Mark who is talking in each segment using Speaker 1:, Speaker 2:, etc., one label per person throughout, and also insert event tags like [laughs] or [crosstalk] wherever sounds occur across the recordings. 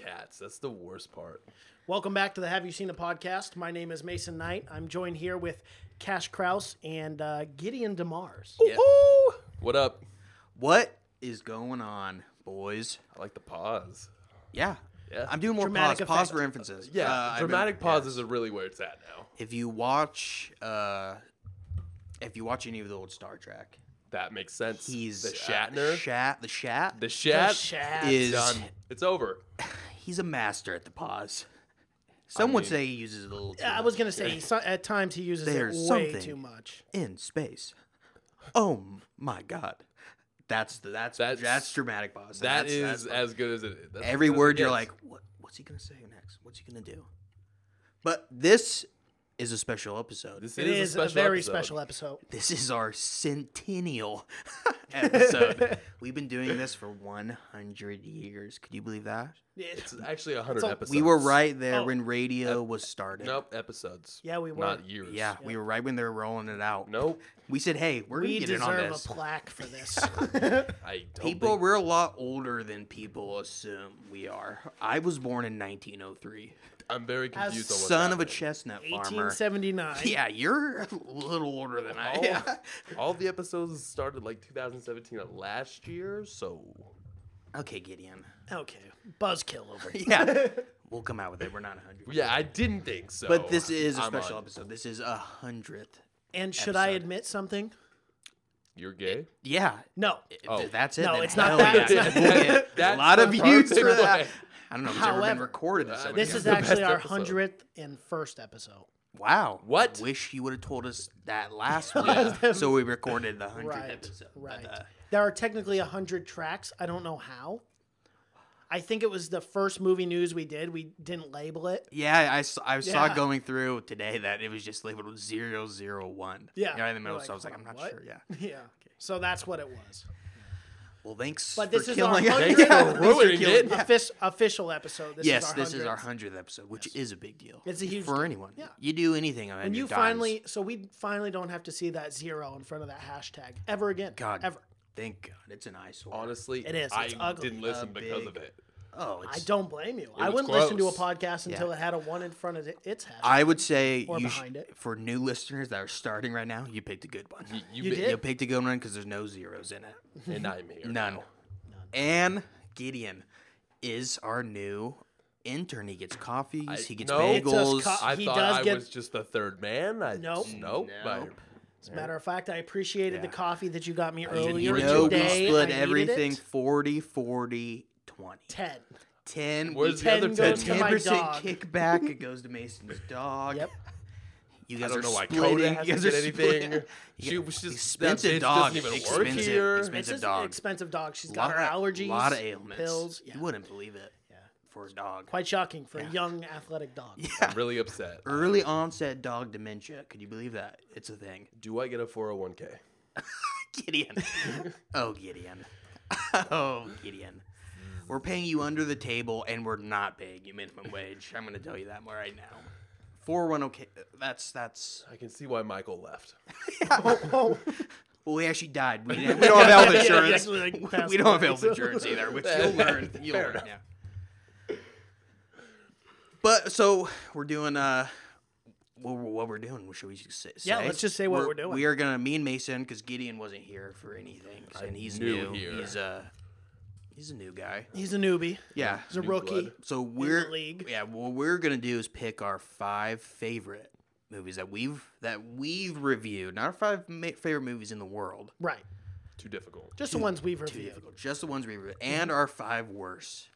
Speaker 1: stats. That's the worst part.
Speaker 2: Welcome back to the Have You Seen a podcast. My name is Mason Knight. I'm joined here with Cash Kraus and uh, Gideon Demars.
Speaker 1: Yeah. What up?
Speaker 3: What is going on, boys?
Speaker 1: I like the pause.
Speaker 3: Yeah.
Speaker 1: Yeah.
Speaker 3: I'm doing more
Speaker 2: Dramatic
Speaker 3: pause. Pause
Speaker 2: effect.
Speaker 3: for inferences.
Speaker 1: Yeah,
Speaker 3: Uh, I've been-
Speaker 1: dramatic pauses are really where it's at now.
Speaker 3: If you watch, uh, if you watch any of the old Star Trek,
Speaker 1: That makes sense.
Speaker 3: he's
Speaker 1: the
Speaker 3: Uh,
Speaker 1: Shatner.
Speaker 3: Shat. The Shat.
Speaker 1: the Shat.
Speaker 2: Shat.
Speaker 3: is
Speaker 1: Done. It's over.
Speaker 3: he's a master at the pause. Some would say he uses it a little. Too
Speaker 2: I
Speaker 3: much.
Speaker 2: was gonna say so, at times he uses
Speaker 3: There's
Speaker 2: it way
Speaker 3: something.
Speaker 2: too much.
Speaker 3: in space. Oh my god, that's the, that's,
Speaker 1: That's-
Speaker 3: that's dramatic pause.
Speaker 1: That
Speaker 3: that's,
Speaker 1: is
Speaker 3: that's-
Speaker 1: as good as it. That's
Speaker 3: every
Speaker 1: as it
Speaker 3: word you're
Speaker 1: gets.
Speaker 3: like, what, what's he gonna say next? What's he gonna do? But this is a special episode. This,
Speaker 1: This
Speaker 2: It is a,
Speaker 1: special
Speaker 2: very
Speaker 1: episode.
Speaker 2: special episode.
Speaker 3: is our centennial episode. We've been doing this for 100 years. Could you believe that?
Speaker 1: It's actually a hundred
Speaker 2: So-
Speaker 1: episodes.
Speaker 3: we were right there
Speaker 2: Oh.
Speaker 3: when radio was started.
Speaker 1: Nope, episodes.
Speaker 2: Yeah, we were.
Speaker 1: Not years.
Speaker 3: Yeah, we were right when they were rolling it out.
Speaker 1: Nope.
Speaker 3: We said, "Hey, we're gonna
Speaker 2: We
Speaker 3: get in on
Speaker 2: deserve a
Speaker 3: this."
Speaker 2: plaque for this.
Speaker 1: I don't
Speaker 3: People,
Speaker 1: think-
Speaker 3: we're a lot older than people assume we are. I was born in 1903.
Speaker 1: I'm very
Speaker 2: As
Speaker 1: confused on what's
Speaker 3: Son of a
Speaker 1: happening.
Speaker 3: chestnut farmer.
Speaker 2: 1879.
Speaker 3: Yeah, you're a little older than I
Speaker 1: All,
Speaker 3: am.
Speaker 1: all the episodes started like 2017 of uh, last year, so
Speaker 3: [laughs] Okay, Gideon.
Speaker 2: Okay. Buzzkill over here.
Speaker 3: Yeah. we'll come out with it. We're not 100.
Speaker 1: yeah, I didn't think so.
Speaker 3: But this is Oh, a
Speaker 1: I'm
Speaker 3: special
Speaker 1: on.
Speaker 3: episode. This is a hundredth.
Speaker 2: And should I
Speaker 3: Episode.
Speaker 2: admit something?
Speaker 1: You're gay.
Speaker 3: Yeah.
Speaker 2: No.
Speaker 1: Oh.
Speaker 3: Th- That's it.
Speaker 2: No,
Speaker 3: then.
Speaker 2: it's not
Speaker 3: Hell
Speaker 2: that.
Speaker 3: yeah.
Speaker 2: It's
Speaker 3: We'll [laughs] get a
Speaker 1: That's
Speaker 3: lot
Speaker 1: the
Speaker 3: of views
Speaker 1: perfect
Speaker 3: for that.
Speaker 1: way.
Speaker 3: I don't know if it's ever been
Speaker 2: However,
Speaker 3: recorded. in
Speaker 1: uh,
Speaker 3: so many
Speaker 2: This
Speaker 1: It's
Speaker 2: is
Speaker 1: the
Speaker 3: years.
Speaker 2: actually
Speaker 1: best
Speaker 2: our
Speaker 1: episode.
Speaker 2: hundredth and first episode.
Speaker 3: Wow.
Speaker 1: What?
Speaker 3: Wish you would have told us
Speaker 2: [laughs]
Speaker 3: that last
Speaker 2: Yeah.
Speaker 3: week. so we recorded the 100th
Speaker 2: Right.
Speaker 3: episode. but,
Speaker 2: Right.
Speaker 3: uh,
Speaker 2: There are technically hundred tracks. I don't know how. I think it was the first movie news we did. We didn't label it.
Speaker 3: yeah, I, s- I saw
Speaker 2: Yeah.
Speaker 3: going through today that it was just labeled with 001.
Speaker 2: Yeah.
Speaker 3: You know, in the middle,
Speaker 2: We're
Speaker 3: so
Speaker 2: like,
Speaker 3: I was like, I'm not
Speaker 2: what?
Speaker 3: sure. [laughs] Yeah.
Speaker 2: Yeah. So that's what it was.
Speaker 3: Well, thanks
Speaker 2: But
Speaker 3: for
Speaker 2: this is our
Speaker 3: killing
Speaker 2: 100th
Speaker 3: [laughs] us. Yeah,
Speaker 2: episode.
Speaker 3: thanks for
Speaker 1: Ruining
Speaker 3: killing-
Speaker 1: it.
Speaker 3: yeah.
Speaker 2: Offic- official episode. This
Speaker 3: yes,
Speaker 2: is our
Speaker 3: this is our
Speaker 2: 100th.
Speaker 3: hundredth episode, which is a big deal.
Speaker 2: It's a huge
Speaker 3: for
Speaker 2: deal.
Speaker 3: anyone.
Speaker 2: Yeah.
Speaker 3: you do anything on
Speaker 2: And you
Speaker 3: your dimes.
Speaker 2: finally, so we finally don't have to see that zero in front of that hashtag ever again.
Speaker 3: God,
Speaker 2: ever.
Speaker 3: Thank God, it's an eyesore.
Speaker 1: Honestly,
Speaker 2: It is.
Speaker 1: I
Speaker 2: It's ugly.
Speaker 1: didn't listen
Speaker 3: A
Speaker 1: because
Speaker 3: big-
Speaker 1: of it.
Speaker 3: oh,
Speaker 2: I
Speaker 3: it's,
Speaker 2: don't blame you. I
Speaker 1: was
Speaker 2: wouldn't listen to a
Speaker 1: close.
Speaker 2: podcast until
Speaker 3: Yeah.
Speaker 2: it had a one in front of it, its hashtag.
Speaker 3: I would say
Speaker 2: Or
Speaker 3: you
Speaker 2: behind it.
Speaker 3: for new listeners that are starting right now, you picked a good one.
Speaker 1: You,
Speaker 2: You
Speaker 1: bit-
Speaker 2: did?
Speaker 3: You picked a good one because there's no zeros in it.
Speaker 1: and I'm here.
Speaker 3: None.
Speaker 1: now.
Speaker 3: And Gideon is our new intern. He gets coffees. he gets
Speaker 1: no. It's
Speaker 2: us
Speaker 3: bagels.
Speaker 2: co-
Speaker 1: I
Speaker 2: He
Speaker 1: thought
Speaker 2: does
Speaker 1: I
Speaker 2: get-
Speaker 1: was just the third man. I,
Speaker 2: Nope.
Speaker 1: Nope.
Speaker 3: Nope.
Speaker 2: As a matter of fact, I appreciated the
Speaker 3: Yeah.
Speaker 2: coffee that you got me
Speaker 3: you
Speaker 2: earlier
Speaker 3: know, we
Speaker 2: today. I
Speaker 3: split
Speaker 2: needed
Speaker 3: everything
Speaker 2: it.
Speaker 3: 40, 40, 20.
Speaker 2: Ten.
Speaker 3: 10
Speaker 1: Where's
Speaker 3: we
Speaker 1: the other
Speaker 2: Ten
Speaker 1: ten?
Speaker 2: goes to my
Speaker 3: 10%
Speaker 2: dog. [laughs]
Speaker 3: kickback it goes to Mason's dog.
Speaker 2: Yep.
Speaker 3: You
Speaker 1: I
Speaker 3: guys
Speaker 1: don't
Speaker 3: are
Speaker 1: know why
Speaker 3: splitting.
Speaker 1: Coda
Speaker 3: you
Speaker 1: hasn't
Speaker 3: guys are
Speaker 1: get anything.
Speaker 3: splitting.
Speaker 1: [laughs] She was just
Speaker 3: Expensive
Speaker 1: that bitch
Speaker 3: dog.
Speaker 1: Doesn't even work
Speaker 3: Expensive-
Speaker 1: here.
Speaker 3: expensive-
Speaker 2: It's just
Speaker 3: dog.
Speaker 2: an expensive dog. She's got
Speaker 3: Lot
Speaker 2: her
Speaker 3: of-
Speaker 2: allergies.
Speaker 3: lot of ailments.
Speaker 2: Pills. Yeah.
Speaker 3: You wouldn't believe it
Speaker 2: Yeah.
Speaker 3: for a dog. [laughs]
Speaker 2: Quite shocking for a young athletic dog.
Speaker 1: I'm really upset.
Speaker 3: Early onset dog dementia. Could you believe that? It's a thing.
Speaker 1: Do I get a 401k?
Speaker 2: [laughs]
Speaker 3: Gideon. oh, Gideon. [laughs] Oh, Gideon. We're paying you under the table, and we're not paying you minimum wage. I'm going to tell you that right now. Four one okay. That's that's.
Speaker 1: I can see why Michael left.
Speaker 3: Well, we actually died. We, didn't, we don't have
Speaker 2: [laughs] Yeah, yeah,
Speaker 3: health
Speaker 2: yeah,
Speaker 3: insurance.
Speaker 2: actually, like, passed
Speaker 3: [laughs] we don't have
Speaker 2: away,
Speaker 3: health
Speaker 2: so-
Speaker 3: insurance either, which you'll learn. You'll
Speaker 1: Fair
Speaker 3: learn.
Speaker 1: enough.
Speaker 3: Yeah. But so we're doing uh, what, what we're doing? Should we just say?
Speaker 2: Yeah, let's just say what
Speaker 3: We're-
Speaker 2: we're doing.
Speaker 3: We are gonna me and Mason because Gideon wasn't here for anything, and he's
Speaker 1: knew
Speaker 3: new.
Speaker 1: here.
Speaker 3: He's uh, he's a new guy.
Speaker 2: He's a newbie.
Speaker 3: Yeah.
Speaker 2: He's a
Speaker 1: New
Speaker 2: rookie.
Speaker 1: blood.
Speaker 3: So we're
Speaker 2: league.
Speaker 3: yeah. What we're gonna do is pick our five favorite movies that we've that we've reviewed. Not our five ma- favorite movies in the world.
Speaker 2: Right.
Speaker 1: Too difficult.
Speaker 2: Just the ones we've
Speaker 3: Too
Speaker 2: reviewed.
Speaker 3: difficult. Just the ones we reviewed, and our five worst.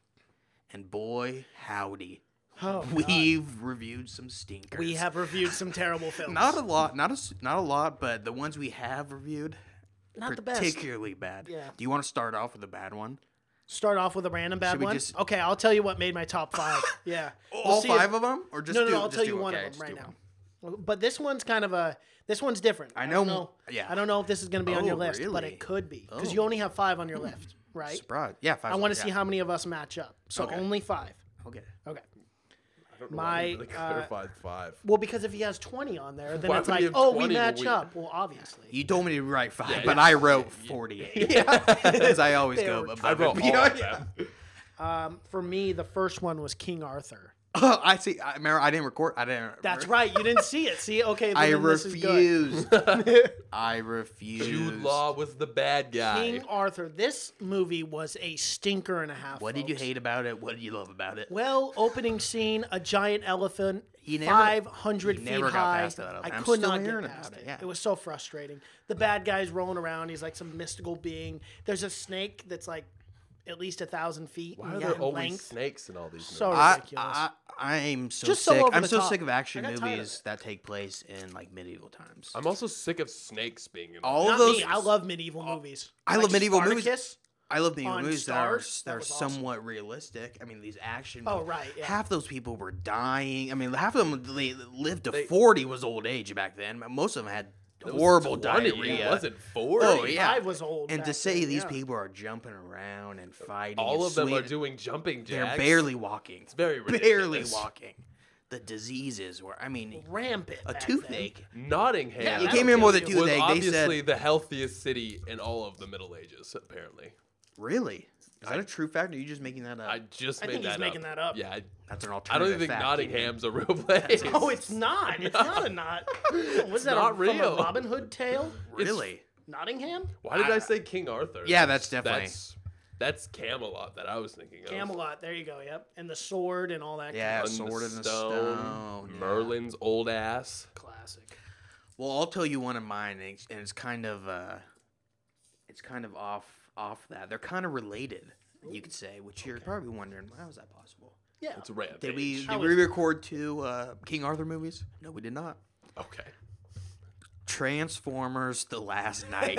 Speaker 3: And boy, howdy,
Speaker 2: Oh,
Speaker 3: we've reviewed some stinkers.
Speaker 2: we have reviewed some
Speaker 3: [laughs]
Speaker 2: terrible films.
Speaker 3: not a lot, not a s- not a lot, but the ones we have reviewed,
Speaker 2: Not the best.
Speaker 3: particularly bad.
Speaker 2: Yeah.
Speaker 3: Do you want to start off with a bad one?
Speaker 2: Start off with a random bad
Speaker 3: Should we
Speaker 2: one.
Speaker 3: just-
Speaker 2: Okay, I'll tell you what made my top five. yeah.
Speaker 3: [laughs] All
Speaker 2: see
Speaker 3: five
Speaker 2: if-
Speaker 3: of them, or just
Speaker 2: No, no,
Speaker 3: do-
Speaker 2: no I'll
Speaker 3: just
Speaker 2: tell
Speaker 3: do
Speaker 2: you
Speaker 3: one?
Speaker 2: one
Speaker 3: Okay,
Speaker 2: of them
Speaker 3: just do
Speaker 2: right
Speaker 3: one.
Speaker 2: now. But this one's kind of a this one's different. I don't
Speaker 3: know-
Speaker 2: know.
Speaker 3: yeah.
Speaker 2: I don't know if this is going to be on
Speaker 3: Oh,
Speaker 2: your list, but
Speaker 3: really?
Speaker 2: it could be because you only have five on your list, right?
Speaker 3: Surprise! Yeah, five.
Speaker 2: I want to see how many of us match up. So
Speaker 3: Okay.
Speaker 2: only five.
Speaker 3: Okay.
Speaker 2: Okay.
Speaker 1: I don't know
Speaker 2: My,
Speaker 1: why you really
Speaker 2: uh,
Speaker 1: clarified five.
Speaker 2: Well, because if he has twenty on there, then
Speaker 1: Why
Speaker 2: it's
Speaker 1: would he
Speaker 2: like,
Speaker 1: have
Speaker 2: oh, we
Speaker 1: 20 when
Speaker 2: match
Speaker 1: we-
Speaker 2: up. Well, obviously. [laughs]
Speaker 3: You told me to write five, but I wrote forty-eight. As I always [laughs]
Speaker 2: They
Speaker 3: go
Speaker 2: were-
Speaker 3: above.
Speaker 1: I wrote
Speaker 3: and
Speaker 1: all
Speaker 3: beyond.
Speaker 1: of them.
Speaker 2: Um, for me, the first one was King Arthur.
Speaker 3: Oh, [laughs] I see. I remember. I didn't record. I didn't.
Speaker 2: That's right. You didn't see it. See, okay. Then
Speaker 3: [laughs] I
Speaker 2: this is good.
Speaker 3: refused.
Speaker 2: [laughs]
Speaker 3: I refused.
Speaker 1: Jude Law was the bad guy.
Speaker 2: King Arthur. This movie was a stinker and a half.
Speaker 3: What did you
Speaker 2: folks.
Speaker 3: hate about it? What did you love about it?
Speaker 2: Well, opening scene, a giant elephant,
Speaker 3: He never-
Speaker 2: five hundred
Speaker 3: he
Speaker 2: feet
Speaker 3: never got
Speaker 2: high.
Speaker 3: past that elephant.
Speaker 2: I
Speaker 3: I'm
Speaker 2: could
Speaker 3: still
Speaker 2: not get
Speaker 3: hearing
Speaker 2: past
Speaker 3: about
Speaker 2: it.
Speaker 3: it, yeah.
Speaker 2: was so frustrating. The bad guy's rolling around. He's like some mystical being. There's a snake that's like at least a thousand feet
Speaker 1: Why
Speaker 2: in
Speaker 1: are there
Speaker 2: in
Speaker 1: always
Speaker 2: length.
Speaker 1: snakes in all these movies?
Speaker 2: So
Speaker 3: I,
Speaker 2: ridiculous.
Speaker 3: I, I'm so
Speaker 2: Just so
Speaker 3: sick.
Speaker 2: over
Speaker 3: I'm
Speaker 2: the
Speaker 3: so
Speaker 2: top.
Speaker 3: sick of action
Speaker 2: I got tired of
Speaker 3: movies that take place in like medieval times.
Speaker 1: I'm also sick of snakes being in
Speaker 3: All
Speaker 2: Not
Speaker 1: all
Speaker 3: of those-
Speaker 2: me. I love medieval movies.
Speaker 3: Oh, I love medieval movies.
Speaker 2: Spartacus.
Speaker 3: I love the
Speaker 2: on
Speaker 3: movies that are,
Speaker 2: Stars?
Speaker 3: that
Speaker 2: That
Speaker 3: are
Speaker 2: was awesome.
Speaker 3: somewhat realistic. I mean, these action.
Speaker 2: Oh,
Speaker 3: movies-
Speaker 2: right, yeah.
Speaker 3: Half those people were dying. I mean, half of them they lived to
Speaker 1: They-
Speaker 3: forty was old age back then. Most of them had
Speaker 1: That was
Speaker 3: horrible
Speaker 1: 20,
Speaker 3: diarrhea.
Speaker 1: It wasn't 40.
Speaker 3: Oh, yeah.
Speaker 2: I was old.
Speaker 3: and
Speaker 2: back
Speaker 3: to say
Speaker 2: then,
Speaker 3: these
Speaker 2: yeah.
Speaker 3: people are jumping around and fighting,
Speaker 1: All
Speaker 3: and
Speaker 1: of them are
Speaker 3: swing-
Speaker 1: doing jumping
Speaker 3: They're
Speaker 1: jacks.
Speaker 3: barely walking. It's
Speaker 1: very
Speaker 3: barely
Speaker 1: ridiculous.
Speaker 3: walking. The diseases were. I mean,
Speaker 2: rampant.
Speaker 3: a
Speaker 2: back
Speaker 3: toothache.
Speaker 1: Nottingham.
Speaker 2: Yeah,
Speaker 3: you
Speaker 2: I
Speaker 3: came
Speaker 2: don't
Speaker 3: in with a
Speaker 2: get it.
Speaker 1: was
Speaker 3: toothache. They said,
Speaker 1: obviously the healthiest city in all of the Middle Ages, apparently.
Speaker 3: "Really? Is that a true fact? Or are you just making that up?
Speaker 1: I just
Speaker 2: I
Speaker 1: made
Speaker 2: think he's
Speaker 1: that
Speaker 2: making
Speaker 1: up.
Speaker 2: that up.
Speaker 1: Yeah, I,
Speaker 3: That's an
Speaker 1: I
Speaker 3: alternative
Speaker 1: don't even think
Speaker 3: fact, you mean.
Speaker 1: Nottingham's a real place.
Speaker 2: Then. Oh, it's not. It's not a
Speaker 3: [laughs]
Speaker 2: knot. Was that
Speaker 1: not
Speaker 2: a, from a
Speaker 1: real.
Speaker 2: Robin Hood tale?
Speaker 3: Really?
Speaker 2: Nottingham?
Speaker 1: Why did I,
Speaker 3: I-
Speaker 1: say King Arthur?
Speaker 3: Yeah, that's definitely-
Speaker 1: that's, that's Camelot that I was thinking of.
Speaker 2: Camelot. There you go. Yep. And the sword and all that.
Speaker 3: Yeah,
Speaker 1: On
Speaker 3: sword in the stone. yeah.
Speaker 1: Merlin's old ass.
Speaker 2: Classic.
Speaker 3: Well, I'll tell you one of mine, and it's- and it's kind of uh, it's kind of off off that. They're kind of related, you could say. Which you're probably wondering, how is that possible?
Speaker 2: Yeah.
Speaker 1: It's rampage.
Speaker 3: Did we
Speaker 2: How
Speaker 3: did we
Speaker 2: is-
Speaker 3: record two uh, King Arthur movies? No, we did not.
Speaker 1: Okay.
Speaker 3: Transformers: The Last Night,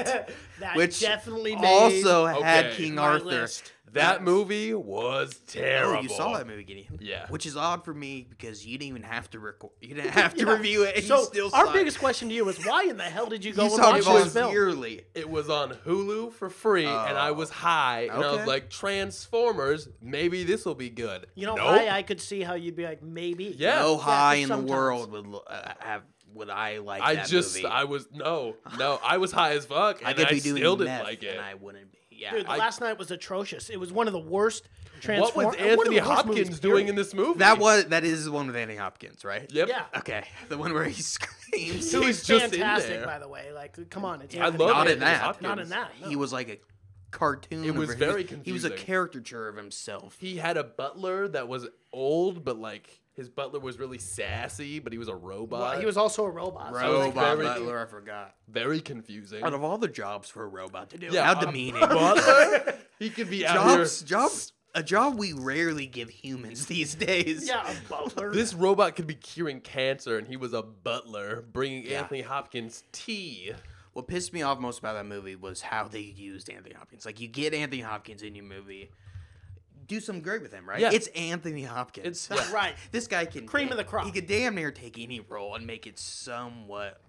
Speaker 2: that
Speaker 3: which
Speaker 2: definitely made
Speaker 3: also had
Speaker 1: Okay.
Speaker 3: King
Speaker 2: my
Speaker 3: Arthur.
Speaker 2: list.
Speaker 1: That movie was terrible.
Speaker 3: Oh, you saw that movie, Gideon.
Speaker 1: Yeah.
Speaker 3: Which is odd for me because you didn't even have to record. You
Speaker 2: [laughs]
Speaker 3: didn't have to
Speaker 2: Yeah.
Speaker 3: review it. And
Speaker 2: So
Speaker 3: you still
Speaker 2: our
Speaker 3: saw
Speaker 2: biggest
Speaker 3: it.
Speaker 2: question to you is why in the hell did you go
Speaker 3: you
Speaker 2: and
Speaker 3: saw
Speaker 2: watch
Speaker 3: it
Speaker 2: this film?
Speaker 3: voluntarily.
Speaker 1: It was on Hulu for free, and I was high, and I
Speaker 3: Oh. Okay.
Speaker 1: was like, Transformers, maybe this will be good.
Speaker 2: You know
Speaker 1: Nope.
Speaker 2: why I could see how you'd be like maybe.
Speaker 1: Yeah.
Speaker 3: no
Speaker 1: Yeah,
Speaker 3: high in
Speaker 2: sometimes.
Speaker 3: the world would lo- uh, have would I like
Speaker 1: I
Speaker 3: that
Speaker 1: just,
Speaker 3: movie.
Speaker 1: I was no, no, I was high as fuck, and I,
Speaker 3: could be doing
Speaker 1: still didn't
Speaker 3: meth
Speaker 1: like it.
Speaker 3: and I wouldn't be. Yeah,
Speaker 2: Dude, the
Speaker 1: I-
Speaker 2: last night was atrocious. It was one of the worst.
Speaker 1: What
Speaker 2: Transform-
Speaker 1: was
Speaker 2: one of the
Speaker 1: Anthony
Speaker 2: worst movies,
Speaker 1: Hopkins doing
Speaker 2: period.
Speaker 1: in this movie?
Speaker 3: that was that is the one with Anthony Hopkins, right?
Speaker 1: Yep. [laughs]
Speaker 2: Yeah.
Speaker 3: Okay, [laughs] the one where he screams.
Speaker 2: [laughs]
Speaker 1: Who
Speaker 2: He's
Speaker 1: is just in
Speaker 2: fantastic,
Speaker 1: there.
Speaker 2: by the way. Like, come on, it's
Speaker 1: I
Speaker 2: Anthony
Speaker 1: love
Speaker 3: Not in
Speaker 1: Anthony
Speaker 3: that.
Speaker 1: Hopkins.
Speaker 2: Not in that. no.
Speaker 3: He was like a cartoon.
Speaker 1: It was
Speaker 3: over-
Speaker 1: very
Speaker 3: he- He was a
Speaker 1: confusing.
Speaker 3: caricature of himself.
Speaker 1: He had a butler that was old, but like his butler was really sassy, but he was a robot.
Speaker 2: Well, he was also a robot. so,
Speaker 1: was
Speaker 3: Robot
Speaker 1: like, very-
Speaker 3: Butler, I forgot.
Speaker 1: very confusing.
Speaker 3: Out of all the jobs for a robot to do,
Speaker 1: Yeah,
Speaker 3: how
Speaker 1: a
Speaker 3: demeaning.
Speaker 1: butler? he could be out here.
Speaker 3: [laughs] jobs, jobs, a job we rarely give humans [laughs] these days.
Speaker 2: yeah, a butler.
Speaker 1: This robot could be curing cancer, and he was a butler bringing
Speaker 3: Yeah.
Speaker 1: Anthony Hopkins tea.
Speaker 3: What pissed me off most about that movie was how they used Anthony Hopkins. Like you get Anthony Hopkins in your movie, do something great with him, right?
Speaker 1: Yeah.
Speaker 3: It's Anthony Hopkins.
Speaker 1: It's- yeah.
Speaker 2: Right.
Speaker 3: [laughs] this guy can
Speaker 2: Cream of the crop.
Speaker 3: He could damn near take any role and make it somewhat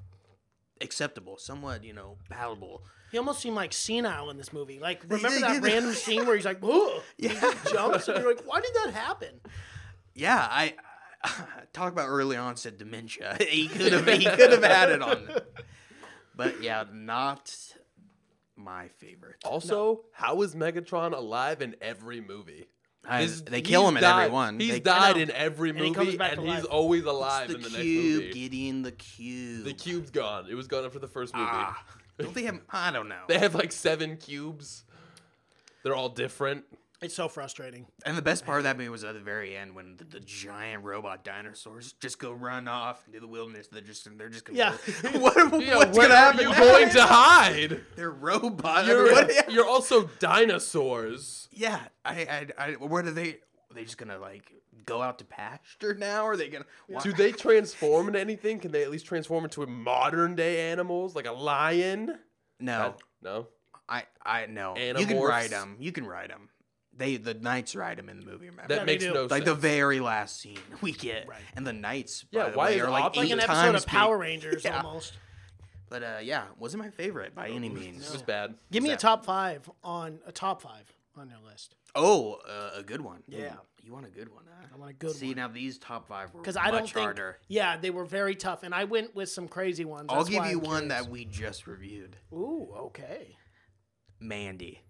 Speaker 3: acceptable, somewhat you know palatable.
Speaker 2: He almost seemed like senile in this movie. Like,
Speaker 3: They-
Speaker 2: remember
Speaker 3: they
Speaker 2: that
Speaker 3: did.
Speaker 2: random scene where he's like,
Speaker 3: [laughs]
Speaker 2: "Whoa!"
Speaker 3: Yeah,
Speaker 2: jumps, and you're like, "Why did that happen?"
Speaker 3: yeah. I, [laughs] I talk about early onset dementia. [laughs] he could have he could have had it on, them. but yeah, not my favorite.
Speaker 1: Also, how is Megatron alive in every movie?
Speaker 3: I-
Speaker 1: His-
Speaker 3: they kill
Speaker 1: he's
Speaker 3: him in
Speaker 1: died-
Speaker 3: every one.
Speaker 1: He's
Speaker 3: They-
Speaker 1: died
Speaker 2: know.
Speaker 1: in every
Speaker 2: he
Speaker 1: movie,
Speaker 2: comes
Speaker 1: and,
Speaker 2: back to
Speaker 1: he's
Speaker 2: life.
Speaker 1: always
Speaker 3: It's
Speaker 1: alive
Speaker 3: the
Speaker 1: in the
Speaker 3: cube,
Speaker 1: next movie.
Speaker 3: Gideon the cube.
Speaker 1: The cube's gone. It was gone after the first movie.
Speaker 3: Ah, don't they have? I don't know.
Speaker 1: They have like seven cubes. They're all different.
Speaker 2: It's so frustrating.
Speaker 3: And the best part of that movie was at the very end when the, the giant robot dinosaurs just go run off into the wilderness. They're just they're just gonna
Speaker 2: Yeah.
Speaker 3: Go, [laughs]
Speaker 1: [laughs]
Speaker 3: what,
Speaker 1: Yeah,
Speaker 3: what's
Speaker 1: where
Speaker 3: gonna
Speaker 1: are
Speaker 3: happen?
Speaker 1: you going to hide?
Speaker 3: They're robot. [laughs] I mean,
Speaker 1: You're,
Speaker 3: what-
Speaker 1: you're also dinosaurs.
Speaker 3: yeah. I, I I where do they? Are they just gonna like go out to pasture now? Or are they gonna? why-
Speaker 1: Do they transform into anything? Can they at least transform into modern day animals like a lion?
Speaker 3: No,
Speaker 2: Oh.
Speaker 1: No.
Speaker 3: I I no. You can
Speaker 1: Animorphs?
Speaker 3: ride them. You can ride them. They the knights ride them in the movie. Remember
Speaker 1: That
Speaker 2: they
Speaker 1: makes
Speaker 2: do.
Speaker 1: no sense.
Speaker 3: like the very last scene we get, and the knights. by
Speaker 1: Yeah,
Speaker 3: the
Speaker 1: why
Speaker 3: way,
Speaker 1: is
Speaker 3: are like
Speaker 1: Op-
Speaker 3: eight
Speaker 1: Like
Speaker 2: Like an episode
Speaker 3: times
Speaker 2: of Power
Speaker 3: big.
Speaker 2: Rangers
Speaker 3: Yeah.
Speaker 2: almost.
Speaker 3: But uh, yeah, wasn't my favorite by
Speaker 2: Oh,
Speaker 3: any
Speaker 1: This
Speaker 3: means.
Speaker 1: was bad.
Speaker 2: Give me a
Speaker 3: Exactly.
Speaker 2: top five on a top five on your list.
Speaker 3: Oh, uh, a good one.
Speaker 2: Yeah.
Speaker 3: Ooh, you want a good one? Huh?
Speaker 2: I want a good
Speaker 3: See
Speaker 2: one
Speaker 3: now these top five were
Speaker 2: because
Speaker 3: much
Speaker 2: I don't think.
Speaker 3: harder.
Speaker 2: Yeah, they were very tough, and I went with some crazy ones.
Speaker 3: I'll
Speaker 2: That's
Speaker 3: give
Speaker 2: why
Speaker 3: you
Speaker 2: I'm
Speaker 3: one
Speaker 2: curious.
Speaker 3: that we just reviewed.
Speaker 2: Ooh, okay.
Speaker 3: Mandy.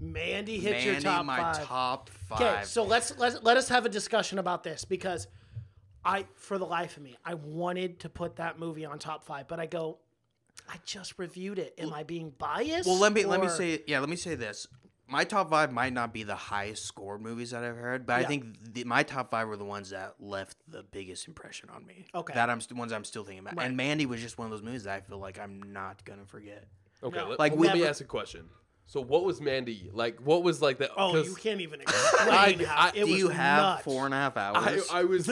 Speaker 2: Mandy hit
Speaker 3: Mandy,
Speaker 2: your top
Speaker 3: my
Speaker 2: five.
Speaker 3: top five.
Speaker 2: Okay, so let's let let us have a discussion about this because I, for the life of me, I wanted to put that movie on top five, but I go, I just reviewed it. Am I being biased?
Speaker 3: Well, let me let me
Speaker 2: Or-
Speaker 3: say yeah. Let me say this. My top five might not be the highest scored movies that I've heard, but I
Speaker 2: Yeah.
Speaker 3: think the, my top five were the ones that left the biggest impression on me.
Speaker 2: Okay.
Speaker 3: that I'm st- ones I'm still thinking about.
Speaker 2: Right.
Speaker 3: And Mandy was just one of those movies that I feel like I'm not gonna forget.
Speaker 1: Okay,
Speaker 2: No.
Speaker 1: let,
Speaker 3: Like,
Speaker 1: let
Speaker 3: we-
Speaker 1: me ask a question. So what was Mandy like? What was like that?
Speaker 2: Oh, you can't
Speaker 3: [laughs]
Speaker 2: even explain
Speaker 1: I-
Speaker 2: how
Speaker 1: I-
Speaker 2: it
Speaker 3: Do
Speaker 2: was
Speaker 3: you have
Speaker 2: nuts.
Speaker 3: [laughs] four and a half
Speaker 1: I,
Speaker 3: hours?
Speaker 1: I was.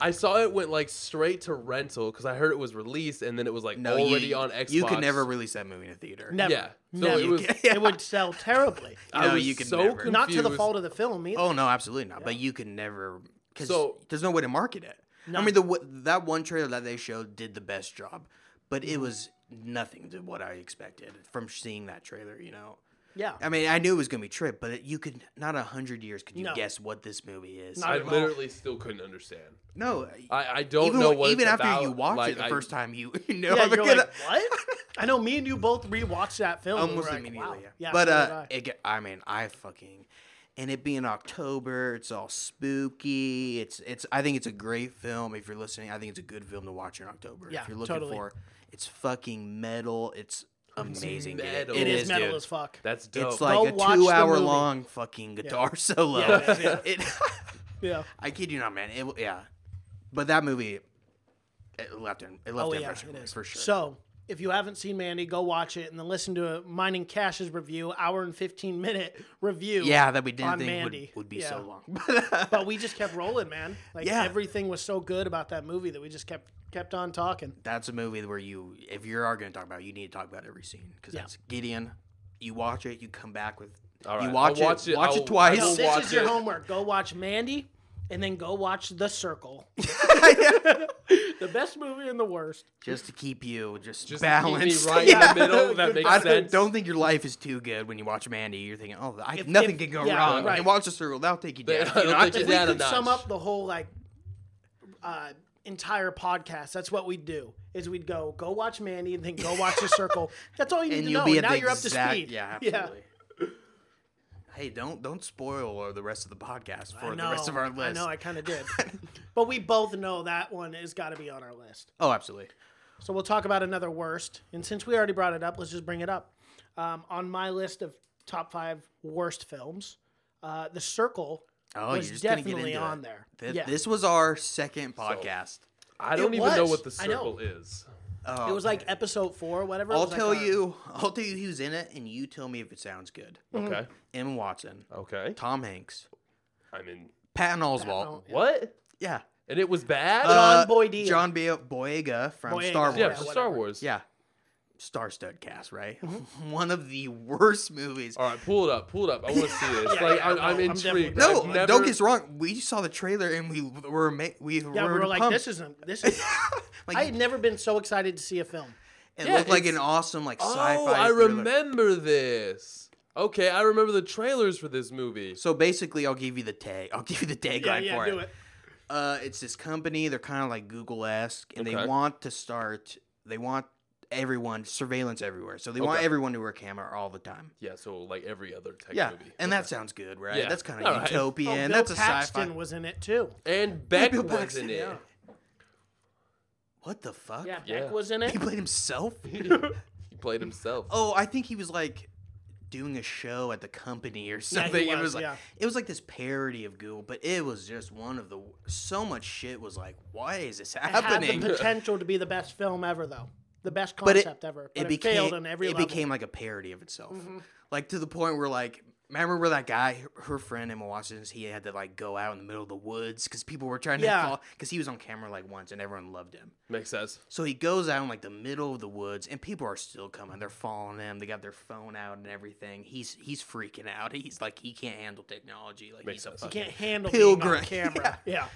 Speaker 1: I saw it went like straight to rental because I heard it was released and then it was like
Speaker 3: no,
Speaker 1: already
Speaker 3: you,
Speaker 1: on Xbox.
Speaker 3: You could never release that movie in a theater.
Speaker 2: [laughs] Never.
Speaker 1: Yeah. So
Speaker 2: never.
Speaker 1: it was.
Speaker 3: [laughs] Yeah.
Speaker 2: It would sell
Speaker 3: [laughs]
Speaker 2: terribly.
Speaker 1: I
Speaker 3: No,
Speaker 1: was
Speaker 3: you could
Speaker 1: so
Speaker 3: never.
Speaker 1: confused.
Speaker 2: Not to the fault of the film e-, either.
Speaker 3: Oh no, absolutely not. But you can never because
Speaker 1: So-
Speaker 3: there's no way to market it. I mean, the wa- that one trailer that they showed did the best job, but
Speaker 2: Mm.
Speaker 3: it was nothing to what I expected from seeing that trailer. You know,
Speaker 2: yeah.
Speaker 3: I mean, I knew it was gonna be trip, but it, you could not a hundred years could you
Speaker 2: No.
Speaker 3: guess what this movie is.
Speaker 2: Not
Speaker 1: I
Speaker 2: at all.
Speaker 1: literally still couldn't understand.
Speaker 3: no, e,
Speaker 1: I, I don't
Speaker 3: even
Speaker 1: know
Speaker 3: when-
Speaker 1: what.
Speaker 3: even
Speaker 1: it's
Speaker 3: after you
Speaker 1: about.
Speaker 3: watch
Speaker 1: Like,
Speaker 3: it the
Speaker 1: I-
Speaker 3: first time, you [laughs] you know
Speaker 2: yeah,
Speaker 3: I'm
Speaker 2: you're
Speaker 3: gonna-
Speaker 2: like, what? I know me and you both rewatched that film. and
Speaker 3: almost
Speaker 2: we're like,
Speaker 3: immediately.
Speaker 2: wow.
Speaker 3: yeah.
Speaker 2: yeah.
Speaker 3: but
Speaker 2: so did
Speaker 3: uh,
Speaker 2: I.
Speaker 3: it, get- I mean, I fucking and it being October, it's all spooky. It's it's. I think it's a great film. If you're listening, I think it's a good film to watch in October.
Speaker 2: Yeah,
Speaker 3: if you're looking
Speaker 2: totally.
Speaker 3: for, it's fucking metal. It's amazing. dude.
Speaker 1: metal.
Speaker 2: it is, metal
Speaker 3: dude.
Speaker 2: as fuck.
Speaker 1: That's dope.
Speaker 3: It's like
Speaker 2: Go
Speaker 3: a
Speaker 2: watch the
Speaker 3: two-hour
Speaker 2: movie.
Speaker 3: long fucking guitar [laughs] solo.
Speaker 2: Yeah, yeah,
Speaker 3: It,
Speaker 2: Yeah.
Speaker 3: I kid you not, man. It, yeah, but that movie, it left an it left
Speaker 2: Oh
Speaker 3: an
Speaker 2: yeah,
Speaker 3: impression
Speaker 2: it
Speaker 3: on me,
Speaker 2: is
Speaker 3: for sure.
Speaker 2: So if you haven't seen Mandy, go watch it and then listen to Mining Cash's review, hour and fifteen minute review.
Speaker 3: yeah, that we
Speaker 2: on
Speaker 3: didn't think would,
Speaker 2: Mandy.
Speaker 3: would be
Speaker 2: Yeah.
Speaker 3: so long. [laughs] But,
Speaker 2: But we just kept rolling, man. Like
Speaker 3: Yeah.
Speaker 2: everything was so good about that movie that we just kept kept on talking.
Speaker 3: that's a movie where you, if you are going to talk about, it, you need to talk about every scene because
Speaker 2: Yeah.
Speaker 3: that's Gideon. You watch it, you come back with.
Speaker 1: All
Speaker 3: You
Speaker 1: right,
Speaker 3: watch
Speaker 1: I'll
Speaker 3: it,
Speaker 1: watch it-
Speaker 3: watch
Speaker 1: I'll-
Speaker 3: it twice.
Speaker 1: I will
Speaker 2: No, this
Speaker 1: watch
Speaker 2: is your
Speaker 1: it.
Speaker 2: homework. Go watch Mandy and then go watch The
Speaker 3: [laughs]
Speaker 2: Circle. [laughs] the best movie and the worst.
Speaker 3: just to keep you just,
Speaker 1: Just balanced.
Speaker 3: balanced. [laughs]
Speaker 1: right in the middle. That makes
Speaker 3: I
Speaker 1: sense.
Speaker 3: don't, don't think your life is too good when you watch Mandy. You're thinking, oh, I, nothing
Speaker 2: if-
Speaker 3: can go
Speaker 2: yeah,
Speaker 3: wrong.
Speaker 2: right.
Speaker 3: And watch the circle, that'll take you
Speaker 1: They- [laughs]
Speaker 3: down.
Speaker 1: I
Speaker 3: you
Speaker 1: don't
Speaker 3: know?
Speaker 1: think
Speaker 2: If
Speaker 1: Get
Speaker 2: we
Speaker 1: down a
Speaker 2: could sum
Speaker 1: notch.
Speaker 2: up the whole like uh, entire podcast, that's what we'd do. Is we'd go go watch Mandy and then go watch The
Speaker 3: [laughs]
Speaker 2: Circle. That's all you need
Speaker 3: and
Speaker 2: to
Speaker 3: you'll
Speaker 2: know.
Speaker 3: be
Speaker 2: and
Speaker 3: at
Speaker 2: now
Speaker 3: the
Speaker 2: you're up
Speaker 3: exact,
Speaker 2: to speed.
Speaker 3: Yeah, absolutely. Hey, don't don't spoil or the rest of the podcast for the rest of our list.
Speaker 2: I know, I kind of
Speaker 3: [laughs]
Speaker 2: did. but we both know that one has got to be on our list.
Speaker 3: oh, absolutely.
Speaker 2: So we'll talk about another worst. And since we already brought it up, let's just bring it up. Um, on my list of top five worst films, uh, The Circle
Speaker 3: Oh,
Speaker 2: was
Speaker 3: you're just gonna get
Speaker 2: definitely
Speaker 3: into
Speaker 2: on
Speaker 3: it.
Speaker 2: there.
Speaker 3: Th-
Speaker 2: yeah.
Speaker 3: This was our second podcast.
Speaker 1: I don't
Speaker 2: It
Speaker 1: even know
Speaker 2: was.
Speaker 1: what the
Speaker 2: I know.
Speaker 1: circle is.
Speaker 2: it was like episode four or whatever. It
Speaker 3: oh, I'll
Speaker 2: was like
Speaker 3: tell
Speaker 2: our-
Speaker 3: you. I'll tell you who's in it, and you tell me if it sounds good.
Speaker 2: Mm-hmm.
Speaker 1: Okay.
Speaker 3: Emma Watson,
Speaker 1: Okay.
Speaker 3: Tom Hanks,
Speaker 1: I mean,
Speaker 3: Patton Oswalt.
Speaker 1: what?
Speaker 3: Yeah.
Speaker 1: And it was bad.
Speaker 3: Uh,
Speaker 2: Boyega.
Speaker 3: John Bo- Boyega from
Speaker 2: Boyega,
Speaker 3: Star Wars.
Speaker 1: yeah,
Speaker 2: yeah,
Speaker 1: for
Speaker 2: whatever.
Speaker 1: Star Wars.
Speaker 3: Yeah. Star-studded cast, right?
Speaker 2: Mm-hmm.
Speaker 3: [laughs] One of the worst movies.
Speaker 1: All right, pull it up. Pull it up. I want to see
Speaker 3: [laughs]
Speaker 1: this.
Speaker 2: Yeah,
Speaker 1: like,
Speaker 2: yeah,
Speaker 1: I'm,
Speaker 2: no, I'm
Speaker 1: I'm
Speaker 2: definitely
Speaker 1: intrigued.
Speaker 3: No,
Speaker 1: I've never-
Speaker 3: don't get us wrong. We saw the trailer and we were ama- we
Speaker 2: Yeah, we
Speaker 3: were
Speaker 2: were like,
Speaker 3: pumped.
Speaker 2: this isn't. This is.
Speaker 3: Like,
Speaker 2: I had never been so excited to see a film.
Speaker 3: it
Speaker 1: Yeah,
Speaker 3: looked like
Speaker 1: it's-
Speaker 3: an awesome like
Speaker 1: Oh,
Speaker 3: sci-fi.
Speaker 1: I
Speaker 3: thriller.
Speaker 1: remember this. Okay, I remember the trailers for this movie.
Speaker 3: So basically, I'll give you the tag. I'll give you the tagline
Speaker 2: Yeah, yeah,
Speaker 3: for
Speaker 2: do
Speaker 3: it.
Speaker 2: it.
Speaker 3: Uh, it's this company. They're kind of like Google esque, and they
Speaker 1: Okay.
Speaker 3: want to start. They want everyone surveillance everywhere. So they want
Speaker 1: Okay.
Speaker 3: everyone to wear a camera all the time.
Speaker 1: Yeah, so like every other tech
Speaker 3: Yeah,
Speaker 1: movie.
Speaker 3: and that sounds good, right?
Speaker 1: Yeah.
Speaker 3: That's kind
Speaker 1: All
Speaker 3: of
Speaker 1: right.
Speaker 2: Oh,
Speaker 3: utopian.
Speaker 2: Bill
Speaker 3: That's a
Speaker 2: Paxton
Speaker 3: sci-fi.
Speaker 2: was in it too.
Speaker 1: And Beck
Speaker 3: Bill
Speaker 1: was
Speaker 3: Paxton,
Speaker 1: in it.
Speaker 3: yeah. What the fuck?
Speaker 2: Yeah, Beck
Speaker 1: Yeah.
Speaker 2: was in it.
Speaker 3: [laughs] He
Speaker 1: [laughs]
Speaker 3: played himself.
Speaker 2: [laughs]
Speaker 1: He played himself.
Speaker 3: oh, I think he was like doing a show at the company or something. it
Speaker 2: was,
Speaker 3: was like
Speaker 2: yeah.
Speaker 3: it was like this parody of Google, but it was just one of the so much shit was like, why is this happening?
Speaker 2: Had the potential to be the best film ever, though. The best
Speaker 3: but it,
Speaker 2: concept ever. But
Speaker 3: it
Speaker 2: it,
Speaker 3: became
Speaker 2: failed on every
Speaker 3: it
Speaker 2: level. Mm-hmm.
Speaker 3: became like a parody of itself, like to the point where like. Remember where that guy, her friend Emma Watson, he had to like go out in the middle of the woods because people were trying to
Speaker 2: Yeah.
Speaker 3: fall because he was on camera like once and everyone loved him.
Speaker 1: Makes sense.
Speaker 3: So he goes out in like the middle of the woods, and people are still coming. They're following him. They got their phone out and everything. He's he's freaking out. He's like he can't handle technology. Like
Speaker 1: Makes
Speaker 3: he's a
Speaker 1: sense.
Speaker 2: You
Speaker 3: fuck-
Speaker 2: can't handle being on
Speaker 3: Pilgrim.
Speaker 2: camera.
Speaker 3: [laughs]
Speaker 2: Yeah.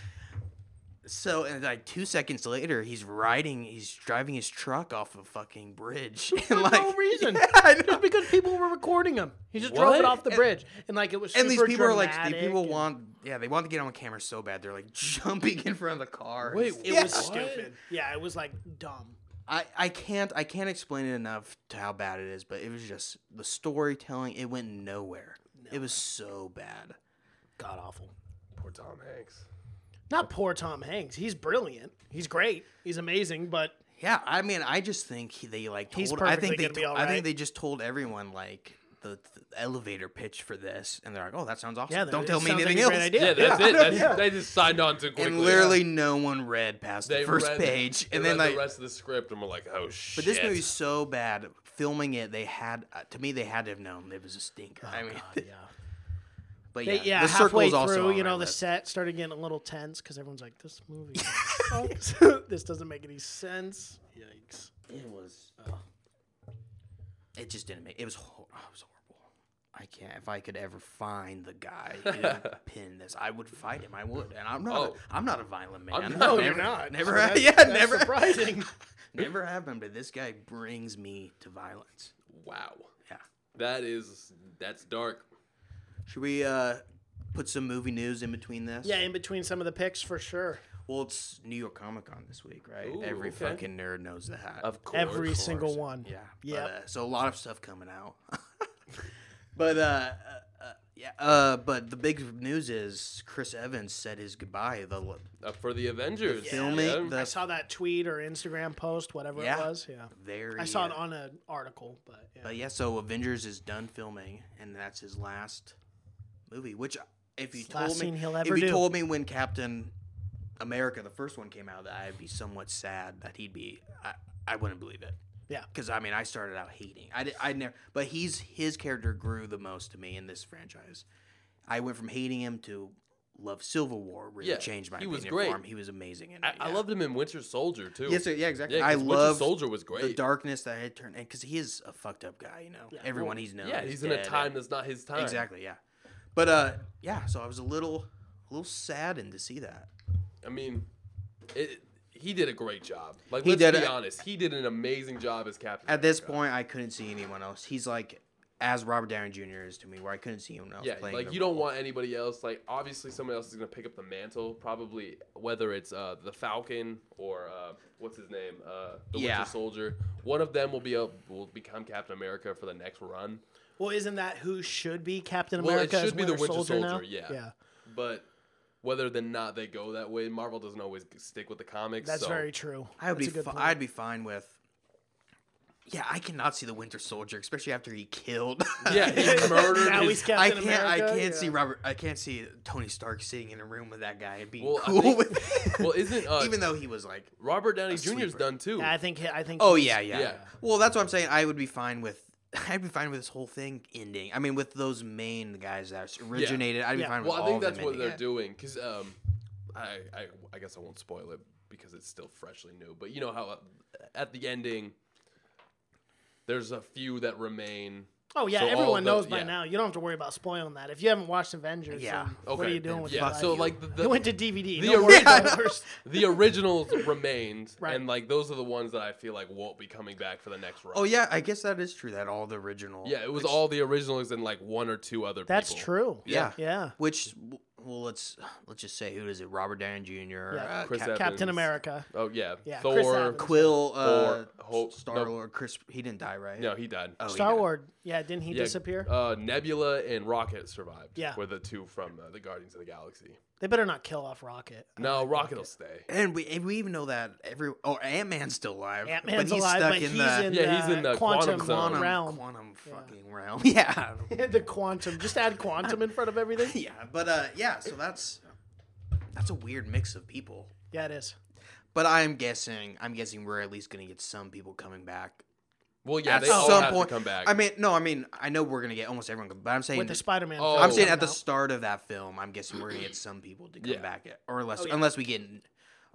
Speaker 3: so and like two seconds later, he's riding. He's driving his truck off a
Speaker 2: [laughs]
Speaker 3: fucking bridge. [laughs] And
Speaker 2: For
Speaker 3: like
Speaker 2: no reason.
Speaker 3: [laughs] Yeah, I know.
Speaker 2: Just because people were recording him. He just drove
Speaker 1: What?
Speaker 2: it off the
Speaker 3: And-
Speaker 2: bridge. And like it was super
Speaker 3: And these people are like
Speaker 2: dramatic
Speaker 3: these people
Speaker 2: and-
Speaker 3: want yeah they want to get on camera so bad. They're like [laughs] jumping in front of the car. and
Speaker 1: Wait,
Speaker 3: stuff.
Speaker 2: It
Speaker 1: Yeah.
Speaker 2: was
Speaker 1: What?
Speaker 2: stupid. Yeah, it was like dumb.
Speaker 3: I, I can't I can't explain it enough to how bad it is, but it was just the storytelling. It went nowhere. It was so bad.
Speaker 2: God awful.
Speaker 1: Poor Tom Hanks.
Speaker 2: Not poor Tom Hanks. He's brilliant. He's great. He's amazing, but
Speaker 3: Yeah, I mean, I just think he, they like told.
Speaker 2: He's
Speaker 3: I think
Speaker 2: perfectly
Speaker 3: they
Speaker 2: gonna be
Speaker 3: to-
Speaker 2: all
Speaker 3: I
Speaker 2: right.
Speaker 3: think they just told everyone like the, the elevator pitch for this, and they're like, "Oh, that sounds awesome.
Speaker 2: Yeah, that-
Speaker 3: Don't tell
Speaker 2: it
Speaker 3: me
Speaker 2: sounds like
Speaker 3: anything
Speaker 2: a great
Speaker 3: else."
Speaker 2: idea.
Speaker 1: Yeah, that's
Speaker 2: Yeah.
Speaker 1: it. That's,
Speaker 2: Yeah.
Speaker 1: They just signed on too quickly.
Speaker 3: And literally, no one read past
Speaker 1: they
Speaker 3: the first
Speaker 1: read-
Speaker 3: page,
Speaker 1: they
Speaker 3: and then
Speaker 1: read
Speaker 3: like
Speaker 1: the rest of the script, and we're like, oh shit.
Speaker 3: But this movie's so bad. Filming it, they had uh, to me. They had to have known it was a stinker.
Speaker 1: Oh,
Speaker 3: I mean,
Speaker 2: [laughs]
Speaker 3: [laughs] but Uh, yeah,
Speaker 2: They- yeah,
Speaker 3: the circle
Speaker 2: halfway
Speaker 3: is also
Speaker 2: through,
Speaker 3: on
Speaker 2: you
Speaker 3: my
Speaker 2: know, the
Speaker 3: list.
Speaker 2: set started getting a little tense because everyone's like, "This movie,
Speaker 3: [laughs]
Speaker 2: sucks. [laughs] this doesn't make any sense." Yikes!
Speaker 3: It was. uh, ugh. it just didn't make. It was. Hor- oh, it was horrible. I can't. If I could ever find
Speaker 1: [laughs]
Speaker 3: the guy who pin this, I would fight him. I would. And I'm not.
Speaker 1: Oh.
Speaker 3: A, I'm not a violent man.
Speaker 1: not. No, you're
Speaker 3: never,
Speaker 2: not.
Speaker 3: Never.
Speaker 2: So that's-
Speaker 3: yeah.
Speaker 2: that's
Speaker 3: [laughs] never.
Speaker 2: surprising.
Speaker 3: never happened. But this guy brings me to violence.
Speaker 1: wow.
Speaker 3: Yeah.
Speaker 1: That is that's dark.
Speaker 3: Should we uh, put some movie news in between this?
Speaker 2: Yeah, in between some of the picks for sure.
Speaker 3: Well, it's New York Comic Con this week, right?
Speaker 1: Ooh,
Speaker 3: Every
Speaker 1: okay.
Speaker 3: fucking nerd knows that.
Speaker 1: Of course.
Speaker 2: Every single one.
Speaker 3: yeah.
Speaker 2: Yep.
Speaker 3: But, uh, so a lot of stuff coming out. [laughs] but uh, uh, uh, yeah. Uh, but the big news is Chris Evans said his goodbye. The l-
Speaker 1: Uh, for the Avengers.
Speaker 3: filming
Speaker 2: I
Speaker 3: the
Speaker 2: saw that tweet or Instagram post, whatever
Speaker 3: Yeah.
Speaker 2: it was. Yeah,
Speaker 3: very.
Speaker 2: I saw it
Speaker 3: uh,
Speaker 2: on an article, but yeah.
Speaker 3: But yeah, so Avengers is done filming, and that's his last movie. Which, if you
Speaker 2: It's the
Speaker 3: told
Speaker 2: last
Speaker 3: me,
Speaker 2: scene he'll
Speaker 3: if
Speaker 2: ever
Speaker 3: you
Speaker 2: do.
Speaker 3: told me when Captain America, the first one, came out, that I'd be somewhat sad that he'd be. I, I wouldn't believe it.
Speaker 2: Yeah.
Speaker 3: because I mean, I started out hating. I, di- I never, but he's his character grew the most to me in this franchise. I went from hating him to love Civil War. Really
Speaker 1: Yeah,
Speaker 3: changed my
Speaker 1: he was
Speaker 3: opinion
Speaker 1: great.
Speaker 3: for him. He was amazing. In
Speaker 1: I,
Speaker 3: it,
Speaker 1: I
Speaker 3: yeah.
Speaker 1: loved him in Winter Soldier too.
Speaker 3: Yes, sir, yeah, exactly.
Speaker 1: Yeah,
Speaker 3: I
Speaker 1: 'cause Winter
Speaker 3: loved
Speaker 1: Soldier was great.
Speaker 3: the darkness that had turned, because he is a fucked up guy. You know, everyone he's known.
Speaker 1: yeah,
Speaker 3: is
Speaker 1: he's in a
Speaker 3: dead,
Speaker 1: time
Speaker 3: and-
Speaker 1: that's not his time.
Speaker 3: Exactly, yeah. But uh yeah, so I was a little a little saddened to see that.
Speaker 1: I mean, it, he did a great job. Like,
Speaker 3: He
Speaker 1: let's
Speaker 3: did
Speaker 1: be
Speaker 3: a-
Speaker 1: honest, he did an amazing job as Captain.
Speaker 3: At this
Speaker 1: America.
Speaker 3: point I couldn't see anyone else. He's like as Robert Downey Jr. is to me, where I couldn't see anyone else
Speaker 1: yeah,
Speaker 3: playing.
Speaker 1: like
Speaker 3: the
Speaker 1: you don't
Speaker 3: role.
Speaker 1: want anybody else. Like, obviously, someone else is gonna pick up the mantle. Probably whether it's uh, the Falcon or uh, what's his name, uh, the
Speaker 3: Yeah.
Speaker 1: Winter Soldier. One of them will be a, will become Captain America for the next run.
Speaker 2: well, isn't that who should be Captain
Speaker 1: Well, it
Speaker 2: America? as
Speaker 1: should be the Winter
Speaker 2: now?
Speaker 1: Soldier, yeah. But whether than not they go that way, Marvel doesn't always stick with the comics.
Speaker 2: that's
Speaker 1: so-
Speaker 2: very true.
Speaker 3: I would
Speaker 2: That's
Speaker 3: be
Speaker 2: a good
Speaker 3: fi-
Speaker 2: point.
Speaker 3: I'd be fine with Yeah, I cannot see the Winter Soldier, especially after he killed
Speaker 1: Yeah, he murdered.
Speaker 2: [laughs] Now
Speaker 1: his-
Speaker 2: he's
Speaker 3: [laughs] I
Speaker 2: Captain
Speaker 3: can't. I
Speaker 2: America,
Speaker 3: can't
Speaker 2: yeah.
Speaker 3: see Robert. I can't see Tony Stark sitting in a room with that guy and being
Speaker 1: Well, I
Speaker 3: cool
Speaker 1: think- [laughs]
Speaker 3: with. it.
Speaker 1: well, isn't, uh,
Speaker 3: even though he was like
Speaker 1: Robert Downey Jr.'s
Speaker 3: sleeper.
Speaker 1: done too.
Speaker 2: Yeah, I think. I think.
Speaker 3: Oh
Speaker 2: he's-
Speaker 3: yeah, yeah,
Speaker 1: yeah.
Speaker 3: Well, that's what I'm saying. I would be fine with. [laughs] I'd be fine with this whole thing ending. I mean, with those main guys that originated, I'd be
Speaker 2: Yeah.
Speaker 3: fine with
Speaker 1: Well, I
Speaker 3: all
Speaker 1: think
Speaker 3: of
Speaker 1: that's
Speaker 3: them
Speaker 1: what
Speaker 3: ending
Speaker 1: they're
Speaker 3: it.
Speaker 1: doing because um, I, I I guess I won't spoil it because it's still freshly new. But you know how uh, at the ending, there's a few that remain.
Speaker 2: Oh yeah,
Speaker 1: So all
Speaker 2: everyone
Speaker 1: the-
Speaker 2: knows by
Speaker 1: yeah.
Speaker 2: now. You don't have to worry about spoiling that. If you haven't watched Avengers,
Speaker 3: Yeah.
Speaker 2: then what
Speaker 1: Okay,
Speaker 2: are you doing with
Speaker 1: yeah.
Speaker 2: your life?
Speaker 1: So like the,
Speaker 2: [laughs] it
Speaker 1: the,
Speaker 2: went to
Speaker 1: the
Speaker 2: DVD. Don't worry
Speaker 3: original-
Speaker 2: about it.
Speaker 1: the originals remained,
Speaker 2: Right.
Speaker 1: and like those are the ones that I feel like won't be coming back for the next run.
Speaker 3: Oh yeah, I guess that is true. That all the original.
Speaker 1: yeah, it was
Speaker 3: which-
Speaker 1: all the originals and like one or two other.
Speaker 2: That's
Speaker 1: people.
Speaker 2: true.
Speaker 3: Yeah.
Speaker 2: Yeah.
Speaker 3: Which w- well, let's let's just say who is it? Robert Downey Jr.
Speaker 2: Yeah.
Speaker 3: uh,
Speaker 1: Chris
Speaker 3: Cap-
Speaker 1: Evans.
Speaker 2: Captain America.
Speaker 1: Oh yeah,
Speaker 2: Yeah,
Speaker 1: Thor.
Speaker 2: Chris Evans.
Speaker 3: Quill, uh,
Speaker 1: Or Hulk-
Speaker 3: Star Lord, Chris. He didn't die, right?
Speaker 1: No, he died.
Speaker 3: Oh, he
Speaker 2: Star
Speaker 3: died.
Speaker 2: Wars. Yeah, didn't he
Speaker 1: Yeah,
Speaker 2: Uh, disappear?
Speaker 1: Uh, Nebula and Rocket survived.
Speaker 2: Yeah.
Speaker 1: were the two from uh, the Guardians of the Galaxy.
Speaker 2: they better not kill off Rocket.
Speaker 1: No, Rocket will stay.
Speaker 3: And we and we even know that every oh Ant Man's still alive.
Speaker 2: Ant Man's alive, but he's in
Speaker 1: Yeah,
Speaker 2: the
Speaker 1: he's in the
Speaker 2: quantum,
Speaker 1: quantum zone.
Speaker 3: quantum
Speaker 2: realm. [laughs]
Speaker 3: quantum fucking realm. [laughs] Yeah.
Speaker 2: the quantum. Just add quantum in front of everything.
Speaker 3: yeah, but uh yeah, so that's that's a weird mix of people.
Speaker 2: Yeah, it is.
Speaker 3: But I'm guessing I'm guessing we're at least gonna get some people coming back.
Speaker 1: Well, yeah,
Speaker 3: at
Speaker 1: they all
Speaker 3: some
Speaker 1: have
Speaker 3: point
Speaker 1: to come back.
Speaker 3: I mean no, I mean I know we're gonna get almost everyone but I'm saying
Speaker 2: With the Spider-Man.
Speaker 1: Oh.
Speaker 2: film
Speaker 3: I'm saying
Speaker 2: coming
Speaker 3: at the
Speaker 2: out.
Speaker 3: start of that film, I'm guessing we're gonna get some people to come
Speaker 1: Yeah.
Speaker 3: back at, or unless
Speaker 2: Oh, yeah.
Speaker 3: unless we get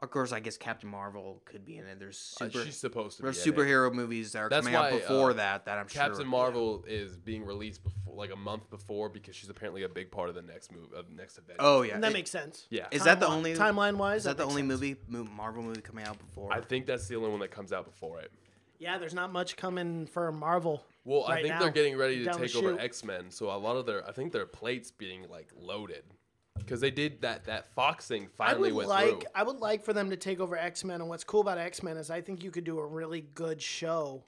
Speaker 3: of course I guess Captain Marvel could be in it. There's
Speaker 1: Uh,
Speaker 3: super
Speaker 1: she's supposed to be
Speaker 3: there's
Speaker 1: in it.
Speaker 3: superhero movies that are
Speaker 1: That's
Speaker 3: coming out
Speaker 1: why, uh,
Speaker 3: before that that I'm
Speaker 1: Captain
Speaker 3: sure
Speaker 1: Marvel is being released before, like a month before, because she's apparently a big part of the next movie, of the next event.
Speaker 3: Oh yeah.
Speaker 2: And that
Speaker 3: It-
Speaker 2: makes sense.
Speaker 1: yeah.
Speaker 3: Is that the
Speaker 2: Timeline-
Speaker 3: only
Speaker 2: timeline-wise,
Speaker 3: Is that,
Speaker 2: that
Speaker 3: the
Speaker 2: makes
Speaker 3: only
Speaker 2: sense.
Speaker 3: movie mo- Marvel movie coming out before?
Speaker 1: I think that's the only one that comes out before it.
Speaker 2: Yeah, there's not much coming for Marvel.
Speaker 1: Well, I
Speaker 2: right
Speaker 1: think
Speaker 2: now.
Speaker 1: they're getting ready to
Speaker 2: Down the
Speaker 1: take over
Speaker 2: chute.
Speaker 1: X Men, so a lot of their, I think their plates being like loaded. because they did that that Fox thing
Speaker 2: I
Speaker 1: finally
Speaker 2: would
Speaker 1: went
Speaker 2: like
Speaker 1: through.
Speaker 2: I would like for them to take over X Men, and what's cool about X Men is I think you could do a really good show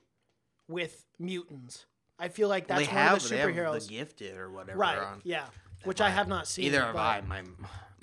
Speaker 2: with mutants. I feel like that's
Speaker 3: they
Speaker 2: one
Speaker 3: have
Speaker 2: of the
Speaker 3: they have
Speaker 2: superheroes,
Speaker 3: the gifted or whatever.
Speaker 2: right?
Speaker 3: On.
Speaker 2: Yeah, which I have not seen.
Speaker 3: Neither have
Speaker 2: but-
Speaker 3: I. My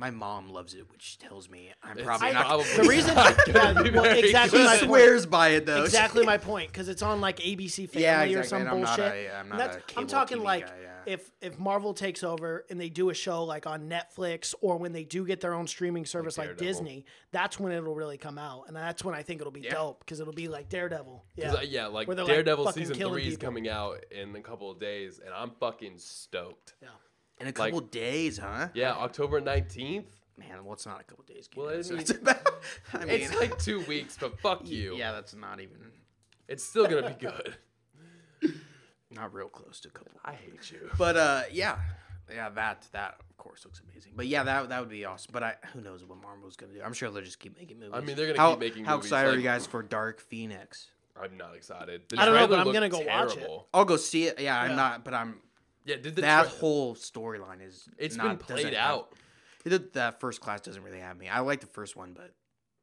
Speaker 3: my mom loves it, which tells me I'm probably
Speaker 2: I-
Speaker 3: not. [laughs]
Speaker 1: probably-
Speaker 2: [laughs] the reason,
Speaker 1: Not gonna
Speaker 2: yeah,
Speaker 1: be
Speaker 2: well,
Speaker 1: very
Speaker 2: exactly
Speaker 1: good.
Speaker 2: my
Speaker 3: he
Speaker 1: He
Speaker 2: point.
Speaker 3: swears by it though.
Speaker 2: exactly my point because it's on like ABC Family
Speaker 3: Yeah,
Speaker 2: or
Speaker 3: exactly,
Speaker 2: some
Speaker 3: and I'm not
Speaker 2: bullshit.
Speaker 3: a- I'm
Speaker 2: And
Speaker 3: not
Speaker 2: that's-
Speaker 3: a
Speaker 2: I'm
Speaker 3: cable
Speaker 2: talking
Speaker 3: TV
Speaker 2: like
Speaker 3: guy, yeah.
Speaker 2: if if Marvel takes over and they do a show like on Netflix or when they do get their own streaming service like,
Speaker 1: Daredevil.
Speaker 2: Disney, that's when it'll really come out, and that's when I think it'll be dope dope because it'll be like Daredevil. Yeah,
Speaker 1: 'Cause, uh, yeah, like
Speaker 2: Where they're, like,
Speaker 1: Daredevil
Speaker 2: fucking
Speaker 1: season
Speaker 2: killing
Speaker 1: three is
Speaker 2: people.
Speaker 1: coming out in a couple of days, and I'm fucking stoked.
Speaker 2: yeah.
Speaker 3: In a couple days, huh?
Speaker 1: Yeah, October 19th.
Speaker 3: Man, well, it's not a couple days. Kid.
Speaker 1: Well, I
Speaker 3: it's,
Speaker 1: mean-
Speaker 3: it's about, [laughs] I mean,
Speaker 1: It's like two weeks, but fuck
Speaker 2: [laughs]
Speaker 1: you.
Speaker 3: yeah, that's not even
Speaker 1: It's still gonna be good. [laughs]
Speaker 3: not real close to a couple.
Speaker 1: I hate you.
Speaker 3: But uh, yeah, yeah, that that of course looks amazing. But yeah, that that would be awesome. But I who knows what Marvel's gonna do? I'm sure they'll just keep making movies.
Speaker 1: I mean, they're gonna
Speaker 3: how,
Speaker 1: keep making
Speaker 3: How
Speaker 1: movies,
Speaker 3: excited are
Speaker 1: like-
Speaker 3: you guys for Dark Phoenix?
Speaker 1: I'm not excited. The
Speaker 2: I don't know,
Speaker 1: trailer
Speaker 2: but I'm
Speaker 1: looked
Speaker 2: gonna go watch it.
Speaker 1: terrible.
Speaker 3: I'll go see it. Yeah,
Speaker 2: Yeah.
Speaker 3: I'm not, but I'm.
Speaker 1: Yeah, did the
Speaker 3: that
Speaker 1: tra-
Speaker 3: whole storyline is
Speaker 1: It's
Speaker 3: not,
Speaker 1: been
Speaker 3: doesn't
Speaker 1: played
Speaker 3: have-
Speaker 1: out.
Speaker 3: It did- that first class doesn't really have me. I like the first one, but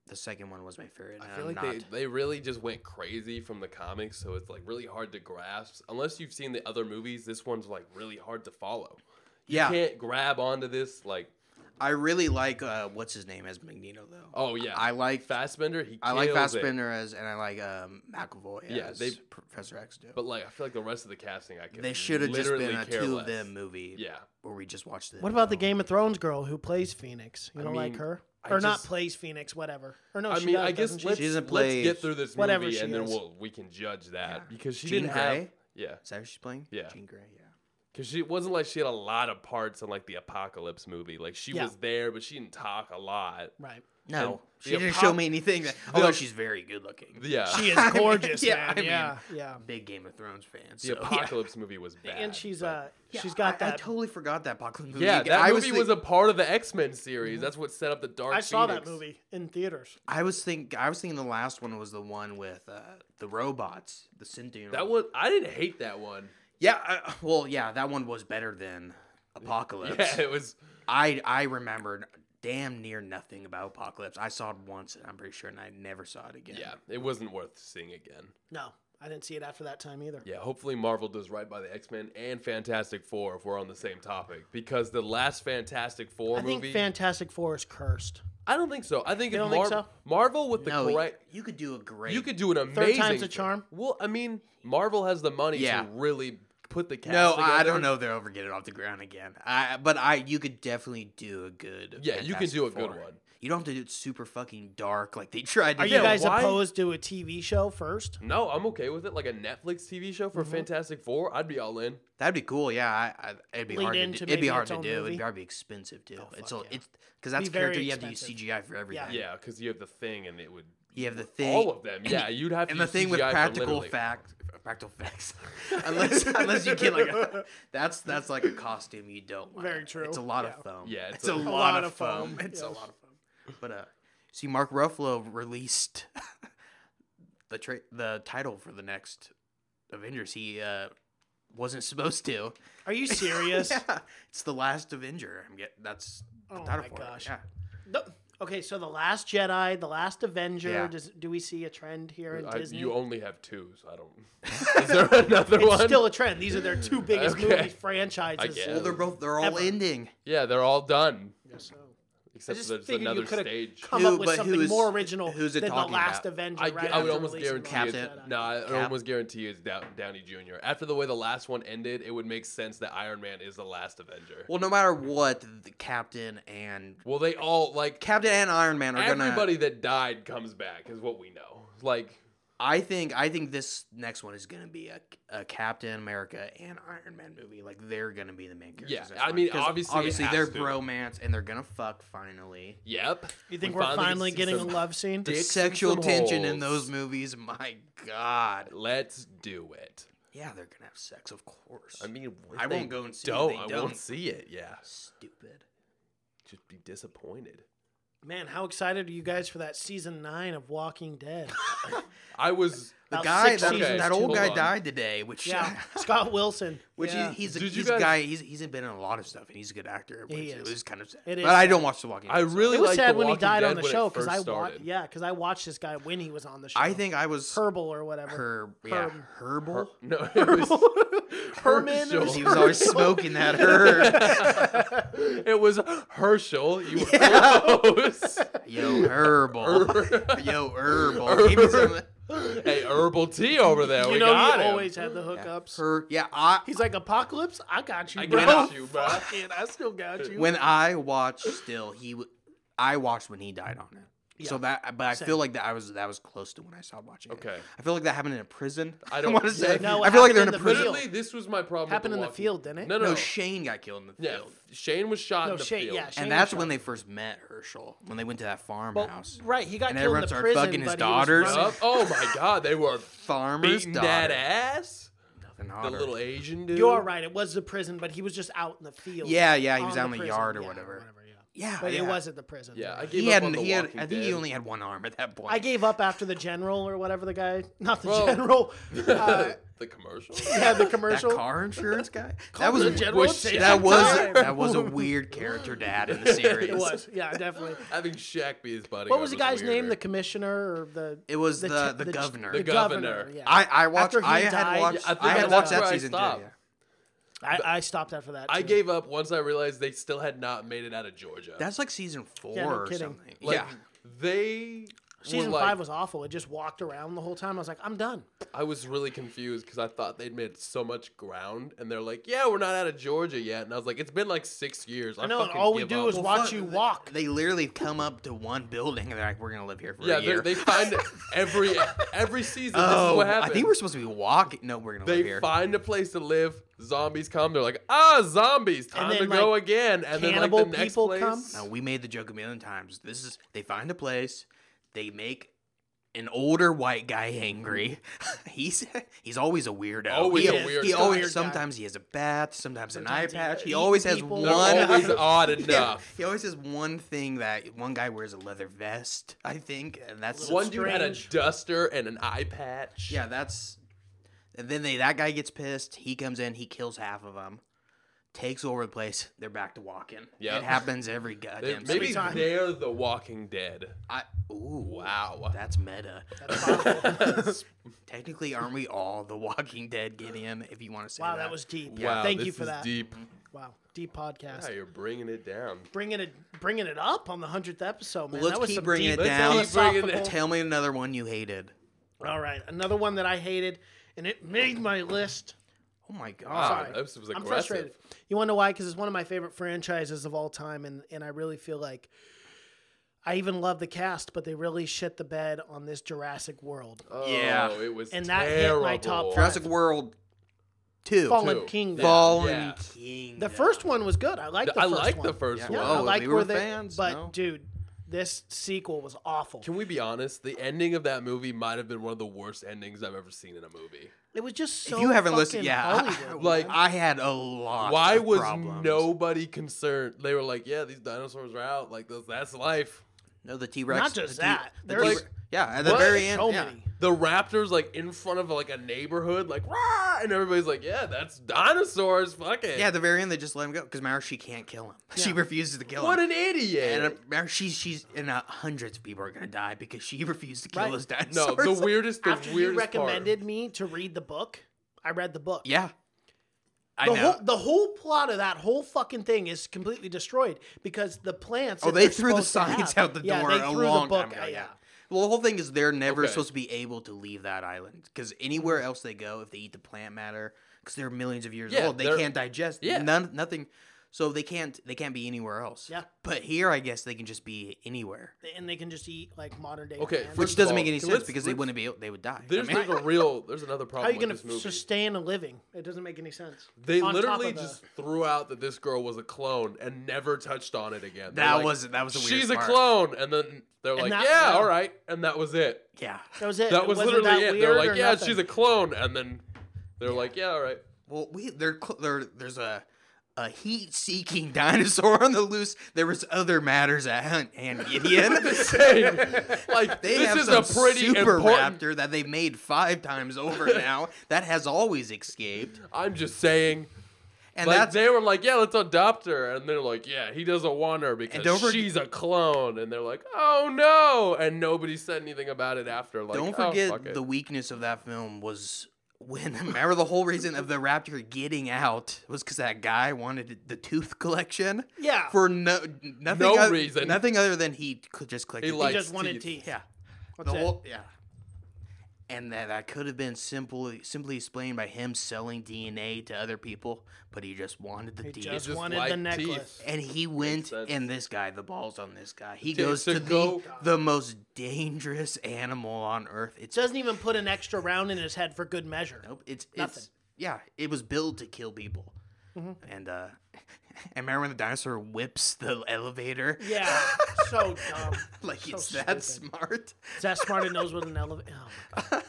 Speaker 3: the second one was my favorite.
Speaker 1: I feel like they, they really just went crazy from the comics, so it's like really hard to grasp. Unless you've seen the other movies, this one's like really hard to follow. You
Speaker 3: yeah,
Speaker 1: can't grab onto this like
Speaker 3: I really like uh, what's his name as Magneto though.
Speaker 1: oh yeah.
Speaker 3: I like
Speaker 1: Fassbender, he
Speaker 3: I like
Speaker 1: kills it.
Speaker 3: Fassbender as, and I like um, McAvoy
Speaker 1: Yeah,
Speaker 3: as
Speaker 1: they-
Speaker 3: Professor X do.
Speaker 1: But like I feel like the rest of the casting I could
Speaker 3: they should have just
Speaker 1: literally
Speaker 3: been a
Speaker 1: care
Speaker 3: two
Speaker 1: less.
Speaker 3: of them movie.
Speaker 1: Yeah.
Speaker 3: where we just watched them.
Speaker 2: What about the
Speaker 3: go.
Speaker 2: Game of Thrones girl who plays Phoenix? You
Speaker 1: I
Speaker 2: don't like
Speaker 1: mean,
Speaker 2: her,
Speaker 1: I
Speaker 2: or not
Speaker 1: just-
Speaker 2: plays Phoenix, whatever. Or no,
Speaker 1: I
Speaker 2: she
Speaker 1: mean,
Speaker 2: does,
Speaker 1: I guess
Speaker 2: doesn't she?
Speaker 1: let's,
Speaker 3: She doesn't
Speaker 1: let's
Speaker 3: play-
Speaker 1: get through this
Speaker 2: Whatever
Speaker 1: movie
Speaker 2: she
Speaker 1: and then
Speaker 2: is.
Speaker 1: we'll we can judge that
Speaker 3: Yeah.
Speaker 1: because she
Speaker 3: Jean
Speaker 1: didn't have
Speaker 3: Grey?
Speaker 1: yeah
Speaker 3: Is that who she's playing?
Speaker 1: Yeah.
Speaker 3: Jean Grey. Yeah.
Speaker 1: because she it wasn't like she had a lot of parts in like the apocalypse movie like she
Speaker 2: Yeah.
Speaker 1: was there but she didn't talk a lot
Speaker 2: right.
Speaker 3: No,
Speaker 1: And
Speaker 3: she
Speaker 1: the
Speaker 3: didn't
Speaker 1: apo-
Speaker 3: show me anything. That, although she's very good looking.
Speaker 1: yeah
Speaker 2: She is gorgeous,
Speaker 3: Yeah,
Speaker 2: man.
Speaker 3: I mean-
Speaker 2: yeah, yeah.
Speaker 3: Big Game of Thrones fan.
Speaker 1: the [laughs]
Speaker 3: so, yeah.
Speaker 1: apocalypse movie was bad
Speaker 2: And she's
Speaker 1: but-
Speaker 2: uh, [laughs]
Speaker 3: Yeah,
Speaker 2: she's got
Speaker 3: I,
Speaker 2: that.
Speaker 3: I totally forgot that apocalypse movie.
Speaker 1: yeah
Speaker 3: again.
Speaker 1: that
Speaker 3: I
Speaker 1: movie was, a part of the X Men series that's what set up the Dark
Speaker 2: Mm-hmm. I saw that
Speaker 1: Phoenix.
Speaker 2: movie in theaters.
Speaker 3: I was think. I was thinking the last one was the one with uh, the robots, the Synthian.
Speaker 1: that was I didn't hate that one
Speaker 3: Yeah. I, well, yeah, that one was better than Apocalypse.
Speaker 1: [laughs] yeah it was
Speaker 3: I I remembered damn near nothing about Apocalypse. I saw it once, and I'm pretty sure, and I never saw it again.
Speaker 1: yeah it wasn't worth seeing again
Speaker 2: No, I didn't see it after that time either.
Speaker 1: Yeah, hopefully Marvel does right by the X Men and Fantastic Four if we're on the same topic. Because the last Fantastic Four
Speaker 2: I think
Speaker 1: movie,
Speaker 2: Fantastic Four is cursed.
Speaker 1: I don't think so. I think, if
Speaker 2: don't think
Speaker 1: Mar-
Speaker 2: so?
Speaker 1: Marvel with the
Speaker 3: No, y-
Speaker 1: correct,
Speaker 3: you could do a great.
Speaker 1: you could do an amazing.
Speaker 2: time's a
Speaker 1: thing.
Speaker 2: charm?
Speaker 1: Well, I mean, Marvel has the money
Speaker 3: Yeah.
Speaker 1: to really put the cast.
Speaker 3: No, I I
Speaker 1: together.
Speaker 3: don't know. if They'll ever get it off the ground again. I, but I, you could definitely do a good.
Speaker 1: Yeah, you can
Speaker 3: Fantastic
Speaker 1: do a good
Speaker 3: Four.
Speaker 1: one.
Speaker 3: You don't have to do it super fucking dark like they [laughs] tried to.
Speaker 2: Are
Speaker 3: do.
Speaker 2: you guys
Speaker 1: why-
Speaker 2: opposed to a TV show first?
Speaker 1: No, I'm okay with it. Like a Netflix TV show
Speaker 2: Mm-hmm.
Speaker 1: for Fantastic Four, I'd be all in.
Speaker 3: That'd be cool. Yeah, I, I, it'd be
Speaker 2: Lead
Speaker 3: hard. To
Speaker 2: into
Speaker 3: do. It'd
Speaker 2: maybe
Speaker 3: be hard
Speaker 2: its
Speaker 3: to
Speaker 2: own
Speaker 3: do.
Speaker 2: movie? Oh,
Speaker 3: It'd be hard to be expensive too. it's
Speaker 2: fuck
Speaker 3: all
Speaker 2: yeah.
Speaker 3: it's because that's
Speaker 2: Be
Speaker 3: a character
Speaker 2: very
Speaker 3: you have to use
Speaker 2: expensive.
Speaker 3: CGI for everything.
Speaker 1: Yeah, because you have the thing, and it would
Speaker 3: You have the thing.
Speaker 1: all of them. Yeah, you'd have to
Speaker 3: and the
Speaker 1: use
Speaker 3: thing with
Speaker 1: CGI for
Speaker 3: practical
Speaker 1: literally-
Speaker 3: fact, practical facts, [laughs] unless unless you get like a, that's that's like a costume you don't. want.
Speaker 2: Very true.
Speaker 3: It's a lot
Speaker 2: Yeah.
Speaker 3: of foam.
Speaker 1: Yeah,
Speaker 3: it's, a, lot, of foam. It's a
Speaker 2: yes.
Speaker 3: lot of foam. But uh, see, Mark Ruffalo released [laughs] the tra- the title for the next Avengers. He uh wasn't supposed [laughs] to.
Speaker 1: [laughs]
Speaker 2: Are you serious?
Speaker 3: yeah, it's the last Avenger. I'm get that's the
Speaker 2: Oh
Speaker 3: title
Speaker 2: my
Speaker 3: for
Speaker 2: gosh.
Speaker 3: it. Yeah.
Speaker 2: No- Okay, so the Last Jedi, the Last Avenger.
Speaker 3: Yeah.
Speaker 2: Does, do we see a trend here in
Speaker 1: I,
Speaker 2: Disney?
Speaker 1: you only have two, so I don't. [laughs]
Speaker 2: [laughs]
Speaker 1: Is there another
Speaker 2: it's
Speaker 1: one?
Speaker 2: still a trend. These are
Speaker 1: [laughs]
Speaker 2: their two biggest
Speaker 1: Okay.
Speaker 2: movie franchises.
Speaker 1: guess.
Speaker 3: Well, they're both they're all
Speaker 2: Ever.
Speaker 3: ending.
Speaker 1: yeah, they're all done.
Speaker 2: So
Speaker 1: Except
Speaker 2: just
Speaker 1: there's
Speaker 2: figured you
Speaker 1: another
Speaker 2: could've
Speaker 1: stage.
Speaker 2: come
Speaker 3: Who-
Speaker 2: up with
Speaker 3: but
Speaker 2: something
Speaker 3: who is-
Speaker 2: more original
Speaker 3: who's it
Speaker 2: than the
Speaker 3: talking
Speaker 2: Last
Speaker 3: about?
Speaker 2: Avenger.
Speaker 1: I,
Speaker 2: right
Speaker 1: I would
Speaker 2: after
Speaker 1: almost
Speaker 2: releasing
Speaker 1: guarantee
Speaker 2: Last
Speaker 1: it.
Speaker 2: Jedi.
Speaker 1: No, I would
Speaker 3: Cap.
Speaker 1: almost guarantee it's Dow- Downey Jr. After the way the last one ended, it would make sense that Iron Man is the last Avenger.
Speaker 3: Well, no matter what, the Captain and
Speaker 1: Well, they all like
Speaker 3: Captain and Iron Man are gonna.
Speaker 1: everybody that died comes back, is what we know. Like,
Speaker 3: I think I think this next one is gonna be a, a Captain America and Iron Man movie. Like they're gonna be the main characters.
Speaker 1: Yeah,
Speaker 3: this
Speaker 1: I
Speaker 3: one.
Speaker 1: mean,
Speaker 3: 'Cause
Speaker 1: obviously it
Speaker 3: obviously
Speaker 1: has
Speaker 3: they're
Speaker 1: to.
Speaker 3: bromance and they're gonna fuck finally.
Speaker 1: yep.
Speaker 2: You think
Speaker 1: We
Speaker 2: we're finally
Speaker 1: get to see
Speaker 2: getting a
Speaker 1: some-
Speaker 2: love scene?
Speaker 3: The
Speaker 1: Dicks in
Speaker 3: sexual
Speaker 1: some
Speaker 3: tension in
Speaker 1: holes.
Speaker 3: those movies, my god.
Speaker 1: [laughs] Let's do it.
Speaker 3: Yeah, they're gonna have sex, of course.
Speaker 1: I mean, if
Speaker 3: I won't
Speaker 1: they
Speaker 3: go and see it,
Speaker 1: Don't
Speaker 3: they
Speaker 1: I
Speaker 3: don't.
Speaker 1: won't see it. Yeah,
Speaker 3: stupid.
Speaker 1: just be disappointed.
Speaker 2: Man, how excited are you guys for that season nine of Walking
Speaker 3: [laughs]
Speaker 2: Dead?
Speaker 1: I was.
Speaker 3: The
Speaker 2: About
Speaker 3: guy
Speaker 2: six
Speaker 3: that,
Speaker 1: seasons
Speaker 3: that
Speaker 1: ago.
Speaker 3: old guy
Speaker 1: Hold on.
Speaker 3: died today, which
Speaker 2: Yeah, Scott Wilson.
Speaker 3: [laughs] which
Speaker 2: yeah.
Speaker 3: he, he's a,
Speaker 1: Did you
Speaker 3: he's a
Speaker 1: guys-
Speaker 3: guy he's he's been in a lot of stuff and he's a good actor. Which
Speaker 2: He
Speaker 3: it
Speaker 2: is.
Speaker 3: was kind of sad.
Speaker 2: It
Speaker 3: but
Speaker 2: is
Speaker 3: I
Speaker 2: sad.
Speaker 3: don't watch The Walking Dead.
Speaker 1: I
Speaker 3: so-
Speaker 1: really
Speaker 2: it was
Speaker 1: liked
Speaker 2: sad
Speaker 1: The
Speaker 2: when he
Speaker 1: Walking
Speaker 2: died
Speaker 1: Dead
Speaker 2: on the
Speaker 1: when it
Speaker 2: show because I
Speaker 1: first
Speaker 2: watched.
Speaker 1: started.
Speaker 2: Yeah, because I watched this guy when he was on the show.
Speaker 3: I think I was
Speaker 2: Herbal or whatever.
Speaker 3: Herb, yeah, Herbal.
Speaker 1: No,
Speaker 2: [laughs]
Speaker 1: it was,
Speaker 2: Herman.
Speaker 1: Herschel.
Speaker 2: or
Speaker 3: He was always smoking that herb.
Speaker 1: [laughs]
Speaker 2: [laughs]
Speaker 1: it was Herschel. You were close.
Speaker 3: Yo, herbal. Yo, herbal. Give me some
Speaker 1: [laughs] hey, herbal tea over there. we
Speaker 2: You know,
Speaker 1: got
Speaker 2: he
Speaker 1: him.
Speaker 2: always had the hookups.
Speaker 3: her. Yeah, I,
Speaker 2: He's like, Apocalypse, I got you,
Speaker 1: I
Speaker 2: bro.
Speaker 1: got you, bro.
Speaker 2: [laughs] Fucking, I still got you.
Speaker 3: when I watched, still he, w- I watched when he died on it. So that, but I feel
Speaker 2: Same.
Speaker 3: like that I was that was close to when I stopped watching. it.
Speaker 1: Okay.
Speaker 3: I feel like that happened in a prison. [laughs]
Speaker 1: I
Speaker 3: I
Speaker 1: don't-
Speaker 3: don't want to say.
Speaker 2: No,
Speaker 3: I
Speaker 2: it
Speaker 3: feel like they're
Speaker 2: happened
Speaker 3: in a
Speaker 2: in the
Speaker 3: prison.
Speaker 2: field.
Speaker 1: Literally, this was my problem. with
Speaker 2: Happened in the
Speaker 1: Walking-
Speaker 2: field, didn't it?
Speaker 1: No, no,
Speaker 3: No,
Speaker 1: no.
Speaker 3: Shane got killed in the
Speaker 1: yeah,
Speaker 3: field,
Speaker 1: Shane was shot
Speaker 2: No,
Speaker 1: in the
Speaker 2: Shane-
Speaker 1: field.
Speaker 2: yeah, Shane
Speaker 3: and that's
Speaker 2: was
Speaker 3: when
Speaker 2: shot.
Speaker 3: they first met Herschel when they went to that farmhouse.
Speaker 2: Right, he got
Speaker 3: And
Speaker 2: killed in
Speaker 3: everyone
Speaker 2: the
Speaker 3: started
Speaker 2: prison.
Speaker 3: fucking his
Speaker 2: but he was
Speaker 3: daughters.
Speaker 2: running-
Speaker 1: Yup. Oh my god, they were
Speaker 3: Farmer's
Speaker 1: beating that
Speaker 3: daughter.
Speaker 1: ass.
Speaker 3: Nothing
Speaker 1: The
Speaker 3: hotter.
Speaker 1: little Asian dude.
Speaker 2: You're
Speaker 1: [laughs]
Speaker 2: right. It was the prison, but he was just out in the field.
Speaker 3: Yeah, yeah, he was
Speaker 2: on
Speaker 3: out in the
Speaker 2: prison,
Speaker 3: yard or
Speaker 2: yeah,
Speaker 3: whatever.
Speaker 2: yeah.
Speaker 3: Yeah,
Speaker 2: But
Speaker 3: yeah.
Speaker 2: it wasn't the prison.
Speaker 1: Yeah, I
Speaker 2: I,
Speaker 1: gave
Speaker 3: He
Speaker 1: up
Speaker 3: had,
Speaker 1: on the
Speaker 3: he had,
Speaker 1: Walking
Speaker 3: I think
Speaker 1: Dead.
Speaker 3: he only had one arm at that point.
Speaker 2: gave up after the general or whatever the guy, not the
Speaker 1: Bro.
Speaker 2: general, [laughs] uh,
Speaker 1: the commercial.
Speaker 2: yeah, the
Speaker 3: that
Speaker 2: commercial. [laughs]
Speaker 3: car insurance guy. that was
Speaker 2: the
Speaker 3: a-
Speaker 2: general.
Speaker 1: was-
Speaker 2: and take
Speaker 3: that
Speaker 2: your
Speaker 3: was
Speaker 2: time.
Speaker 3: that was a weird character dad in the series.
Speaker 2: [laughs] It was. Yeah, definitely.
Speaker 1: Having Shaq be his buddy.
Speaker 2: What was the guy's name? The commissioner or the?
Speaker 3: It was the-
Speaker 2: ch-
Speaker 3: the
Speaker 2: ch-
Speaker 3: governor.
Speaker 1: The
Speaker 2: The governor.
Speaker 1: governor.
Speaker 2: Yeah.
Speaker 3: I I watched.
Speaker 2: After he
Speaker 3: I had
Speaker 2: died-
Speaker 3: watched.
Speaker 1: I think
Speaker 3: I, had
Speaker 1: that's
Speaker 3: watched
Speaker 1: where
Speaker 3: that
Speaker 1: I
Speaker 3: season too.
Speaker 1: stopped.
Speaker 3: yeah.
Speaker 2: I, I stopped after that.
Speaker 1: I
Speaker 2: too.
Speaker 1: gave up once I realized they still had not made it out of Georgia.
Speaker 3: That's like season four
Speaker 2: no
Speaker 3: or
Speaker 2: kidding.
Speaker 3: something.
Speaker 1: like,
Speaker 3: yeah.
Speaker 1: They
Speaker 2: Season
Speaker 1: were like,
Speaker 2: five was awful. It just walked around the whole time. I was like, I'm done.
Speaker 1: I was really confused because I thought they'd made so much ground, and they're like, "Yeah, we're not out of Georgia yet." And I was like, "It's been like six years. I,
Speaker 2: know, and
Speaker 1: fucking
Speaker 2: all we
Speaker 1: give
Speaker 2: do
Speaker 1: up."
Speaker 2: is
Speaker 1: Well,
Speaker 2: watch
Speaker 3: fuck,
Speaker 2: you
Speaker 3: they-
Speaker 2: walk.
Speaker 3: They literally come up to one building and they're like, "We're gonna live here for
Speaker 1: yeah,
Speaker 3: a
Speaker 1: they,
Speaker 3: year."
Speaker 1: they find [laughs] every every season. this is
Speaker 3: oh,
Speaker 1: what happened.
Speaker 3: I think we're supposed to be walking. No, we're gonna
Speaker 1: they
Speaker 3: live here.
Speaker 1: find a place to live. Zombies come. They're like, "Ah, zombies! Time
Speaker 2: then,
Speaker 1: to go
Speaker 2: like,
Speaker 1: again." And then like the
Speaker 2: cannibal
Speaker 1: next
Speaker 2: people
Speaker 1: place,
Speaker 2: come?
Speaker 3: No, we made the joke a million times. This is they find a place, they make an older white guy angry. [laughs] he's he's always a weirdo.
Speaker 1: Always
Speaker 3: he,
Speaker 1: a weird
Speaker 3: He
Speaker 1: guy.
Speaker 3: always
Speaker 2: Weird guy.
Speaker 3: sometimes he has a bat, sometimes, an eye
Speaker 2: Sometimes he
Speaker 3: patch. He
Speaker 2: eats
Speaker 3: always has
Speaker 2: people.
Speaker 1: they're
Speaker 3: one.
Speaker 1: always odd
Speaker 3: [laughs] Yeah,
Speaker 1: enough.
Speaker 3: he always has one thing that one guy wears a leather vest, I think, and that's
Speaker 1: One dude had a
Speaker 2: strange.
Speaker 1: duster and an eye patch.
Speaker 3: yeah, that's. And then they that guy gets pissed. He comes in, he kills half of them, takes over the place. They're back to walking.
Speaker 1: Yeah.
Speaker 3: it happens every
Speaker 1: They-
Speaker 3: goddamn.
Speaker 1: maybe
Speaker 3: season.
Speaker 2: time.
Speaker 1: they're the Walking Dead.
Speaker 3: I ooh
Speaker 1: Wow.
Speaker 3: That's meta.
Speaker 1: That's-
Speaker 3: Technically, aren't we all the Walking Dead, Gideon? If you want to say
Speaker 2: Wow,
Speaker 3: that,
Speaker 2: that was deep.
Speaker 1: wow,
Speaker 2: Thank
Speaker 1: this
Speaker 2: you for
Speaker 1: is
Speaker 2: that.
Speaker 1: Deep.
Speaker 2: Wow, deep podcast.
Speaker 1: Yeah, you're bringing it down.
Speaker 2: Bringing it, bringing it up on the hundredth episode, man.
Speaker 3: Let's
Speaker 2: that was
Speaker 3: keep
Speaker 2: some
Speaker 3: bringing
Speaker 2: deep
Speaker 3: it down.
Speaker 1: Let's keep bringing it
Speaker 2: philosophical-
Speaker 3: Tell me another one you hated.
Speaker 2: All right, another one that I hated, and it made my list.
Speaker 3: Oh my god!
Speaker 1: Wow,
Speaker 2: Sorry.
Speaker 1: this was aggressive.
Speaker 2: I'm frustrated. You want to know why? Because it's one of my favorite franchises of all time, and and I really feel like I even love the cast, but they really shit the bed on this Jurassic World.
Speaker 1: Oh,
Speaker 3: Yeah.
Speaker 1: it was
Speaker 2: And that hit
Speaker 1: terrible.
Speaker 2: my top five.
Speaker 3: Jurassic World Two.
Speaker 2: Fallen
Speaker 1: Two.
Speaker 2: Kingdom.
Speaker 1: Yeah.
Speaker 3: Fallen
Speaker 1: Yeah.
Speaker 3: King.
Speaker 2: The first one was good. I liked the
Speaker 1: I
Speaker 2: first
Speaker 1: like
Speaker 2: one.
Speaker 1: the first
Speaker 3: Yeah.
Speaker 2: Yeah,
Speaker 1: one. Oh,
Speaker 2: I
Speaker 3: Whoa,
Speaker 2: like
Speaker 3: we
Speaker 2: where
Speaker 3: were
Speaker 2: they.
Speaker 3: fans,
Speaker 2: but
Speaker 3: no?
Speaker 2: dude, this sequel was awful.
Speaker 1: Can we be honest? The ending of that movie might have been one of the worst endings I've ever seen in a movie.
Speaker 2: It was just so.
Speaker 3: If you haven't
Speaker 2: fucking
Speaker 3: listened, yeah, [laughs] I,
Speaker 2: Hollywood,
Speaker 3: like
Speaker 1: man.
Speaker 3: I had a lot.
Speaker 1: Why
Speaker 3: of
Speaker 1: was
Speaker 3: problems.
Speaker 1: nobody concerned? They were like, "Yeah, these dinosaurs are out. Like that's, that's life."
Speaker 3: no the T Rex?
Speaker 2: Not just
Speaker 3: the T-
Speaker 2: that,
Speaker 3: the
Speaker 2: there's-
Speaker 3: T-Rex- yeah, at the
Speaker 1: What?
Speaker 3: very end.
Speaker 2: so
Speaker 3: yeah.
Speaker 2: many.
Speaker 1: The raptors like in front of like a neighborhood, like rah, and everybody's like, "Yeah, that's dinosaurs. Fuck it."
Speaker 3: Yeah, at the very end they just let him go because Mara she can't kill him. [laughs] She refuses to kill
Speaker 1: what
Speaker 3: him.
Speaker 1: an idiot.
Speaker 3: And uh, remember, she's she's and uh, hundreds of people are gonna die because she [laughs] refused to kill
Speaker 2: Right.
Speaker 3: those
Speaker 1: no,
Speaker 3: [laughs] dinosaurs.
Speaker 1: the weirdest, the
Speaker 2: After you
Speaker 1: weirdest
Speaker 2: recommended me to read the book, I read the book.
Speaker 3: Yeah, I
Speaker 2: The
Speaker 3: know.
Speaker 2: whole the whole plot of that whole fucking thing is completely destroyed because the plants.
Speaker 3: oh,
Speaker 2: that
Speaker 3: they
Speaker 2: they're
Speaker 3: [laughs] threw the
Speaker 2: supposed to
Speaker 3: science
Speaker 2: have-
Speaker 3: out the door
Speaker 2: yeah, they
Speaker 3: a
Speaker 2: threw
Speaker 3: long
Speaker 2: the book,
Speaker 3: time ago.
Speaker 2: out,
Speaker 3: Yeah. Well, the whole thing is they're never
Speaker 1: Okay.
Speaker 3: supposed to be able to leave that island because anywhere else they go, if they eat the plant matter, because they're millions of years
Speaker 1: Yeah,
Speaker 3: old, they
Speaker 1: they're-
Speaker 3: can't digest.
Speaker 1: Yeah.
Speaker 3: none, nothing. So they can't they can't be anywhere else.
Speaker 2: Yeah.
Speaker 3: but here I guess they can just be anywhere,
Speaker 2: and they can just eat like modern day.
Speaker 1: Okay,
Speaker 2: plants.
Speaker 1: First
Speaker 3: which
Speaker 1: of
Speaker 3: doesn't
Speaker 1: all,
Speaker 3: make any
Speaker 1: let's-
Speaker 3: sense because they
Speaker 1: let's-
Speaker 3: wouldn't be able- they would die. I
Speaker 1: There's
Speaker 3: mean-
Speaker 1: like a real. There's another problem.
Speaker 2: how are you
Speaker 1: with
Speaker 2: gonna
Speaker 1: this movie.
Speaker 2: sustain a living? It doesn't make any sense.
Speaker 1: They
Speaker 2: On top
Speaker 1: literally
Speaker 2: of the-
Speaker 1: just threw out that this girl was a clone and never touched on it again. They're
Speaker 3: [laughs] That
Speaker 1: like,
Speaker 3: was- that was the
Speaker 1: she's
Speaker 3: weirdest
Speaker 1: a
Speaker 3: part."
Speaker 1: clone, and then they're like,
Speaker 2: that-
Speaker 1: yeah,
Speaker 2: yeah.
Speaker 1: all right, and that was it.
Speaker 3: yeah.
Speaker 2: That was it.
Speaker 1: That
Speaker 2: It
Speaker 1: was
Speaker 2: wasn't
Speaker 1: literally
Speaker 2: that
Speaker 1: it. They're
Speaker 2: weird or
Speaker 1: like, yeah,
Speaker 2: nothing.
Speaker 3: [laughs]
Speaker 1: she's a clone, and then they're like, yeah, all right.
Speaker 3: Well, we they're, cl- they're there's a a heat-seeking [laughs] dinosaur on the loose, there was other matters at hand, hand, [laughs] Gideon.
Speaker 1: Saying, like
Speaker 3: They
Speaker 1: this
Speaker 3: have
Speaker 1: is a
Speaker 3: some
Speaker 1: pretty
Speaker 3: super
Speaker 1: important.
Speaker 3: raptor that they've made five
Speaker 1: [laughs]
Speaker 3: times over now that has always escaped,
Speaker 1: I'm just saying.
Speaker 3: and
Speaker 1: Like
Speaker 3: that's
Speaker 1: they were like, yeah, let's adopt her, and they're like, yeah, he doesn't want her because
Speaker 3: don't forget-
Speaker 1: she's a clone, and they're like, oh no, and nobody said anything about it after. Like,
Speaker 3: don't
Speaker 1: "Oh,
Speaker 3: forget
Speaker 1: fuck it."
Speaker 3: the weakness of that film was when [laughs] remember the whole reason of the raptor getting out was because that guy wanted the tooth collection
Speaker 2: Yeah.
Speaker 3: for no nothing
Speaker 1: No
Speaker 3: oth-
Speaker 1: reason.
Speaker 3: nothing other than he c- just clicked
Speaker 1: He
Speaker 3: the
Speaker 2: He
Speaker 1: likes
Speaker 2: just wanted
Speaker 1: teeth.
Speaker 2: teeth.
Speaker 3: yeah
Speaker 2: That's
Speaker 3: the
Speaker 2: it.
Speaker 3: whole yeah and that that could have been simply simply explained by him selling DNA to other people but he just wanted the
Speaker 2: He
Speaker 3: DNA.
Speaker 2: just,
Speaker 1: just
Speaker 2: wanted the
Speaker 1: liked teeth.
Speaker 2: necklace.
Speaker 3: And he went,
Speaker 1: sense.
Speaker 3: and this guy, the balls on this guy, he
Speaker 1: To-
Speaker 3: goes
Speaker 1: to
Speaker 3: to,
Speaker 1: go-
Speaker 3: the, the most dangerous animal on earth. It's
Speaker 2: Doesn't even put an extra round in his head for good measure.
Speaker 3: nope, it's
Speaker 2: Nothing. Mm-hmm.
Speaker 3: it's yeah, it was built to kill people. And uh, [laughs] and remember when the dinosaur whips the elevator? [laughs]
Speaker 2: Yeah, so dumb.
Speaker 3: like
Speaker 2: so
Speaker 3: it's that
Speaker 2: stupid.
Speaker 3: smart.
Speaker 2: Is that smart and knows what an elevator? Oh, my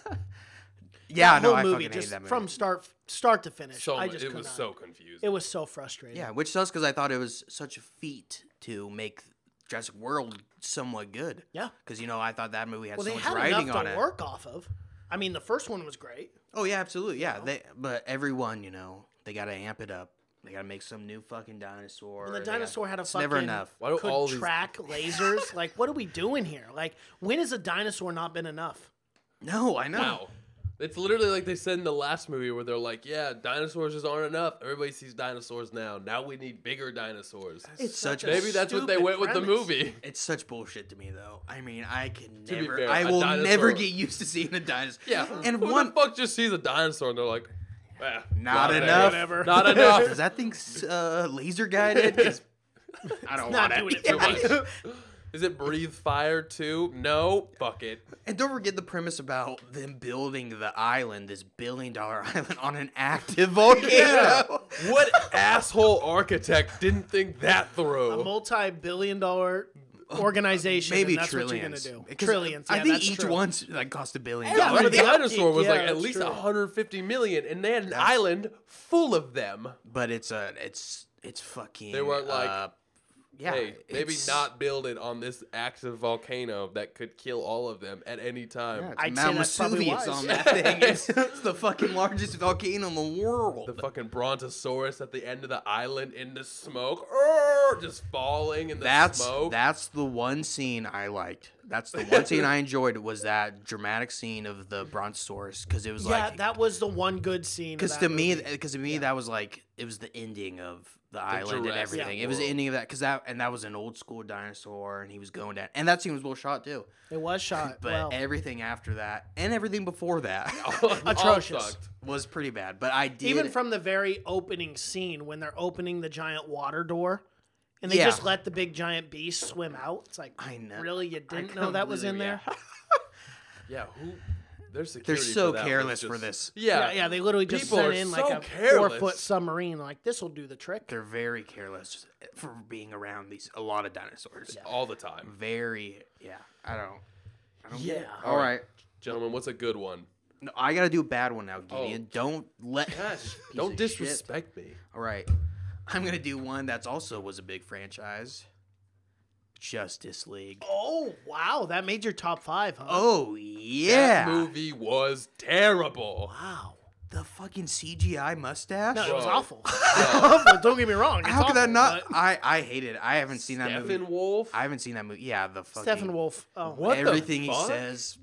Speaker 3: Yeah,
Speaker 2: God.
Speaker 3: no,
Speaker 2: Whole
Speaker 3: I
Speaker 2: movie
Speaker 3: fucking hate
Speaker 2: just
Speaker 3: that movie.
Speaker 2: from start start to finish.
Speaker 1: so
Speaker 2: I
Speaker 1: mu-
Speaker 2: just
Speaker 1: it
Speaker 2: could
Speaker 1: was
Speaker 2: not.
Speaker 1: so confusing.
Speaker 2: it was so frustrating.
Speaker 3: yeah, which sucks because I thought it was such a feat to make Jurassic World somewhat good.
Speaker 2: Yeah.
Speaker 3: because you know I thought that movie had
Speaker 2: Well,
Speaker 3: so
Speaker 2: they
Speaker 3: much
Speaker 2: had
Speaker 3: writing
Speaker 2: enough
Speaker 3: on
Speaker 2: to
Speaker 3: it.
Speaker 2: work off of. I mean, the first one was great.
Speaker 3: Oh yeah, absolutely. Yeah, they but everyone, you know, they gotta amp it up. They gotta make some new fucking dinosaur.
Speaker 2: And the
Speaker 3: they
Speaker 2: dinosaur
Speaker 3: gotta-
Speaker 2: had a
Speaker 3: it's
Speaker 2: fucking
Speaker 3: never enough.
Speaker 1: Why do
Speaker 2: could
Speaker 1: all these- [laughs]
Speaker 2: track lasers. Like, what are we doing here? Like, when has a dinosaur not been enough?
Speaker 3: No, I know.
Speaker 1: Wow. It's literally like they said in the last movie where they're like, yeah, dinosaurs just aren't enough. Everybody sees dinosaurs now. Now we need bigger dinosaurs.
Speaker 2: It's
Speaker 3: such a-
Speaker 1: Maybe that's what they
Speaker 2: stupid
Speaker 1: went with the
Speaker 2: premise.
Speaker 1: movie. [laughs]
Speaker 3: It's such bullshit to me though. I mean, I can
Speaker 1: be
Speaker 3: never
Speaker 1: fair,
Speaker 3: I
Speaker 1: a
Speaker 3: will never
Speaker 1: dinosaur-
Speaker 3: get used to seeing a dinosaur.
Speaker 1: [laughs] Yeah.
Speaker 3: And
Speaker 1: Who
Speaker 3: one
Speaker 1: the fuck just sees a dinosaur and they're like, "Ah,
Speaker 3: not
Speaker 1: there."
Speaker 3: enough.
Speaker 2: Whatever.
Speaker 1: Not
Speaker 3: [laughs]
Speaker 1: enough. [laughs]
Speaker 3: Is that thing uh, laser guided? 'Cause I don't
Speaker 2: not
Speaker 3: want
Speaker 2: doing it
Speaker 3: it.
Speaker 2: for
Speaker 3: Yeah.
Speaker 1: [laughs] Too much. Is it breathe fire too? No. Fuck it.
Speaker 3: And don't forget the premise about them building the island, this billion dollar [laughs] island, on an active volcano.
Speaker 1: What asshole architect didn't think that
Speaker 2: A
Speaker 1: through?
Speaker 2: multi-billion dollar organization.
Speaker 3: maybe
Speaker 2: and that's
Speaker 3: trillions.
Speaker 2: what you're gonna do.
Speaker 3: 'Cause
Speaker 2: Trillions.
Speaker 3: I
Speaker 2: yeah,
Speaker 3: think
Speaker 2: that's
Speaker 3: each
Speaker 2: true.
Speaker 3: one's like cost a billion
Speaker 1: Yeah,
Speaker 2: Yeah,
Speaker 1: but
Speaker 3: dollars.
Speaker 1: the
Speaker 2: yeah,
Speaker 1: dinosaur was
Speaker 2: yeah,
Speaker 1: like at
Speaker 2: that's
Speaker 1: least
Speaker 2: true.
Speaker 1: 150 million, and they had an island full of them.
Speaker 3: But it's a it's it's fucking.
Speaker 1: They weren't like,
Speaker 3: uh, yeah,
Speaker 1: hey, maybe
Speaker 3: it's-
Speaker 1: not build it on this active volcano that could kill all of them at any
Speaker 3: yeah,
Speaker 1: time.
Speaker 3: it's
Speaker 2: I'd say
Speaker 3: Mount
Speaker 2: that's probably
Speaker 1: [laughs]
Speaker 3: Vesuvius
Speaker 2: wise.
Speaker 3: on that thing. It's, it's the fucking largest volcano in the world.
Speaker 1: The fucking brontosaurus at the end of the island in the smoke, Arr, just falling in the
Speaker 3: that's
Speaker 1: smoke. [laughs]
Speaker 3: that's the one scene I liked. That's the one scene I enjoyed was that dramatic scene of the brontosaurus because it was
Speaker 2: Yeah,
Speaker 3: like
Speaker 2: that was the one good scene. of
Speaker 3: Because
Speaker 2: that
Speaker 3: to me,
Speaker 2: movie.
Speaker 3: because to me, that was like it was the ending of the, island and
Speaker 1: Jurassic
Speaker 3: everything. It was the
Speaker 1: World.
Speaker 3: ending of that because that and that was an old school dinosaur, and he was going down, and that scene was well shot too.
Speaker 2: it
Speaker 3: [laughs]
Speaker 2: was shot.
Speaker 3: But
Speaker 2: well,
Speaker 3: everything after that and everything before that
Speaker 2: [laughs]
Speaker 3: [laughs]
Speaker 1: All
Speaker 2: atrocious.
Speaker 1: sucked.
Speaker 3: was pretty bad. But I did
Speaker 2: even from the very opening scene when they're opening the giant water door and they
Speaker 3: Yeah.
Speaker 2: just let the big giant beast swim out it's like
Speaker 3: I know.
Speaker 2: really you
Speaker 3: I
Speaker 2: didn't know that was in
Speaker 3: completely-
Speaker 2: there
Speaker 3: yeah.
Speaker 1: Yeah, who? Their security.
Speaker 3: They're
Speaker 1: for
Speaker 3: so
Speaker 1: that was
Speaker 3: careless
Speaker 1: just-
Speaker 3: for this.
Speaker 1: Yeah,
Speaker 2: yeah yeah they literally just
Speaker 1: People are
Speaker 2: sent in like
Speaker 1: so
Speaker 2: a
Speaker 1: careless.
Speaker 2: four foot submarine like this will do the trick
Speaker 3: They're very careless eh, for being around these a lot of dinosaurs.
Speaker 1: all the time,
Speaker 3: Very yeah. I don't. I don't
Speaker 2: yeah
Speaker 3: All right.
Speaker 1: gentlemen. What's a good one?
Speaker 3: No, I gotta do a bad one now,
Speaker 1: Oh.
Speaker 3: Gideon. Don't let.
Speaker 1: Gosh,
Speaker 3: Piece
Speaker 1: don't
Speaker 3: of shit.
Speaker 1: disrespect me.
Speaker 3: All right. I'm going to do one that's also was a big franchise. Justice League.
Speaker 2: oh wow that made your top five huh
Speaker 3: Oh, yeah.
Speaker 1: That movie was terrible.
Speaker 2: wow
Speaker 3: The fucking CGI mustache?
Speaker 2: no it was
Speaker 1: Whoa.
Speaker 3: [laughs]
Speaker 2: awful [laughs] Awful, don't get me wrong it's
Speaker 3: How could that
Speaker 2: awful,
Speaker 3: not? I I hate it. I haven't seen that
Speaker 1: Stephen
Speaker 3: movie.
Speaker 1: Wolf.
Speaker 3: I haven't seen that movie. Yeah, the
Speaker 2: but
Speaker 3: fucking
Speaker 2: Stephen Wolf oh
Speaker 1: What? the
Speaker 3: everything he
Speaker 1: fuck?
Speaker 3: says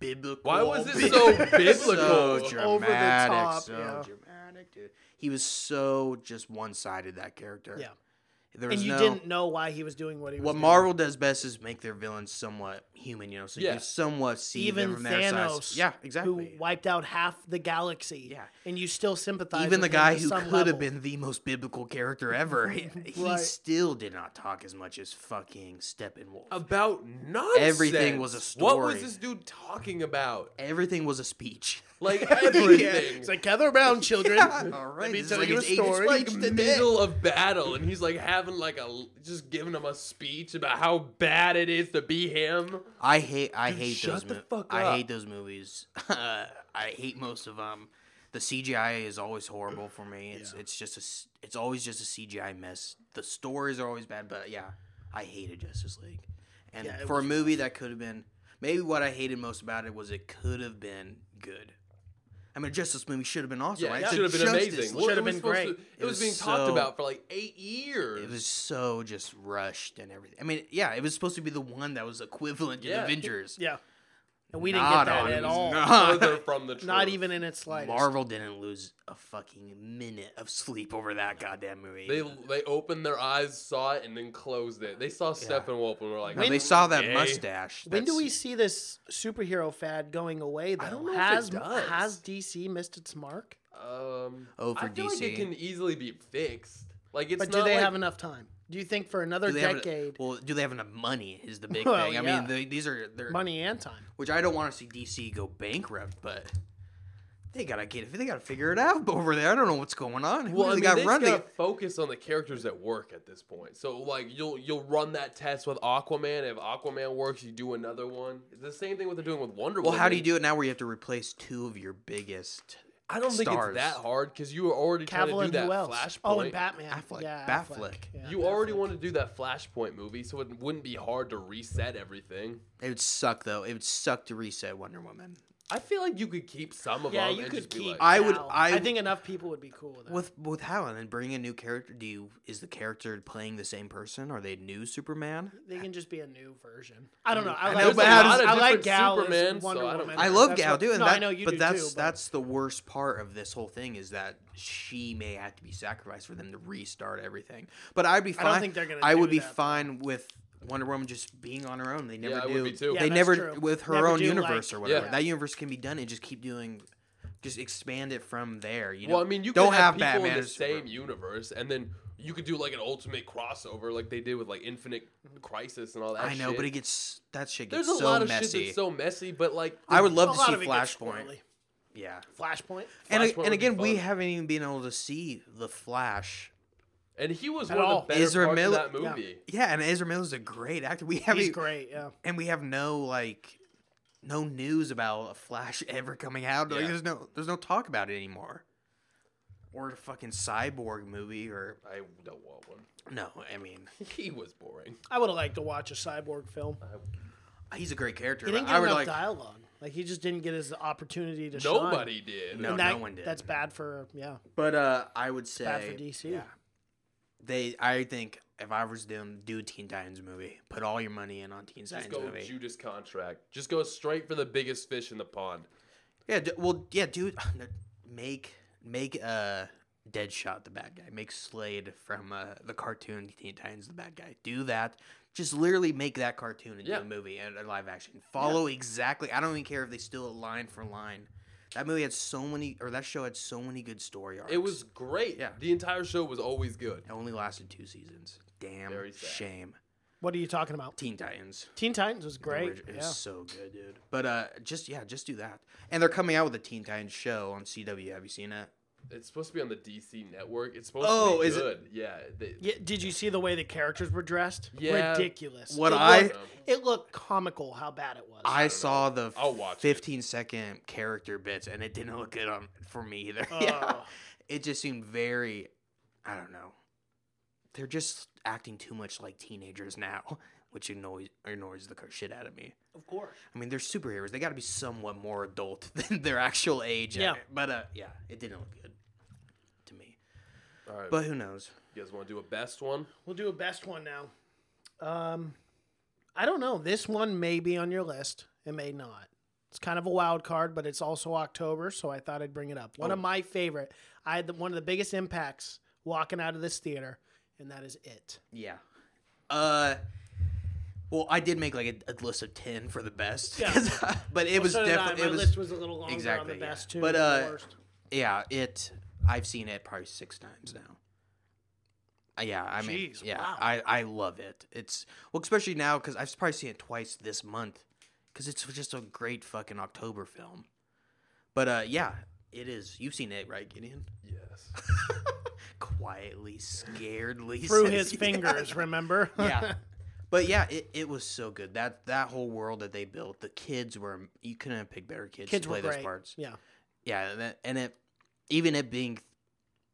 Speaker 3: biblical.
Speaker 1: Why was it
Speaker 3: [laughs] bi-
Speaker 1: so biblical?
Speaker 3: so dramatic,
Speaker 2: Over the top,
Speaker 3: so
Speaker 2: yeah.
Speaker 3: dramatic, dude. He was so just one-sided that character.
Speaker 2: yeah
Speaker 3: There was
Speaker 2: and you
Speaker 3: no,
Speaker 2: didn't know why he was doing what he was
Speaker 3: what
Speaker 2: doing.
Speaker 3: Marvel does best is make their villains somewhat human, you know, so you
Speaker 1: Yeah.
Speaker 3: can somewhat see
Speaker 2: even
Speaker 3: them from their
Speaker 2: Thanos,
Speaker 3: size. Yeah,
Speaker 2: who
Speaker 3: exactly.
Speaker 2: wiped out half the galaxy,
Speaker 3: Yeah.
Speaker 2: and you still sympathize.
Speaker 3: even the
Speaker 2: with him
Speaker 3: guy
Speaker 2: to
Speaker 3: who
Speaker 2: some
Speaker 3: could
Speaker 2: level.
Speaker 3: have been the most biblical
Speaker 2: [laughs]
Speaker 3: character ever, he, he
Speaker 2: Right.
Speaker 3: still did not talk as much as fucking Steppenwolf.
Speaker 1: about nonsense.
Speaker 3: Everything was a
Speaker 1: What was
Speaker 3: story.
Speaker 1: this dude talking [laughs] about?
Speaker 3: Everything was a speech. [laughs]
Speaker 1: Like
Speaker 2: [laughs] Yeah,
Speaker 1: everything.
Speaker 2: it's like gather around, children.
Speaker 3: All right,
Speaker 2: me
Speaker 3: this is
Speaker 2: tell
Speaker 3: like
Speaker 2: you
Speaker 3: his
Speaker 2: a
Speaker 3: eighth
Speaker 2: story.
Speaker 3: speech
Speaker 1: like
Speaker 3: today.
Speaker 1: middle of battle, and he's like having like a just giving him a speech about how bad it is to be him.
Speaker 3: I hate, I hate
Speaker 1: shut
Speaker 3: those.
Speaker 1: the
Speaker 3: mov-
Speaker 1: fuck
Speaker 3: I [laughs]
Speaker 1: up.
Speaker 3: hate those movies. I hate most of them. The CGI is always horrible for me. It's it's just a s- it's always just a CGI mess. The stories are always bad, but yeah, I hated Justice League. And
Speaker 2: Yeah, it
Speaker 3: for a
Speaker 2: was-
Speaker 3: movie that could have been maybe what I hated most about it was it could have been good. I mean, Justice movie should have been awesome.
Speaker 1: Yeah,
Speaker 3: right?
Speaker 1: it
Speaker 3: It's a
Speaker 1: should have been
Speaker 3: Justice
Speaker 1: amazing.
Speaker 3: League.
Speaker 1: What
Speaker 2: Should've
Speaker 1: it was
Speaker 2: been
Speaker 1: supposed
Speaker 2: great.
Speaker 1: to- it,
Speaker 3: It
Speaker 1: was,
Speaker 3: was
Speaker 1: being talked
Speaker 3: so-
Speaker 1: about for like eight years.
Speaker 3: It was so just rushed and everything. I mean, yeah, it was supposed to be the one that was equivalent to
Speaker 1: Yeah.
Speaker 3: Avengers.
Speaker 2: Yeah. And we didn't
Speaker 3: Not
Speaker 2: get that
Speaker 3: on
Speaker 2: at
Speaker 3: it.
Speaker 2: all. Not,
Speaker 3: [laughs]
Speaker 1: further from the truth.
Speaker 2: even in its slightest.
Speaker 3: Marvel didn't lose a fucking minute of sleep over that goddamn movie.
Speaker 1: They they opened their eyes, saw it, and then closed it. They saw Steppenwolf and were like,
Speaker 3: Now, they saw that
Speaker 1: "Okay."
Speaker 3: mustache.
Speaker 2: when do
Speaker 3: That's-
Speaker 2: we see this superhero fad going away though?
Speaker 1: don't know if it
Speaker 2: has
Speaker 1: does.
Speaker 2: has DC missed its mark?
Speaker 1: Um,
Speaker 3: Oh, for
Speaker 1: I feel like
Speaker 3: DC.
Speaker 1: it can easily be fixed. Like it's
Speaker 2: But
Speaker 1: not
Speaker 2: do they
Speaker 1: like,
Speaker 2: have enough time? Do you think for another
Speaker 3: do they have en-
Speaker 2: decade,
Speaker 3: well, do they have enough money? Is the big
Speaker 2: Well,
Speaker 3: thing. I
Speaker 2: yeah.
Speaker 3: mean, they, these are they're,
Speaker 2: money and time?
Speaker 3: which I don't want to see DC go bankrupt, but they gotta get they gotta figure it out over there. I don't know what's going on. Who
Speaker 1: Well,
Speaker 3: do
Speaker 1: I
Speaker 3: they
Speaker 1: mean,
Speaker 3: got
Speaker 1: they
Speaker 3: run.
Speaker 1: just
Speaker 3: They
Speaker 1: gotta focus on the characters that work at this point. So like you'll you'll run that test with Aquaman. If Aquaman works, you do another one. It's the same thing what they're doing with Wonder
Speaker 3: well,
Speaker 1: Woman.
Speaker 3: how do you do it now where you have to replace two of your biggest?
Speaker 1: I don't think
Speaker 3: stars?
Speaker 1: it's that hard because you were already trying
Speaker 2: Cavill
Speaker 1: to do
Speaker 2: and
Speaker 1: that
Speaker 2: who else?
Speaker 1: Flashpoint.
Speaker 2: Oh, and Batman.
Speaker 3: Affleck.
Speaker 2: Yeah,
Speaker 3: Batfleck.
Speaker 2: Yeah.
Speaker 1: you already wanted to do that Flashpoint movie, so it wouldn't be hard to reset everything.
Speaker 3: It would suck though. It would suck to reset Wonder Woman.
Speaker 1: I feel like you could keep some of
Speaker 2: yeah,
Speaker 1: them.
Speaker 2: you
Speaker 1: and
Speaker 2: could
Speaker 1: just be
Speaker 2: keep.
Speaker 1: like,
Speaker 3: I would-
Speaker 2: Cal.
Speaker 3: I-
Speaker 2: I think enough people would be cool with that.
Speaker 3: With with how and then bring a new character. Do you is the character playing the same person? Are they new Superman?
Speaker 2: They can just be a new version. I don't know. I,
Speaker 3: know,
Speaker 2: like,
Speaker 3: but how does-
Speaker 2: I like
Speaker 1: different
Speaker 2: Gal as
Speaker 1: Superman,
Speaker 2: Wonder
Speaker 1: so I don't-
Speaker 2: Woman.
Speaker 3: I love
Speaker 2: That's
Speaker 3: Gal
Speaker 2: what-
Speaker 3: too, and
Speaker 2: no,
Speaker 3: that,
Speaker 2: I know you
Speaker 3: but
Speaker 2: do
Speaker 3: that's
Speaker 2: too. but-
Speaker 3: that's the worst part of this whole thing is that she may have to be sacrificed for them to restart everything. But I'd be
Speaker 2: I
Speaker 3: fine.
Speaker 2: don't think they're gonna
Speaker 3: I
Speaker 2: do
Speaker 3: would be
Speaker 2: that, though.
Speaker 3: fine with Wonder Woman just being on her own. They never
Speaker 1: I
Speaker 3: do.
Speaker 1: would be too. Yeah,
Speaker 3: they
Speaker 2: that's
Speaker 3: never
Speaker 2: true.
Speaker 3: with her
Speaker 2: Never
Speaker 3: own
Speaker 2: do,
Speaker 3: universe
Speaker 2: like-
Speaker 3: or whatever.
Speaker 1: Yeah.
Speaker 3: That universe can be done and just keep doing. Just expand it from there. You know?
Speaker 1: Well, I mean, you
Speaker 3: don't
Speaker 1: could have,
Speaker 3: have
Speaker 1: people
Speaker 3: Batman
Speaker 1: in the
Speaker 3: and Superman.
Speaker 1: same universe, and then you could do like an ultimate crossover, like they did with like Infinite Crisis and all that.
Speaker 3: I know,
Speaker 1: shit.
Speaker 3: but it gets that shit gets
Speaker 1: there's a
Speaker 3: so
Speaker 1: lot of
Speaker 3: messy.
Speaker 1: shit that's so messy. But like,
Speaker 3: I would
Speaker 2: a
Speaker 3: love to
Speaker 2: lot
Speaker 3: see
Speaker 2: of it gets
Speaker 3: Flashpoint.
Speaker 2: squirrely.
Speaker 3: Yeah,
Speaker 2: Flashpoint.
Speaker 3: and,
Speaker 1: Flashpoint would
Speaker 3: and
Speaker 1: be
Speaker 3: again, we
Speaker 1: fun.
Speaker 3: haven't even been able to see the Flash
Speaker 1: and he was
Speaker 2: At
Speaker 1: one
Speaker 2: all.
Speaker 1: of the better
Speaker 3: Ezra
Speaker 1: parts
Speaker 3: Miller-
Speaker 1: of that
Speaker 2: yeah.
Speaker 1: movie.
Speaker 3: Yeah, and Ezra Miller's a great actor. We have
Speaker 2: He's
Speaker 3: not
Speaker 2: great. Yeah.
Speaker 3: and we have no like no news about a Flash [laughs] ever coming out. Like,
Speaker 1: Yeah.
Speaker 3: there's no there's no talk about it anymore. Or a fucking cyborg movie or
Speaker 1: I don't want one. [laughs]
Speaker 3: no, I mean
Speaker 1: He was boring.
Speaker 2: I would have liked to watch a cyborg film.
Speaker 3: he's a great character.
Speaker 2: He
Speaker 3: but
Speaker 2: didn't
Speaker 3: I
Speaker 2: get
Speaker 3: would
Speaker 2: enough
Speaker 3: like
Speaker 2: dialogue. Like he just didn't get his opportunity to shine.
Speaker 1: Nobody did.
Speaker 3: No.
Speaker 2: And that,
Speaker 3: one did.
Speaker 2: That's bad for yeah.
Speaker 3: but uh I would say
Speaker 2: Bad for DC.
Speaker 3: Yeah. They I think if I was them, do a Teen Titans movie. Put all your money in on Teen
Speaker 1: Just
Speaker 3: Titans
Speaker 1: go
Speaker 3: movie.
Speaker 1: Judas contract. Just go straight for the biggest fish in the pond.
Speaker 3: Yeah, d- well, yeah, dude, [sighs] make make uh Deadshot the bad guy. Make Slade from uh, the cartoon Teen Titans the bad guy. Do that. Just literally make that cartoon into
Speaker 1: Yeah.
Speaker 3: a movie and a live action. Follow exactly. I don't even care if they steal it line for line. That movie had so many, or that show had so many good story arcs.
Speaker 1: It was great.
Speaker 3: Yeah.
Speaker 1: The entire show was always good.
Speaker 3: It only lasted two seasons. Damn
Speaker 1: Very sad.
Speaker 3: shame.
Speaker 2: What are you talking about?
Speaker 3: Teen Titans.
Speaker 2: Teen Titans was
Speaker 3: The
Speaker 2: great.
Speaker 3: orig- It was
Speaker 2: Yeah.
Speaker 3: so good, dude. But uh, just yeah, just do that. And they're coming out with a Teen Titans show on CW. Have you seen it?
Speaker 1: It's supposed to be on the DC network. It's supposed
Speaker 3: Oh,
Speaker 1: to be
Speaker 3: is it-
Speaker 1: good. Yeah. They,
Speaker 2: yeah. Did you see the way the characters were dressed?
Speaker 1: Yeah.
Speaker 2: Ridiculous.
Speaker 3: What
Speaker 2: it
Speaker 3: I-
Speaker 1: um,
Speaker 2: looked, it looked comical how bad it was.
Speaker 3: I saw the
Speaker 1: I'll watch it.
Speaker 3: 15 second character bits, and it didn't look good on for me either. [laughs] yeah,
Speaker 2: Oh.
Speaker 3: it just seemed very, I don't know. They're just acting too much like teenagers now, [laughs] which annoys annoys the shit out of me.
Speaker 2: of course.
Speaker 3: I mean, they're superheroes; they got to be somewhat more adult [laughs] than their actual age.
Speaker 2: Yeah.
Speaker 3: but uh, yeah, it didn't look good to me.
Speaker 1: all right.
Speaker 3: But who knows?
Speaker 1: you guys want to do a best one?
Speaker 2: We'll do a best one now. Um, I don't know. This one may be on your list. It may not. It's kind of a wild card, but it's also October, so I thought I'd bring it up. One
Speaker 3: Oh.
Speaker 2: of my favorite. I had the, one of the biggest impacts walking out of this theater, and that is it.
Speaker 3: Yeah. Uh. Well, I did make like a, a list of ten for the best,
Speaker 2: Yeah.
Speaker 3: [laughs] 'cause I- but it was
Speaker 2: So did I.
Speaker 3: definitely
Speaker 2: My
Speaker 3: it was
Speaker 2: list was a little longer
Speaker 3: exactly,
Speaker 2: on the
Speaker 3: yeah.
Speaker 2: best two,
Speaker 3: But,
Speaker 2: than the
Speaker 3: uh,
Speaker 2: worst.
Speaker 3: Yeah, it. I've seen it probably six times now. Uh, Yeah, I mean,
Speaker 2: Jeez,
Speaker 3: yeah,
Speaker 2: wow.
Speaker 3: I I love it. It's well, especially now because I've probably seen it twice this month because it's just a great fucking October film. But uh, yeah, it is. You've seen it, right, Gideon?
Speaker 1: Yes.
Speaker 3: Quietly,
Speaker 2: [laughs]
Speaker 3: scaredly
Speaker 2: through
Speaker 3: says- [laughs]
Speaker 2: his fingers. [laughs] Remember?
Speaker 3: yeah. But yeah, it, it was so good. That that whole world that they built, the kids were you couldn't have picked better kids,
Speaker 2: Kids
Speaker 3: to
Speaker 2: were
Speaker 3: play those
Speaker 2: great.
Speaker 3: parts.
Speaker 2: Yeah.
Speaker 3: Yeah, and it, and it even it being,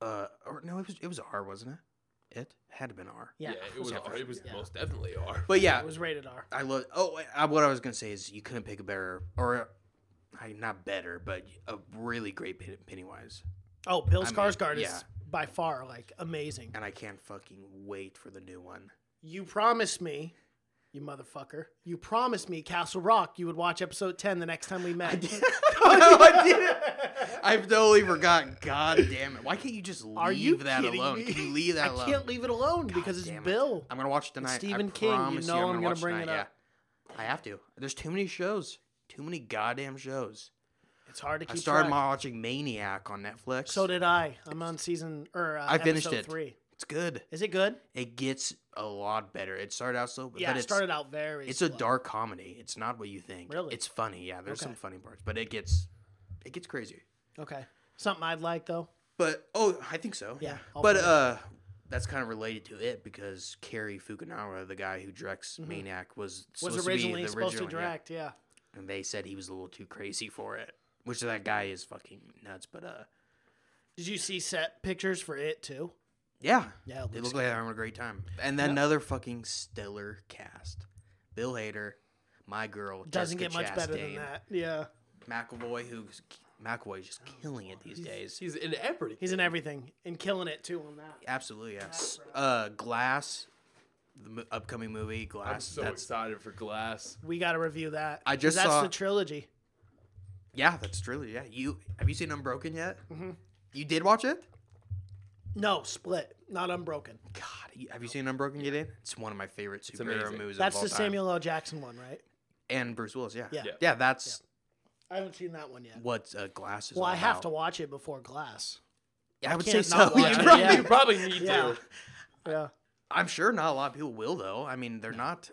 Speaker 3: uh, or no, it was it was R, wasn't it? It had to been R.
Speaker 2: Yeah.
Speaker 1: it was.
Speaker 3: Yeah.
Speaker 1: R. It was
Speaker 2: Yeah.
Speaker 1: most definitely [laughs] R.
Speaker 3: But yeah,
Speaker 2: It was rated R.
Speaker 3: I love. Oh, I, what I was gonna say is you couldn't pick a better or, I not better, but a really great Pen- Pennywise.
Speaker 2: Oh, Bill
Speaker 3: I mean,
Speaker 2: Skarsgård
Speaker 3: yeah.
Speaker 2: is by far like amazing.
Speaker 3: And I can't fucking wait for the new one. [laughs]
Speaker 2: You promised me, you motherfucker. You promised me Castle Rock you would watch episode 10 the next time we met.
Speaker 3: no, I didn't. I've totally forgotten. God damn it! Why can't you just
Speaker 2: [laughs]
Speaker 3: leave
Speaker 2: Are you
Speaker 3: that
Speaker 2: kidding
Speaker 3: alone?
Speaker 2: me?
Speaker 3: Can you leave
Speaker 2: [laughs]
Speaker 3: that
Speaker 2: I
Speaker 3: alone?
Speaker 2: can't leave it alone because it's
Speaker 3: damn it.
Speaker 2: Bill.
Speaker 3: I'm gonna watch it tonight.
Speaker 2: Stephen
Speaker 3: I
Speaker 2: King, you
Speaker 3: promise
Speaker 2: know
Speaker 3: I'm
Speaker 2: I'm
Speaker 3: gonna,
Speaker 2: gonna
Speaker 3: watch
Speaker 2: bring it
Speaker 3: tonight.
Speaker 2: up.
Speaker 3: Yeah, I have to. There's too many shows. Too many goddamn shows.
Speaker 2: It's hard to
Speaker 3: I
Speaker 2: keep
Speaker 3: started
Speaker 2: track.
Speaker 3: watching Maniac on Netflix.
Speaker 2: So did I. I'm on season or uh,
Speaker 3: I finished
Speaker 2: episode
Speaker 3: it.
Speaker 2: 3.
Speaker 3: it's good.
Speaker 2: Is it good?
Speaker 3: It gets a lot better. It started out slow,
Speaker 2: Yeah,
Speaker 3: but
Speaker 2: it
Speaker 3: it's
Speaker 2: started out very
Speaker 3: it's a
Speaker 2: slow.
Speaker 3: dark comedy. It's not what you think.
Speaker 2: Really?
Speaker 3: It's funny. Yeah, there's some
Speaker 2: Okay.
Speaker 3: funny parts, but it gets it gets crazy.
Speaker 2: Okay. Something I'd like though.
Speaker 3: But oh, I think so.
Speaker 2: Yeah, I'll
Speaker 3: But
Speaker 2: put it.
Speaker 3: uh, that's kind of related to it because Cary Fukunawa, the guy who directs Maniac, was
Speaker 2: Mm-hmm. Was
Speaker 3: supposed
Speaker 2: originally
Speaker 3: to be the
Speaker 2: supposed
Speaker 3: original,
Speaker 2: to
Speaker 3: yeah.
Speaker 2: direct, yeah.
Speaker 3: and they said he was a little too crazy for it. Which that guy is fucking nuts, but uh,
Speaker 2: Did you see set pictures for it too?
Speaker 3: yeah,
Speaker 2: Yeah, it
Speaker 3: they
Speaker 2: looks
Speaker 3: look like they're having a great time. And then another fucking stellar cast: Bill Hader, my girl,
Speaker 2: Doesn't
Speaker 3: Jessica
Speaker 2: get much better than
Speaker 3: Chastain,
Speaker 2: that. Oh, Yeah.
Speaker 3: McAvoy, who's McAvoy's just killing it these days.
Speaker 1: He's in everything.
Speaker 2: He's in everything and killing it too on that.
Speaker 3: Absolutely, yes. Uh, Glass, the mo- upcoming movie Glass.
Speaker 1: I'm so
Speaker 3: that's
Speaker 1: excited for Glass.
Speaker 2: We got to review that.
Speaker 3: I
Speaker 2: 'cause
Speaker 3: just
Speaker 2: that's
Speaker 3: saw-
Speaker 2: the trilogy.
Speaker 3: yeah, that's truly yeah. You have you seen Unbroken yet? Mm-hmm. You did watch it.
Speaker 2: No, split, not unbroken.
Speaker 3: God, you- have you seen Unbroken yet? Ian? It's one of my favorite superhero
Speaker 1: amazing.
Speaker 3: movies.
Speaker 2: That's
Speaker 3: of all
Speaker 2: the
Speaker 3: time.
Speaker 2: Samuel L. Jackson one, right?
Speaker 3: and Bruce Willis. Yeah,
Speaker 2: Yeah.
Speaker 3: yeah,
Speaker 2: Yeah.
Speaker 3: that's
Speaker 2: I haven't seen that one yet.
Speaker 3: what uh, Glass is.
Speaker 2: Well,
Speaker 3: all
Speaker 2: I have to
Speaker 3: about. watch
Speaker 2: watch it before Glass.
Speaker 3: I would say
Speaker 2: can't
Speaker 3: so.
Speaker 2: not
Speaker 3: You [laughs]
Speaker 2: watch it.
Speaker 3: probably-
Speaker 2: Yeah.
Speaker 1: You probably need
Speaker 2: Yeah.
Speaker 1: to.
Speaker 2: Yeah.
Speaker 3: I'm sure not a lot of people will though. I mean, they're not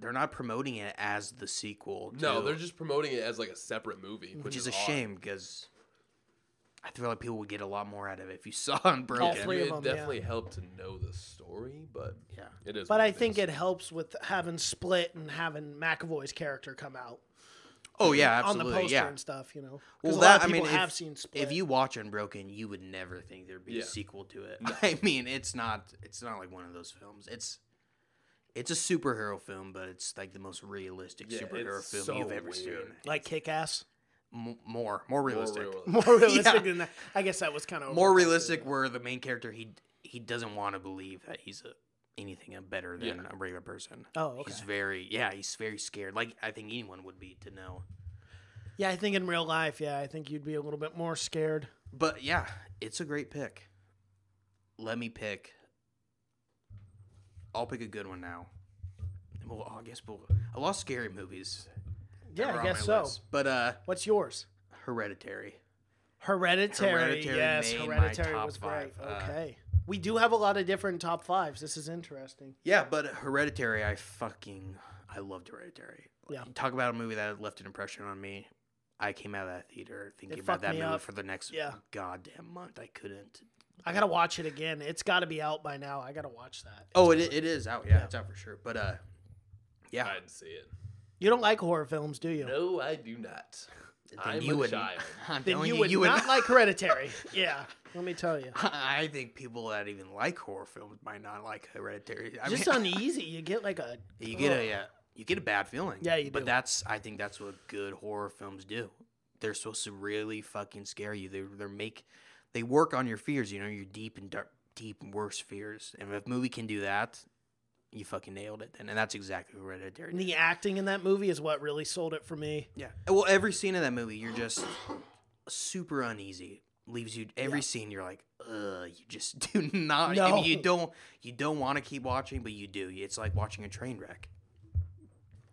Speaker 3: they're not promoting it as the sequel. To,
Speaker 1: No, they're just promoting it as like a separate movie, which,
Speaker 3: which is
Speaker 1: is,
Speaker 3: a
Speaker 1: odd.
Speaker 3: shame because I feel like people would get a lot more out of it if you [laughs] saw Unbroken.
Speaker 2: All three
Speaker 1: I
Speaker 2: of
Speaker 1: mean,
Speaker 2: them.
Speaker 1: it definitely helped to know the story, but
Speaker 3: Yeah.
Speaker 1: it is.
Speaker 2: But
Speaker 1: what
Speaker 2: I
Speaker 1: it
Speaker 2: think
Speaker 1: is.
Speaker 2: it helps with having split and having McAvoy's character come out
Speaker 3: Oh yeah,
Speaker 2: on the
Speaker 3: absolutely.
Speaker 2: poster
Speaker 3: yeah.
Speaker 2: and stuff. You know, 'Cause
Speaker 3: Well,
Speaker 2: a
Speaker 3: that
Speaker 2: lot
Speaker 3: I
Speaker 2: of
Speaker 3: mean,
Speaker 2: people
Speaker 3: if,
Speaker 2: have seen split.
Speaker 3: if you watch Unbroken, you would never think there'd be
Speaker 1: Yeah.
Speaker 3: a sequel to it. [laughs] I mean, it's not it's not like one of those films. It's it's a superhero film, but it's like the most realistic
Speaker 1: Yeah,
Speaker 3: superhero
Speaker 1: it's
Speaker 3: film
Speaker 1: so
Speaker 3: you've ever
Speaker 1: weird.
Speaker 3: seen.
Speaker 2: like Kick Ass,
Speaker 3: M- more, [laughs] more
Speaker 1: More
Speaker 3: realistic.
Speaker 1: realistic.
Speaker 2: [laughs] more realistic than that. I guess that was kind of
Speaker 3: More realistic, where the main character he he doesn't want to believe that he's a, anything better than
Speaker 1: Yeah.
Speaker 3: a regular person.
Speaker 2: Oh, okay.
Speaker 3: He's very yeah, he's very scared. Like I think anyone would be to know.
Speaker 2: Yeah, I think in real life, yeah, I think you'd be a little bit more scared.
Speaker 3: But yeah, it's a great pick. Let me pick. I'll pick a good one now. Well, I guess we'll. I lost scary movies. that
Speaker 2: Yeah,
Speaker 3: were
Speaker 2: I
Speaker 3: on
Speaker 2: guess
Speaker 3: my
Speaker 2: so.
Speaker 3: list, but uh,
Speaker 2: What's yours?
Speaker 3: Hereditary.
Speaker 2: Hereditary,
Speaker 3: Hereditary
Speaker 2: yes,
Speaker 3: made my
Speaker 2: Hereditary
Speaker 3: top
Speaker 2: was great.
Speaker 3: five, uh,
Speaker 2: okay, we do have a lot of different top fives. This is interesting.
Speaker 3: Yeah, but Hereditary, I fucking I loved Hereditary.
Speaker 2: Yeah.
Speaker 3: Talk about a movie that left an impression on me. I came out of that theater thinking
Speaker 2: fucked
Speaker 3: about that
Speaker 2: me
Speaker 3: movie
Speaker 2: up.
Speaker 3: for the next
Speaker 2: Yeah.
Speaker 3: goddamn month. I couldn't.
Speaker 2: I gotta watch it again. It's got to be out by now. I gotta watch that.
Speaker 3: Oh, it, it is out. Yeah,
Speaker 2: Yeah.
Speaker 3: it's out for sure. But uh, yeah,
Speaker 1: I didn't see it.
Speaker 2: You don't like horror films, do you?
Speaker 1: No, I do not. I'm
Speaker 3: you
Speaker 1: a
Speaker 3: would-
Speaker 1: child.
Speaker 3: [laughs] I'm
Speaker 2: Then
Speaker 3: telling
Speaker 2: you would
Speaker 3: you would
Speaker 2: not like Hereditary. yeah, let me tell you.
Speaker 3: [laughs] I think people that even like horror films might not like Hereditary. I
Speaker 2: Just
Speaker 3: mean,
Speaker 2: uneasy. You get like a
Speaker 3: you get
Speaker 2: Ugh.
Speaker 3: a yeah, you get a bad feeling.
Speaker 2: Yeah, you
Speaker 3: But
Speaker 2: do.
Speaker 3: that's I think that's what good horror films do. They're supposed to really fucking scare you. They they make they work on your fears. You know your deep and dark, deep and worst fears. And if a movie can do that, you fucking nailed it. Then and that's exactly what Hereditary.
Speaker 2: and
Speaker 3: did.
Speaker 2: the acting in that movie is what really sold it for me.
Speaker 3: Yeah. Well, every scene of that movie, you're just super uneasy. Leaves you every scene. You're like, ugh. You just [laughs] do not. I mean, you
Speaker 2: No.
Speaker 3: don't. You don't want to keep watching, but you do. It's like watching a train wreck.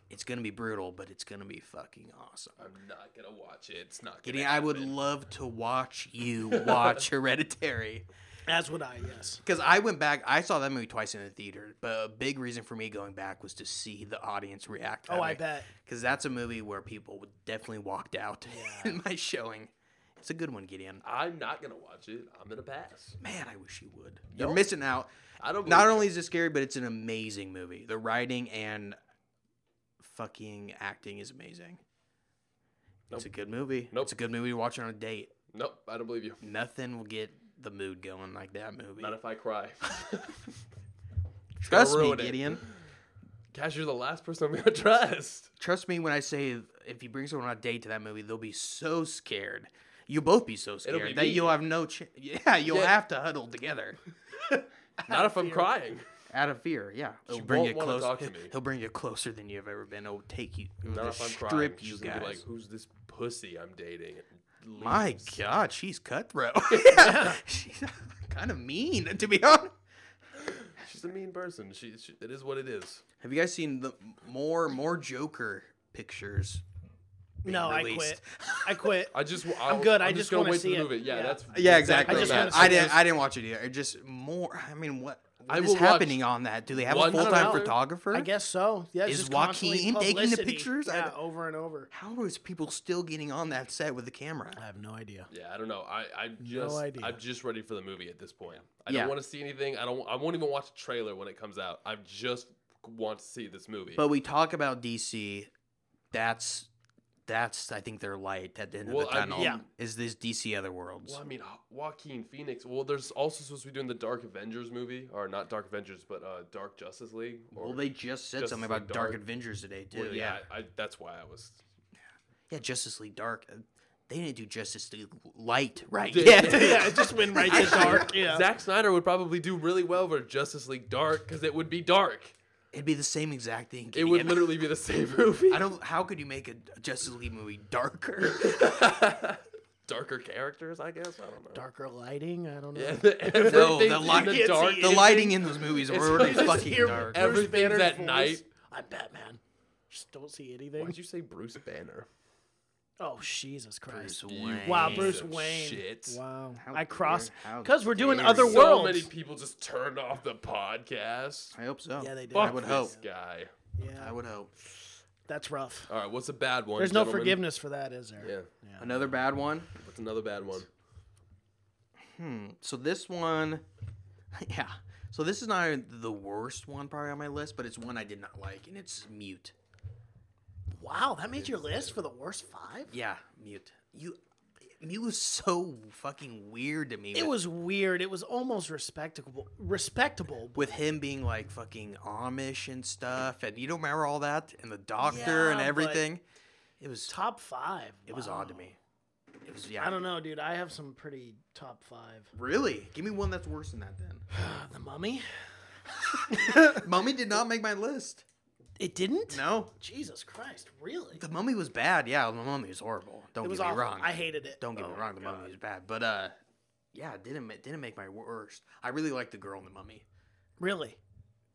Speaker 3: It's gonna be brutal, but it's gonna be fucking awesome.
Speaker 1: I'm not gonna watch it. It's not. Gonna
Speaker 3: Gideon, I would
Speaker 1: happen.
Speaker 3: love to watch
Speaker 2: [laughs]
Speaker 3: you watch Hereditary.
Speaker 2: As would I. Yes.
Speaker 3: Because I went back, I saw that movie twice in the theater, but a big reason for me going back was to see the audience react.
Speaker 2: Oh, I bet.
Speaker 3: Because that's a movie where people would definitely walked out [laughs] in my showing. It's a good one, Gideon.
Speaker 1: I'm not gonna watch it. I'm gonna pass.
Speaker 3: Man, I wish you would. You're missing out.
Speaker 1: I don't.
Speaker 3: Not
Speaker 1: believe
Speaker 3: only is it scary, but it's an amazing movie. The writing and fucking acting is amazing. It's a good movie.
Speaker 1: Nope.
Speaker 3: It's a good movie to watch on a date.
Speaker 1: Nope, I don't believe you.
Speaker 3: Nothing will get the mood going like that movie.
Speaker 1: Not if I cry. [laughs]
Speaker 3: Trust me,
Speaker 1: ruin it.
Speaker 3: Gideon.
Speaker 1: Cash, you're the last person I'm gonna [laughs] trust.
Speaker 3: Trust me when I say if you bring someone on a date to that movie, they'll be so scared. You'll both be so scared
Speaker 1: be
Speaker 3: that
Speaker 1: me.
Speaker 3: you'll have no. Ch- [laughs] yeah, you'll
Speaker 1: Yeah.
Speaker 3: have to
Speaker 1: [laughs]
Speaker 3: huddle together
Speaker 1: Not if I'm crying.
Speaker 3: out of fear. Yeah, he'll
Speaker 1: won't wanna talk to me.
Speaker 3: He'll bring you closer than you've ever been. He'll take you. He'll
Speaker 1: Not
Speaker 3: just
Speaker 1: if I'm crying.
Speaker 3: strip
Speaker 1: She's
Speaker 3: you
Speaker 1: gonna
Speaker 3: guys.
Speaker 1: Be like, who's this pussy I'm dating? And
Speaker 3: My
Speaker 1: leaves.
Speaker 3: God,
Speaker 1: [laughs]
Speaker 3: she's cutthroat. [laughs] yeah, she's kind of mean to be honest.
Speaker 1: she's a mean person. She, she it is what it is.
Speaker 3: Have you guys seen the more more Joker pictures? being
Speaker 2: No, I
Speaker 3: released? [laughs]
Speaker 2: quit. I quit.
Speaker 1: I just i
Speaker 2: good, I
Speaker 1: I'm
Speaker 2: just
Speaker 1: gonna
Speaker 2: wanna
Speaker 1: wait for
Speaker 2: see
Speaker 1: the
Speaker 2: it.
Speaker 1: movie. Yeah,
Speaker 2: Yeah.
Speaker 1: that's
Speaker 3: Yeah, exactly.
Speaker 2: I just
Speaker 3: that.
Speaker 2: wanna see
Speaker 3: I didn't.
Speaker 2: this.
Speaker 3: I didn't watch it either. It just more. I mean, what
Speaker 1: I
Speaker 3: what
Speaker 1: will
Speaker 3: is
Speaker 1: watch
Speaker 3: happening on that? Do they have a
Speaker 1: one-
Speaker 3: full
Speaker 1: I
Speaker 3: time
Speaker 1: don't know.
Speaker 3: photographer?
Speaker 2: I guess so. Yeah, it's
Speaker 3: Is
Speaker 2: just constantly
Speaker 3: Joaquin taking the
Speaker 2: publicity.
Speaker 3: pictures? I
Speaker 2: Yeah,
Speaker 3: d-
Speaker 2: over and
Speaker 3: [laughs]
Speaker 2: over. [laughs]
Speaker 3: How is people still getting on that set with the camera?
Speaker 2: I have no idea.
Speaker 1: Yeah, I don't know. I, I just
Speaker 2: idea.
Speaker 1: I'm just ready for the movie at this point. I
Speaker 3: Yeah.
Speaker 1: don't want to see anything. I don't. I won't even watch a trailer when it comes out. I just want to see this movie.
Speaker 3: But we talk about DC. That's that's I think their light at the end
Speaker 1: Well,
Speaker 3: of
Speaker 1: I
Speaker 3: the tunnel.
Speaker 2: mean- Yeah.
Speaker 3: Is this DC Otherworlds?
Speaker 1: well, I mean, Ho- Joaquin Phoenix. Well, there's also supposed to be doing the Dark Avengers movie, or not Dark Avengers, but uh, Dark Justice League. Or,
Speaker 3: Well, they just said
Speaker 1: Justice
Speaker 3: something about
Speaker 1: League
Speaker 3: Dark,
Speaker 1: Dark.
Speaker 3: Avengers today too.
Speaker 1: well,
Speaker 3: yeah,
Speaker 1: yeah. I, I, that's why I was.
Speaker 3: yeah, Justice League Dark. Uh, They didn't do Justice League Light, right?
Speaker 1: They-
Speaker 2: yeah, it just went right to dark. Yeah.
Speaker 1: Zack Snyder would probably do really well for Justice League Dark because it would be dark.
Speaker 3: [laughs] it'd be the same exact thing.
Speaker 1: It would
Speaker 3: Gideon.
Speaker 1: literally be the same [laughs] movie.
Speaker 3: I don't. How could you make a Justice League movie [laughs] darker?
Speaker 1: Darker characters, I guess. I [laughs] don't know.
Speaker 2: Darker lighting. I don't know.
Speaker 3: [laughs]
Speaker 1: Yeah, everything
Speaker 3: no, the,
Speaker 1: in
Speaker 3: light,
Speaker 1: the dark. [laughs]
Speaker 3: the lighting in those movies are
Speaker 1: It's
Speaker 3: already
Speaker 1: just
Speaker 3: fucking
Speaker 2: Hear
Speaker 3: dark.
Speaker 2: Bruce
Speaker 1: Everything's
Speaker 2: Banner's
Speaker 1: at
Speaker 2: voice.
Speaker 1: night.
Speaker 2: I'm Batman. Just don't see anything.
Speaker 1: Why'd you say Bruce Banner?
Speaker 2: Oh Jesus Christ!
Speaker 3: Bruce Wayne.
Speaker 2: Wow,
Speaker 1: Piece
Speaker 2: Bruce
Speaker 1: of
Speaker 2: Wayne.
Speaker 1: shit.
Speaker 2: Wow,
Speaker 3: How
Speaker 2: I crossed
Speaker 3: dare- how
Speaker 2: because we're doing
Speaker 3: dare
Speaker 2: other
Speaker 3: you.
Speaker 1: so
Speaker 2: worlds.
Speaker 1: many people just turned off the podcast.
Speaker 3: I hope so.
Speaker 2: Yeah, they did.
Speaker 1: Fuck
Speaker 3: I would
Speaker 1: this
Speaker 3: hope.
Speaker 1: guy.
Speaker 2: Yeah,
Speaker 3: I would hope.
Speaker 2: that's rough.
Speaker 1: All right, what's a bad one?
Speaker 2: There's no
Speaker 1: gentlemen?
Speaker 2: forgiveness for that, is there?
Speaker 1: Yeah,
Speaker 3: Another bad one.
Speaker 1: what's another bad one?
Speaker 3: So this one, [laughs] yeah. So this is not the worst one probably on my list, but it's one I did not like, and it's mute.
Speaker 2: Wow, that made your list for the worst five.
Speaker 3: Yeah, mute. You, mute was so fucking weird to me.
Speaker 2: It
Speaker 3: with-
Speaker 2: was weird. It was almost respectable. Respectable.
Speaker 3: with him being like fucking Amish and stuff, and you don't remember all that, and the doctor and
Speaker 2: Yeah, but-
Speaker 3: everything. It was
Speaker 2: Top five.
Speaker 3: it was
Speaker 2: Wow.
Speaker 3: odd to me. It was yeah.
Speaker 2: I don't know, dude. I have some pretty top five. [sighs]
Speaker 3: really give me one that's worse than that. [laughs] Then
Speaker 2: Uh, the Mummy.
Speaker 3: Mummy did not make my list.
Speaker 2: It didn't.
Speaker 3: No,
Speaker 2: Jesus Christ! Really?
Speaker 3: the Mummy was bad. Yeah, the Mummy was horrible. Don't
Speaker 2: it was
Speaker 3: get me
Speaker 2: awful.
Speaker 3: wrong.
Speaker 2: I hated it.
Speaker 3: don't get
Speaker 2: Oh,
Speaker 3: me wrong. The
Speaker 2: God.
Speaker 3: Mummy was bad, but uh, yeah, it didn't ma- didn't make my worst. I really liked the girl in the Mummy.
Speaker 2: Really?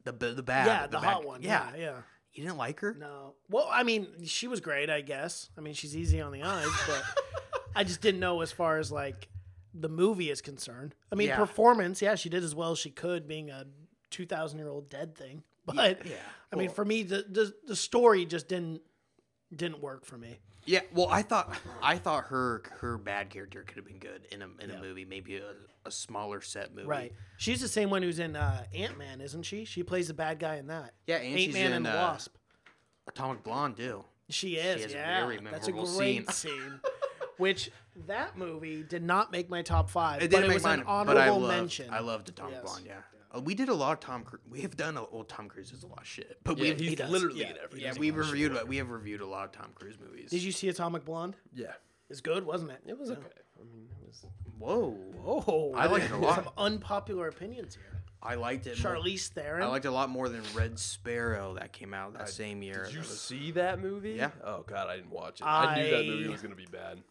Speaker 3: The b- the bad.
Speaker 2: yeah, the,
Speaker 3: bad-
Speaker 2: hot one.
Speaker 3: Yeah.
Speaker 2: yeah. yeah.
Speaker 3: you didn't like her.
Speaker 2: No. Well, I mean, she was great, I guess. I mean, she's easy on the eyes,
Speaker 3: [laughs]
Speaker 2: but I just didn't know as far as like the movie is concerned. I mean,
Speaker 3: Yeah.
Speaker 2: performance, yeah, she did as well as she could being a 2000 year old dead thing. [laughs] But
Speaker 3: yeah.
Speaker 2: I mean, for me the, the the story just didn't didn't work for me.
Speaker 3: Yeah, well, I thought I thought her her bad character could have been good in a in a movie, maybe a, a smaller set movie.
Speaker 2: Right. She's the same one who's in uh, Ant-Man, isn't she? She plays the bad guy in that.
Speaker 3: Yeah, and she's
Speaker 2: Ant-Man
Speaker 3: in,
Speaker 2: and the
Speaker 3: uh,
Speaker 2: Wasp.
Speaker 3: Atomic Blonde too.
Speaker 2: She is.
Speaker 3: has a
Speaker 2: yeah,
Speaker 3: very
Speaker 2: that's a
Speaker 3: memorable
Speaker 2: great scene.
Speaker 3: [laughs]
Speaker 2: Which that movie did not make my top five. but
Speaker 3: It didn't
Speaker 2: it
Speaker 3: make
Speaker 2: was
Speaker 3: mine,
Speaker 2: an
Speaker 3: but
Speaker 2: honorable
Speaker 3: I loved,
Speaker 2: mention.
Speaker 3: I loved Atomic
Speaker 2: Yes.
Speaker 3: Blonde. Yeah, Uh, we did a lot of Tom. Cru- We have done a well, Tom Cruise is a lot of shit, but
Speaker 1: Yeah,
Speaker 3: we've
Speaker 1: he's
Speaker 3: he does.
Speaker 1: literally
Speaker 2: yeah,
Speaker 1: in everything.
Speaker 3: yeah we've reviewed we have reviewed a lot of Tom Cruise movies.
Speaker 2: Did you see Atomic Blonde?
Speaker 1: Yeah,
Speaker 2: It's good, wasn't it?
Speaker 1: it was okay. I mean, it was.
Speaker 3: Whoa,
Speaker 2: Oh,
Speaker 3: I liked it a
Speaker 2: Some
Speaker 3: lot.
Speaker 2: unpopular opinions here.
Speaker 3: I liked it. more-
Speaker 2: Charlize Theron.
Speaker 3: I liked it a lot more than Red Sparrow that came out that same year.
Speaker 1: Did you
Speaker 3: That was-
Speaker 1: see that movie?
Speaker 3: Yeah.
Speaker 1: Oh God, I didn't watch it. I, knew that movie
Speaker 2: I-
Speaker 1: was gonna be bad.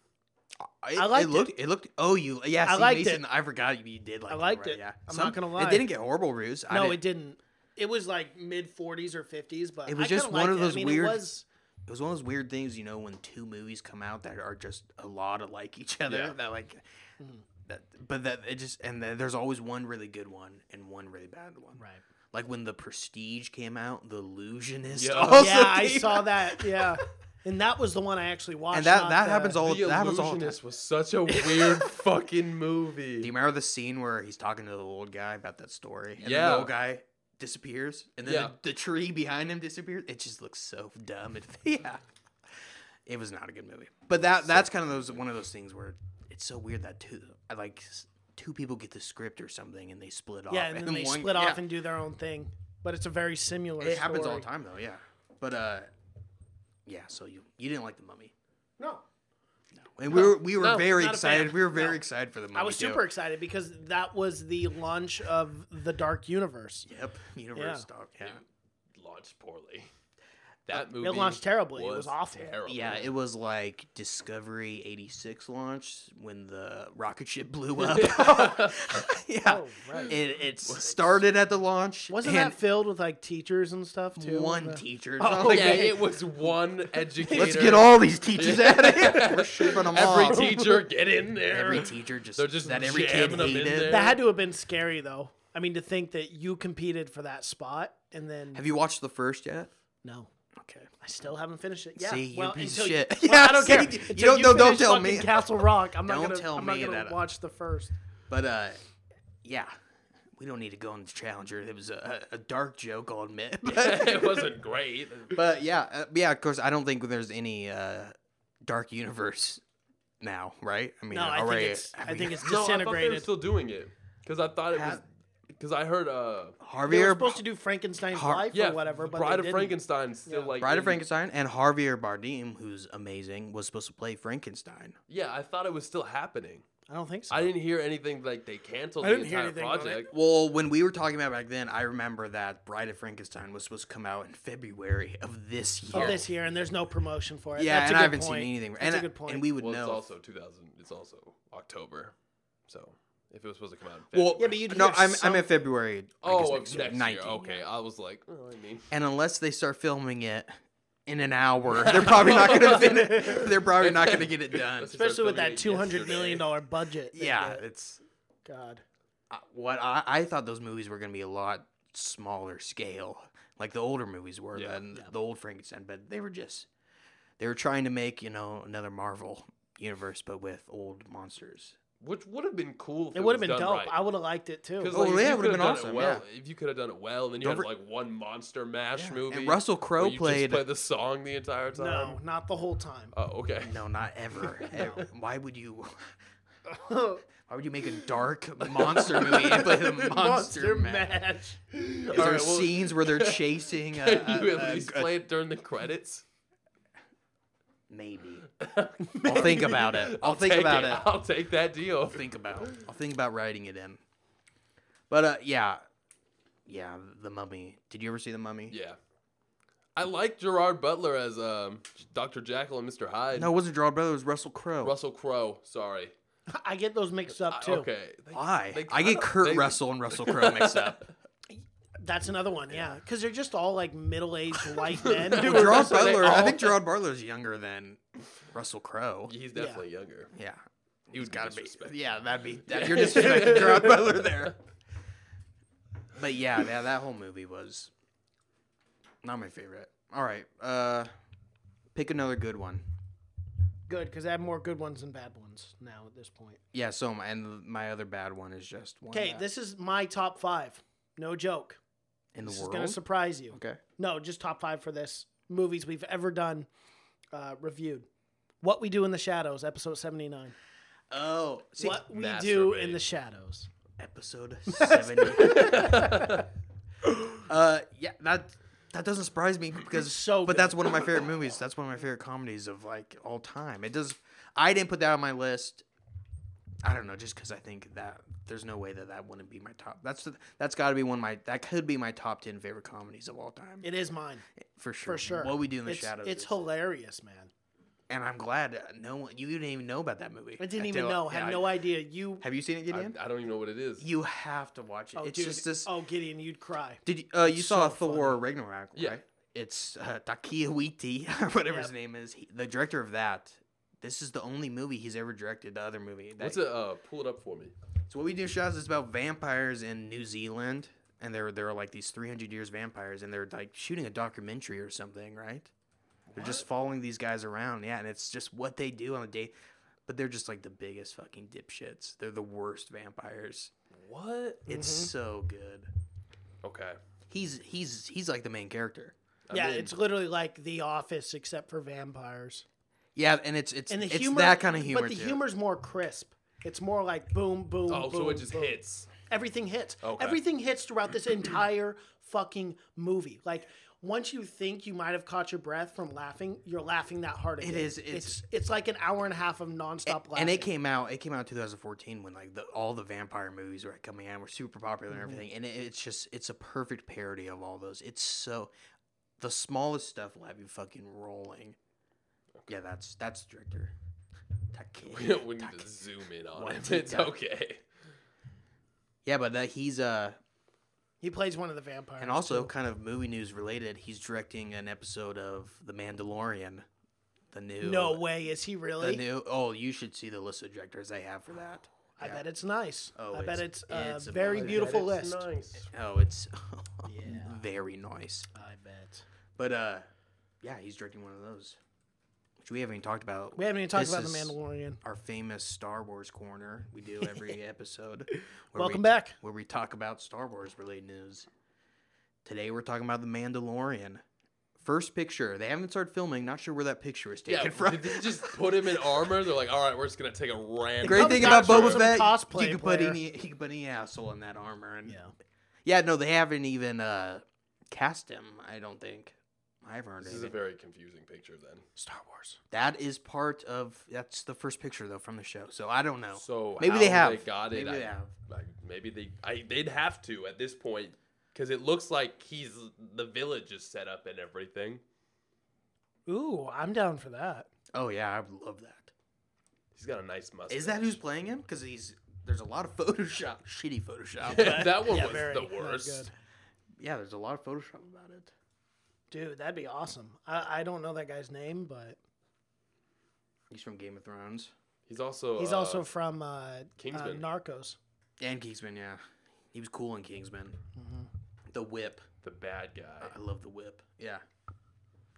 Speaker 3: It,
Speaker 2: I liked
Speaker 3: it looked, it. looked. Oh, you. Yeah,
Speaker 2: I
Speaker 3: see,
Speaker 2: liked
Speaker 3: Mason,
Speaker 2: it.
Speaker 3: I forgot you did like.
Speaker 2: I liked
Speaker 3: right,
Speaker 2: it.
Speaker 3: Yeah.
Speaker 2: I'm not gonna lie.
Speaker 3: It didn't get horrible reviews. I
Speaker 2: no,
Speaker 3: didn't-
Speaker 2: it didn't. It was like mid 40s or 50s, but
Speaker 3: It was
Speaker 2: I
Speaker 3: just
Speaker 2: kinda
Speaker 3: one
Speaker 2: liked
Speaker 3: of
Speaker 2: it. I
Speaker 3: those
Speaker 2: mean,
Speaker 3: weird-
Speaker 2: It was,
Speaker 3: It was one of those weird things, you know, when two movies come out that are just a lot of like each [laughs] other.
Speaker 1: Yeah.
Speaker 3: That like.
Speaker 2: Hmm.
Speaker 3: That, but that it just and then there's always one really good one and one really bad one.
Speaker 2: right.
Speaker 3: Like when the Prestige came out, the Illusionist.
Speaker 1: Yeah.
Speaker 3: [laughs] also
Speaker 2: Yeah, I
Speaker 3: came [laughs]
Speaker 2: saw
Speaker 3: out.
Speaker 2: that. Yeah, and that was the one I actually watched.
Speaker 3: And that
Speaker 2: not
Speaker 3: that
Speaker 2: the-
Speaker 3: happens all
Speaker 1: The
Speaker 3: Oh, that happens all. the time.
Speaker 1: Illusionist was such a weird fucking movie.
Speaker 3: Do you remember the scene where he's talking to the old guy about that story? And
Speaker 1: Yeah.
Speaker 3: The old guy disappears, and then
Speaker 1: Yeah.
Speaker 3: the, the tree behind him disappears. It just looks so [laughs] dumb. And, yeah. It was not a good movie. But that that's kind of those one of those things where it's so weird that two I like s- two people get the script or something and they split off.
Speaker 2: Yeah, and then they
Speaker 3: one-
Speaker 2: split
Speaker 3: yeah.
Speaker 2: off and do their own thing. But it's a very similar.
Speaker 3: it happens all
Speaker 2: story.
Speaker 3: the time though. Yeah, but uh, yeah. So you you didn't like the mummy,
Speaker 2: No,
Speaker 3: and we were we were
Speaker 1: No,
Speaker 3: very
Speaker 2: not a
Speaker 3: excited.
Speaker 2: fan.
Speaker 3: We were very
Speaker 2: No.
Speaker 3: excited for the mummy.
Speaker 2: I was
Speaker 3: too.
Speaker 2: super excited because that was the launch of the Dark Universe.
Speaker 3: Yep, universe
Speaker 2: Yeah.
Speaker 3: dog. Yeah.
Speaker 1: launched poorly. That movie
Speaker 2: It launched terribly. it was awful.
Speaker 1: terrible.
Speaker 3: Yeah, it was like Discovery 86 launch when the rocket ship
Speaker 1: [laughs]
Speaker 3: blew up. yeah.
Speaker 2: Oh, right.
Speaker 3: It, it started at the launch.
Speaker 2: Wasn't
Speaker 3: and
Speaker 2: that filled with like teachers and stuff too?
Speaker 3: one
Speaker 2: The-
Speaker 3: teacher?
Speaker 1: uh, [laughs] Oh,
Speaker 3: like,
Speaker 1: yeah,
Speaker 3: hey,
Speaker 1: it was one educator.
Speaker 3: Let's get all these teachers out
Speaker 1: [laughs]
Speaker 3: of here. We're shipping them all.
Speaker 1: every teacher get in there. [laughs]
Speaker 3: Every teacher just,
Speaker 1: They're just
Speaker 3: that every kid
Speaker 1: jamming 'em in
Speaker 3: hated.
Speaker 1: there.
Speaker 2: That had to have been scary though. I mean, to think that you competed for that spot and then
Speaker 3: Have you watched the first yet?
Speaker 2: no,
Speaker 3: Okay.
Speaker 2: I still haven't finished it. Yeah,
Speaker 3: See, you
Speaker 2: well,
Speaker 3: piece of
Speaker 2: until you-
Speaker 3: shit.
Speaker 2: [laughs] well,
Speaker 3: [laughs] Yeah,
Speaker 2: I don't
Speaker 3: see,
Speaker 2: care.
Speaker 3: you
Speaker 2: Until
Speaker 3: don't- no, don't
Speaker 2: finish
Speaker 3: tell
Speaker 2: fucking
Speaker 3: me.
Speaker 2: Castle Rock. I'm not
Speaker 3: Don't
Speaker 2: gonna.
Speaker 3: tell
Speaker 2: I'm not
Speaker 3: me
Speaker 2: gonna
Speaker 3: that I-
Speaker 2: watch the first.
Speaker 3: But uh, yeah, we don't need to go into Challenger. It was a, a dark joke, I'll admit.
Speaker 1: [laughs]
Speaker 3: But,
Speaker 1: it wasn't great.
Speaker 3: but yeah, uh, yeah. Of course, I don't think there's any uh, dark universe now, right? I mean,
Speaker 2: No, I think
Speaker 3: already-
Speaker 2: it's. I
Speaker 3: mean,
Speaker 2: think it's
Speaker 1: No, I thought they were
Speaker 2: disintegrated.
Speaker 1: still doing it because I thought it was
Speaker 3: Had-
Speaker 1: because I heard uh
Speaker 2: They were
Speaker 3: Javier
Speaker 2: supposed to do Frankenstein's
Speaker 3: Har-
Speaker 2: life
Speaker 1: yeah
Speaker 2: or whatever, but
Speaker 1: Bride
Speaker 2: they
Speaker 1: of
Speaker 2: didn't.
Speaker 1: Frankenstein's still like
Speaker 3: Bride of
Speaker 1: in-
Speaker 3: Frankenstein and Javier Bardem, who's amazing, was supposed to play Frankenstein.
Speaker 1: Yeah, I thought it was still happening.
Speaker 2: I don't think so.
Speaker 1: I didn't hear anything like they canceled
Speaker 2: I
Speaker 1: the
Speaker 2: didn't hear
Speaker 1: entire
Speaker 2: anything about it.
Speaker 1: project.
Speaker 3: Well, when we were talking about it back then, I remember that Bride of Frankenstein was supposed to come out in February of this year.
Speaker 2: Of this year, and there's no promotion for it.
Speaker 3: yeah,
Speaker 2: Oh, That's
Speaker 3: and
Speaker 2: a
Speaker 3: I
Speaker 2: good
Speaker 3: haven't
Speaker 2: point.
Speaker 3: seen anything.
Speaker 2: That's
Speaker 3: and,
Speaker 2: a good point.
Speaker 3: and we would
Speaker 1: Well, it's
Speaker 3: know.
Speaker 1: also 2000. It's also October, so if it was supposed to come out. In
Speaker 3: Well,
Speaker 1: February-
Speaker 2: Yeah, but you'd
Speaker 3: no,
Speaker 2: hear
Speaker 3: I'm
Speaker 2: some-
Speaker 3: I'm at February. I guess,
Speaker 1: oh,
Speaker 3: next
Speaker 1: next
Speaker 3: year,
Speaker 1: year.
Speaker 3: 19.
Speaker 1: Okay, I was like, oh, I mean,
Speaker 3: And unless they start filming it in an hour, they're probably not gonna finish.
Speaker 1: [laughs]
Speaker 3: They're probably not gonna get it done.
Speaker 1: Let's-
Speaker 2: especially with
Speaker 1: Started
Speaker 2: that two
Speaker 1: filming it
Speaker 2: hundred million dollar budget. they
Speaker 3: Yeah,
Speaker 2: did.
Speaker 3: it's
Speaker 2: God.
Speaker 3: uh, what I, I thought those movies were gonna be a lot smaller scale, like the older movies were
Speaker 1: Yeah.
Speaker 3: than the old Frankenstein, but they were just they were trying to make you know another Marvel universe, but with old monsters.
Speaker 1: which would have been cool. If
Speaker 2: It
Speaker 1: it
Speaker 2: would have
Speaker 1: was
Speaker 2: been
Speaker 1: done
Speaker 2: dope.
Speaker 1: right.
Speaker 2: I would have liked it too.
Speaker 1: Because
Speaker 3: Oh,
Speaker 1: like,
Speaker 3: yeah,
Speaker 1: yeah,
Speaker 3: it
Speaker 1: if you
Speaker 3: would've
Speaker 1: could have
Speaker 3: been
Speaker 1: done
Speaker 3: awesome,
Speaker 1: it well,
Speaker 3: yeah.
Speaker 1: if you could have done it well, and then you
Speaker 3: Don't
Speaker 1: had
Speaker 3: for-
Speaker 1: like one monster mash
Speaker 3: Yeah, and
Speaker 1: movie.
Speaker 3: Russell Crowe
Speaker 1: where you just
Speaker 3: played-
Speaker 1: play the song the entire time.
Speaker 2: no, not the
Speaker 1: [laughs]
Speaker 2: whole time.
Speaker 1: Oh, okay.
Speaker 3: No, not
Speaker 1: [laughs]
Speaker 3: ever. Eh, Why would you?
Speaker 2: Oh,
Speaker 3: Why would you make a dark monster movie and
Speaker 1: [laughs]
Speaker 3: play the monster, man?
Speaker 2: match.
Speaker 3: Is
Speaker 1: All
Speaker 3: there
Speaker 1: right, well-
Speaker 3: scenes
Speaker 1: [laughs]
Speaker 3: where they're chasing? A, a-
Speaker 1: you
Speaker 3: a-
Speaker 1: at least
Speaker 3: a-
Speaker 1: play it during the credits. [laughs]
Speaker 3: maybe. I'll think about it. I'll, think
Speaker 1: Take
Speaker 3: about it.
Speaker 1: I'll take that deal.
Speaker 3: I'll think about. I'll think about writing it in. But uh, yeah, yeah. The Mummy. Did you ever see the Mummy?
Speaker 1: Yeah, I like Gerard Butler as um, Dr. Jackal and Mr. Hyde.
Speaker 3: No, it wasn't Gerard Butler. It was Russell Crowe.
Speaker 1: Russell Crowe. Sorry.
Speaker 2: I get those mixed up too.
Speaker 1: Uh, Okay. They-
Speaker 3: Why?
Speaker 1: they
Speaker 3: I get
Speaker 1: kinda-
Speaker 3: Kurt
Speaker 1: they-
Speaker 3: Russell
Speaker 1: [laughs]
Speaker 3: and Russell Crowe mixed up.
Speaker 2: That's another one, yeah. Because they're just all
Speaker 1: [laughs]
Speaker 2: like middle-aged white men.
Speaker 1: Dude,
Speaker 2: with-
Speaker 3: Gerard
Speaker 1: Russell, they
Speaker 3: Butler. I
Speaker 1: all-
Speaker 3: think Gerard Butler's younger than Russell Crowe.
Speaker 1: He's definitely younger.
Speaker 3: Yeah.
Speaker 1: He was
Speaker 3: Gotta be. Yeah, that'd be. That,
Speaker 1: Yeah.
Speaker 3: you're disrespecting Gerard Butler there. But yeah, yeah, that whole movie was not my favorite. All right, uh, pick another good one.
Speaker 2: Good, because I have more good ones than bad ones now at this point.
Speaker 3: Yeah. So my, and my other bad one is just
Speaker 1: Oh,
Speaker 3: one.
Speaker 2: Okay,
Speaker 3: that-
Speaker 2: this is my top five. No joke.
Speaker 3: in the
Speaker 2: This is
Speaker 3: world.
Speaker 2: gonna surprise you.
Speaker 3: okay.
Speaker 2: No, just top five for this movies we've ever done uh, reviewed. What we do in the shadows, episode seventy-nine.
Speaker 3: Oh, see,
Speaker 2: what we do
Speaker 1: masturbate.
Speaker 2: in the shadows. [laughs]
Speaker 3: episode seventy. uh, yeah, that that doesn't surprise me because
Speaker 2: so
Speaker 3: But
Speaker 2: good.
Speaker 3: that's one of my favorite movies. That's one of my favorite comedies of like all time. It does. I didn't put that on my list. I don't know, just because I think that there's no way that that wouldn't be my top. That's the, that's got to be one of my that could be my top ten favorite comedies of all time
Speaker 2: It is mine
Speaker 3: for sure.
Speaker 2: for sure.
Speaker 3: What we do in the
Speaker 2: it's,
Speaker 3: shadows.
Speaker 2: It's
Speaker 3: is-
Speaker 2: hilarious, man.
Speaker 3: and I'm glad uh, no one you didn't even know about that movie.
Speaker 2: I didn't
Speaker 3: Until-
Speaker 2: even know.
Speaker 3: yeah,
Speaker 2: Had
Speaker 3: I-
Speaker 2: no idea. You.
Speaker 3: Have you seen it,
Speaker 1: I,
Speaker 3: Gideon?
Speaker 1: I don't even know what it is.
Speaker 3: you have to watch it.
Speaker 2: Oh,
Speaker 3: it's
Speaker 2: dude.
Speaker 3: just this.
Speaker 2: Oh, Gideon, you'd cry.
Speaker 3: Did you, uh, you saw
Speaker 2: so
Speaker 3: Thor Ragnarok?
Speaker 1: Yeah.
Speaker 3: Right? It's uh, Takia Waititi, or [laughs] whatever his
Speaker 2: Yep.
Speaker 3: name is. He, the director of that. This is the only movie he's ever directed. The other movie. That,
Speaker 1: What's it? Uh, pull it up for me.
Speaker 3: So what we do shows is about vampires in New Zealand, and there there are like these 300 years vampires, and they're like shooting a documentary or something, right? They're just following these guys around, yeah, and it's just what they do on a day. But they're just like the biggest fucking dipshits. They're the worst vampires.
Speaker 1: What?
Speaker 3: It's so good.
Speaker 1: Okay.
Speaker 3: He's he's he's like the main character.
Speaker 1: I
Speaker 2: yeah,
Speaker 1: mean-
Speaker 2: it's literally like The Office except for vampires.
Speaker 3: Yeah, and it's it's
Speaker 2: And the
Speaker 3: it's
Speaker 2: humor,
Speaker 3: that kind of humor.
Speaker 2: But the
Speaker 3: too.
Speaker 2: humor's more crisp. It's more like boom, boom,
Speaker 1: Oh,
Speaker 2: boom.
Speaker 1: so it just
Speaker 2: boom.
Speaker 1: hits. [laughs]
Speaker 2: Everything hits.
Speaker 1: Okay.
Speaker 2: Everything hits throughout this entire fucking movie. Like once you think you might have caught your breath from laughing, you're laughing that hard. Again.
Speaker 3: is- it's-
Speaker 2: It's, it's like an hour and a half of nonstop laughing.
Speaker 3: and it came out it came out in 2014 when like the, all the vampire movies were coming out were super popular
Speaker 2: Mm-hmm.
Speaker 3: and everything and it, it's just it's a perfect parody of all those it's so the smallest stuff will have you fucking rolling yeah that's that's the director
Speaker 1: [laughs] we
Speaker 3: Take-
Speaker 1: need
Speaker 3: take-
Speaker 1: to zoom in on
Speaker 3: One,
Speaker 1: it.
Speaker 3: two,
Speaker 1: It's
Speaker 3: duck.
Speaker 1: okay.
Speaker 3: yeah but that he's uh
Speaker 2: he plays one of the vampires.
Speaker 3: and also kind of movie news related he's directing an episode of the mandalorian the new
Speaker 2: no way is he
Speaker 3: the
Speaker 2: really?
Speaker 3: new oh you should see the list of directors they have for that
Speaker 2: I
Speaker 3: Yeah.
Speaker 2: bet it's nice.
Speaker 3: Oh,
Speaker 2: I bet it's,
Speaker 3: it's-
Speaker 2: a
Speaker 3: it's a- I
Speaker 2: very
Speaker 3: bet
Speaker 2: beautiful list.
Speaker 3: oh it's [laughs]
Speaker 2: Yeah.
Speaker 3: very nice
Speaker 2: I bet.
Speaker 3: But uh, yeah, he's directing one of those, which we haven't even talked about.
Speaker 2: We haven't even talked
Speaker 3: This
Speaker 2: about
Speaker 3: is
Speaker 2: the Mandalorian.
Speaker 3: Our famous Star Wars corner we do
Speaker 2: [laughs]
Speaker 3: every episode. where
Speaker 2: Welcome
Speaker 3: we-
Speaker 2: back.
Speaker 3: Where we talk about Star Wars related news. Today we're talking about the Mandalorian. First picture. They haven't started filming. Not sure where that picture is taken
Speaker 1: Yeah,
Speaker 2: [laughs]
Speaker 3: from.
Speaker 1: did they just put him in armor. They're like, all right, we're just gonna take a random.
Speaker 3: [laughs] Great
Speaker 2: comes
Speaker 3: thing
Speaker 2: out
Speaker 3: about
Speaker 2: from
Speaker 3: Boba
Speaker 2: some
Speaker 3: Fett,
Speaker 2: cosplay
Speaker 3: he could put
Speaker 2: player.
Speaker 3: any he could put any asshole in that armor. And
Speaker 2: Yeah.
Speaker 3: yeah, no, they haven't even uh, cast him. I don't think. I've heard
Speaker 1: This is a very confusing picture. Then,
Speaker 3: Star Wars. That is part of that's the first picture though from the show. So I don't know.
Speaker 1: so
Speaker 3: maybe
Speaker 1: how
Speaker 3: they have.
Speaker 1: got it.
Speaker 3: Maybe
Speaker 1: I-
Speaker 3: they have.
Speaker 1: I, maybe they. I, they'd have to at this point because it looks like he's the village is set up and everything.
Speaker 2: Ooh, I'm down for that.
Speaker 3: Oh yeah, I would love that.
Speaker 1: He's got a nice mustache.
Speaker 3: Is that
Speaker 1: [laughs]
Speaker 3: who's playing him? Because he's there's a lot of [laughs] Photoshop, shitty [laughs] Photoshop.
Speaker 1: that one
Speaker 2: Yeah,
Speaker 1: was
Speaker 2: very,
Speaker 1: the
Speaker 2: very
Speaker 1: worst.
Speaker 2: good.
Speaker 3: yeah, there's a lot of Photoshop about it.
Speaker 2: Dude, that'd be awesome. I, I don't know that guy's name, but
Speaker 3: He's from Game of Thrones
Speaker 1: He's also.
Speaker 2: he's
Speaker 1: uh,
Speaker 2: also from uh, uh,
Speaker 1: Kingsman.
Speaker 2: Narcos.
Speaker 3: and Kingsman. Yeah, he was cool in Kingsman. The whip.
Speaker 1: the bad guy.
Speaker 3: I love the whip. Yeah.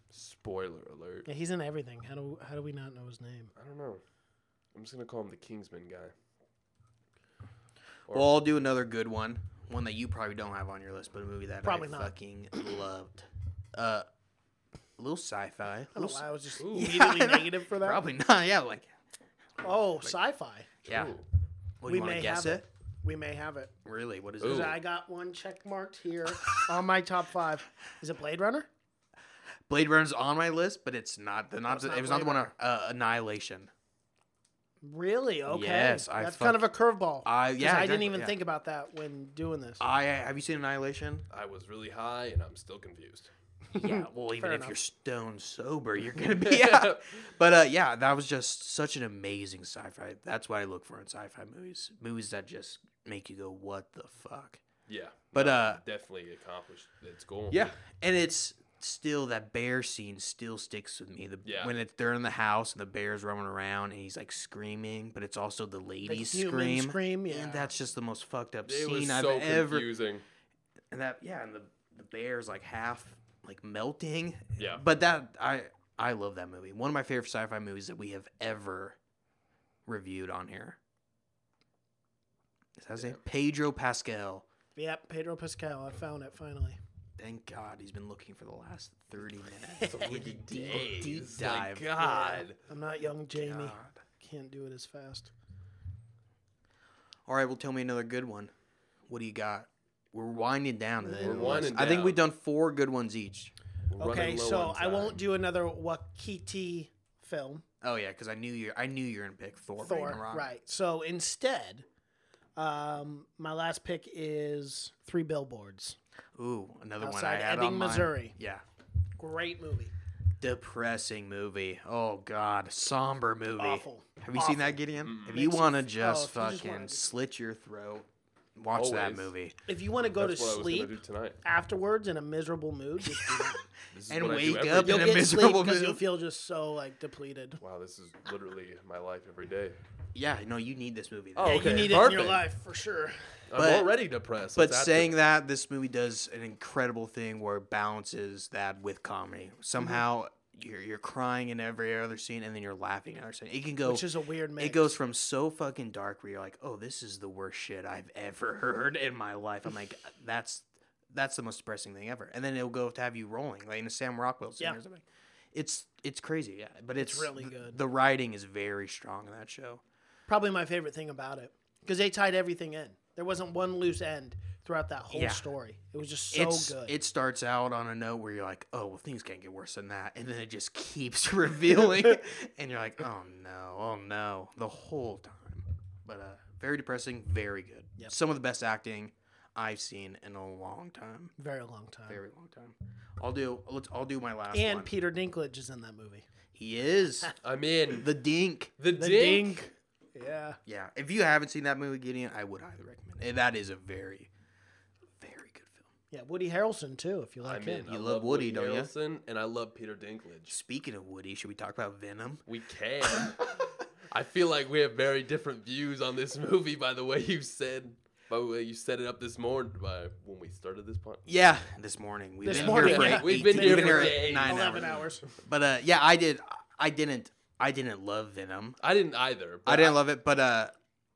Speaker 1: Spoiler alert.
Speaker 2: Yeah, he's in everything. How do how do we not know his name?
Speaker 1: I don't know. I'm just gonna call him the Kingsman guy.
Speaker 3: Well, I'll do another good one. One that you probably don't have on your list, but a movie that
Speaker 2: Probably
Speaker 3: I
Speaker 2: not.
Speaker 3: fucking loved. Uh, a little sci-fi.
Speaker 2: I don't know why I was just
Speaker 1: Ooh.
Speaker 2: immediately [laughs]
Speaker 3: Yeah, I know.
Speaker 2: negative for that.
Speaker 3: Probably not. Yeah, like
Speaker 2: Oh, sci-fi.
Speaker 3: yeah.
Speaker 1: Ooh.
Speaker 3: Well,
Speaker 2: We
Speaker 3: you want to
Speaker 2: may
Speaker 3: guess
Speaker 2: have
Speaker 3: it?
Speaker 2: We may have it.
Speaker 3: Really? What is
Speaker 1: Ooh.
Speaker 3: it?
Speaker 2: I got one check marked here [laughs] on my top five. Is it Blade Runner?
Speaker 3: Blade Runner's on my list, but it's not. The not,
Speaker 2: it's not
Speaker 3: it was not the
Speaker 2: Blade
Speaker 3: one. Uh, Annihilation.
Speaker 2: Really? Okay.
Speaker 3: Yes, I
Speaker 2: That's kind of
Speaker 3: fuck-
Speaker 2: a curveball.
Speaker 3: I-
Speaker 2: 'Cause
Speaker 3: yeah,
Speaker 2: I didn't
Speaker 3: exactly,
Speaker 2: even
Speaker 3: yeah.
Speaker 2: think about that when doing this.
Speaker 3: I have you
Speaker 2: [laughs]
Speaker 3: seen Annihilation?
Speaker 1: I was really high and I'm still confused.
Speaker 3: Yeah. [laughs] Well, even
Speaker 2: Fair
Speaker 3: if
Speaker 2: enough.
Speaker 3: you're stone sober,
Speaker 2: [laughs]
Speaker 3: you're gonna be out. But uh, yeah, that was just such an amazing sci-fi. That's what I look for in sci-fi movies. Movies that just make you go, "What the fuck."
Speaker 1: Yeah.
Speaker 3: But,
Speaker 1: no,
Speaker 3: uh,
Speaker 1: definitely accomplished its goal.
Speaker 3: Yeah, and it's still that bear scene still sticks with me. The
Speaker 1: Yeah.
Speaker 3: when it's they're in the house and the bear's running around and he's like screaming, but it's also the lady's
Speaker 2: human
Speaker 3: scream.
Speaker 2: scream, yeah.
Speaker 3: And that's just the most fucked up
Speaker 1: It was
Speaker 3: scene I've
Speaker 1: so
Speaker 3: ever.
Speaker 1: confusing.
Speaker 3: And that yeah, and the the bear's like half like melting.
Speaker 1: Yeah.
Speaker 3: But that I I love that movie. One of my favorite sci-fi movies that we have ever reviewed on here. Is that his name? Pedro Pascal.
Speaker 2: Yep, Pedro Pascal. I found it finally.
Speaker 3: Thank God he's been looking for the last thirty minutes.
Speaker 1: Three days.
Speaker 3: [laughs] deep
Speaker 1: My
Speaker 3: dive.
Speaker 1: God.
Speaker 2: I'm not young Jamie.
Speaker 3: God.
Speaker 2: Can't do it as fast.
Speaker 3: All right, well, tell me another good one. What do you got? We're winding down. To the end
Speaker 1: We're
Speaker 3: of the list.
Speaker 1: winding
Speaker 3: I think
Speaker 1: down.
Speaker 3: we've done four good ones each.
Speaker 1: We're
Speaker 2: Okay,
Speaker 1: running low
Speaker 2: so
Speaker 1: on
Speaker 2: I won't
Speaker 1: time.
Speaker 2: do another Wakiti film,
Speaker 3: Oh yeah, because I knew you. I knew you were gonna pick Thor.
Speaker 2: Thor.
Speaker 3: Ragnarok.
Speaker 2: Right. So instead, um, my last pick is Three Billboards.
Speaker 3: Ooh, another one I
Speaker 2: Outside
Speaker 3: had
Speaker 2: Ebbing,
Speaker 3: on mine.
Speaker 2: Missouri.
Speaker 3: Yeah.
Speaker 2: Great movie.
Speaker 3: Depressing movie. Oh God, somber movie.
Speaker 2: Awful.
Speaker 3: Have you seen that, Gideon? If you
Speaker 2: Makes you
Speaker 3: want to
Speaker 2: f-
Speaker 3: just
Speaker 2: oh, if you just
Speaker 3: fucking
Speaker 2: wanna just-
Speaker 3: slit your throat, watch that
Speaker 1: Always.
Speaker 3: movie
Speaker 2: If you want to go
Speaker 1: That's
Speaker 2: to
Speaker 1: what I was
Speaker 2: sleep
Speaker 1: gonna do tonight.
Speaker 2: afterwards in a miserable mood,
Speaker 1: [laughs]
Speaker 2: just do that.
Speaker 1: This is
Speaker 3: and
Speaker 1: what I do
Speaker 3: wake
Speaker 1: every
Speaker 3: up
Speaker 1: day.
Speaker 2: you'll
Speaker 3: in a
Speaker 2: get sleep
Speaker 3: miserable
Speaker 2: because you'll
Speaker 3: mood.
Speaker 2: feel just so like depleted.
Speaker 1: Wow, this is literally my life every day.
Speaker 3: yeah, no, you need this movie.
Speaker 1: Oh,
Speaker 2: Yeah,
Speaker 1: okay,
Speaker 2: you need it in
Speaker 1: perfect.
Speaker 2: your life for sure.
Speaker 3: But-
Speaker 1: I'm already depressed.
Speaker 3: But
Speaker 1: It's at
Speaker 3: saying that, this movie does an incredible thing where it balances that with comedy.
Speaker 2: Mm-hmm.
Speaker 3: Somehow you're you're crying in every other scene, and then you're laughing in other scene. It can go.
Speaker 2: Which is a weird mix.
Speaker 3: it goes from so fucking dark where you're like, "Oh, this is the worst shit I've ever [laughs] heard in my life."
Speaker 2: [laughs]
Speaker 3: I'm like, "That's that's the most depressing thing ever." And then it'll go to have you rolling, like in a Sam Rockwell scene
Speaker 2: Yeah.
Speaker 3: or something. It's it's crazy, yeah. But it's,
Speaker 2: really
Speaker 3: th-
Speaker 2: good.
Speaker 3: The writing is very strong in that show.
Speaker 2: Probably my favorite thing about it because they tied everything in. There wasn't one loose end throughout that whole
Speaker 3: Yeah.
Speaker 2: story. It was just so
Speaker 3: it's,
Speaker 2: good.
Speaker 3: It starts out on a note where you're like, oh, well, things can't get worse than that. And then it just [laughs]
Speaker 2: [laughs]
Speaker 3: keeps revealing. and you're like, oh, no, oh, no, the whole time. But uh, very depressing, very good.
Speaker 2: Yep.
Speaker 3: Some of the best acting I've seen in a long time.
Speaker 2: Very long time.
Speaker 3: Very long time. I'll do. Let's. I'll do my last
Speaker 2: and
Speaker 3: one.
Speaker 2: Peter Dinklage is in that movie.
Speaker 3: he
Speaker 2: [laughs]
Speaker 3: is
Speaker 1: I'm in.
Speaker 3: the Dink.
Speaker 1: The,
Speaker 2: The
Speaker 1: dink.
Speaker 2: Dink. Yeah.
Speaker 3: Yeah. If you haven't seen that movie, Gideon, I would highly recommend it. That is a very, very good film.
Speaker 2: Yeah. Woody Harrelson, too, if you like
Speaker 1: I'm
Speaker 2: him.
Speaker 1: in.
Speaker 3: You love Woody, don't ya?
Speaker 1: Harrelson, and I love Peter Dinklage.
Speaker 3: Speaking of Woody, should we talk about Venom?
Speaker 1: We can. I feel like we have very different views on this [laughs] movie by the way you said by the way you set it up this morning by when we started this point.
Speaker 3: Yeah, this morning. We've
Speaker 2: This
Speaker 3: been
Speaker 2: morning,
Speaker 3: here for
Speaker 2: yeah.
Speaker 1: [laughs]
Speaker 3: eight,
Speaker 1: We've been
Speaker 3: eight-
Speaker 1: here
Speaker 3: we've
Speaker 1: for
Speaker 3: at
Speaker 1: days.
Speaker 3: nine
Speaker 2: 11
Speaker 3: hours.
Speaker 2: hours.
Speaker 3: But uh, yeah, I did. I didn't. I didn't love Venom.
Speaker 1: I didn't either. But
Speaker 3: I didn't love it, but uh,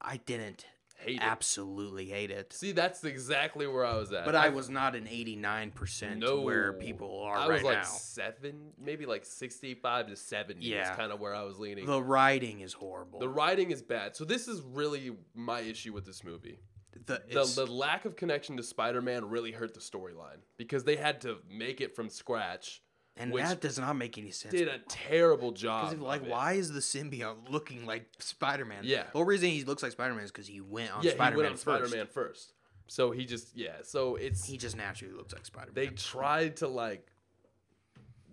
Speaker 3: I didn't
Speaker 1: hate it.
Speaker 3: absolutely hate it.
Speaker 1: See, that's exactly where I was at.
Speaker 3: But I was not an eighty-nine percent
Speaker 1: No.
Speaker 3: where people are
Speaker 1: I was
Speaker 3: right
Speaker 1: like
Speaker 3: now.
Speaker 1: seven, maybe like sixty-five to seventy. Yeah,
Speaker 3: Yeah.
Speaker 1: is kind of where I was leaning.
Speaker 3: The writing is horrible.
Speaker 1: the writing is bad, so this is really my issue with this movie.
Speaker 3: the,
Speaker 1: the,
Speaker 3: it's,
Speaker 1: the lack of connection to Spider-Man really hurt the storyline because they had to make it from scratch.
Speaker 3: and
Speaker 1: which
Speaker 3: that does not make any sense.
Speaker 1: Did a terrible job.
Speaker 3: Because like,
Speaker 1: of it.
Speaker 3: why is the symbiote looking like Spider-Man?
Speaker 1: Yeah.
Speaker 3: The whole reason he looks like Spider-Man is because he went on
Speaker 1: Yeah,
Speaker 3: Spider-Man
Speaker 1: he went on
Speaker 3: first.
Speaker 1: Spider-Man first. So he just yeah. So it's
Speaker 3: He just naturally looks like Spider-Man.
Speaker 1: they tried to like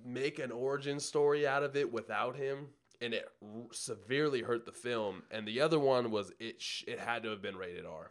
Speaker 1: make an origin story out of it without him, and it r- severely hurt the film. And the other one was it. Sh- it had to have been rated R.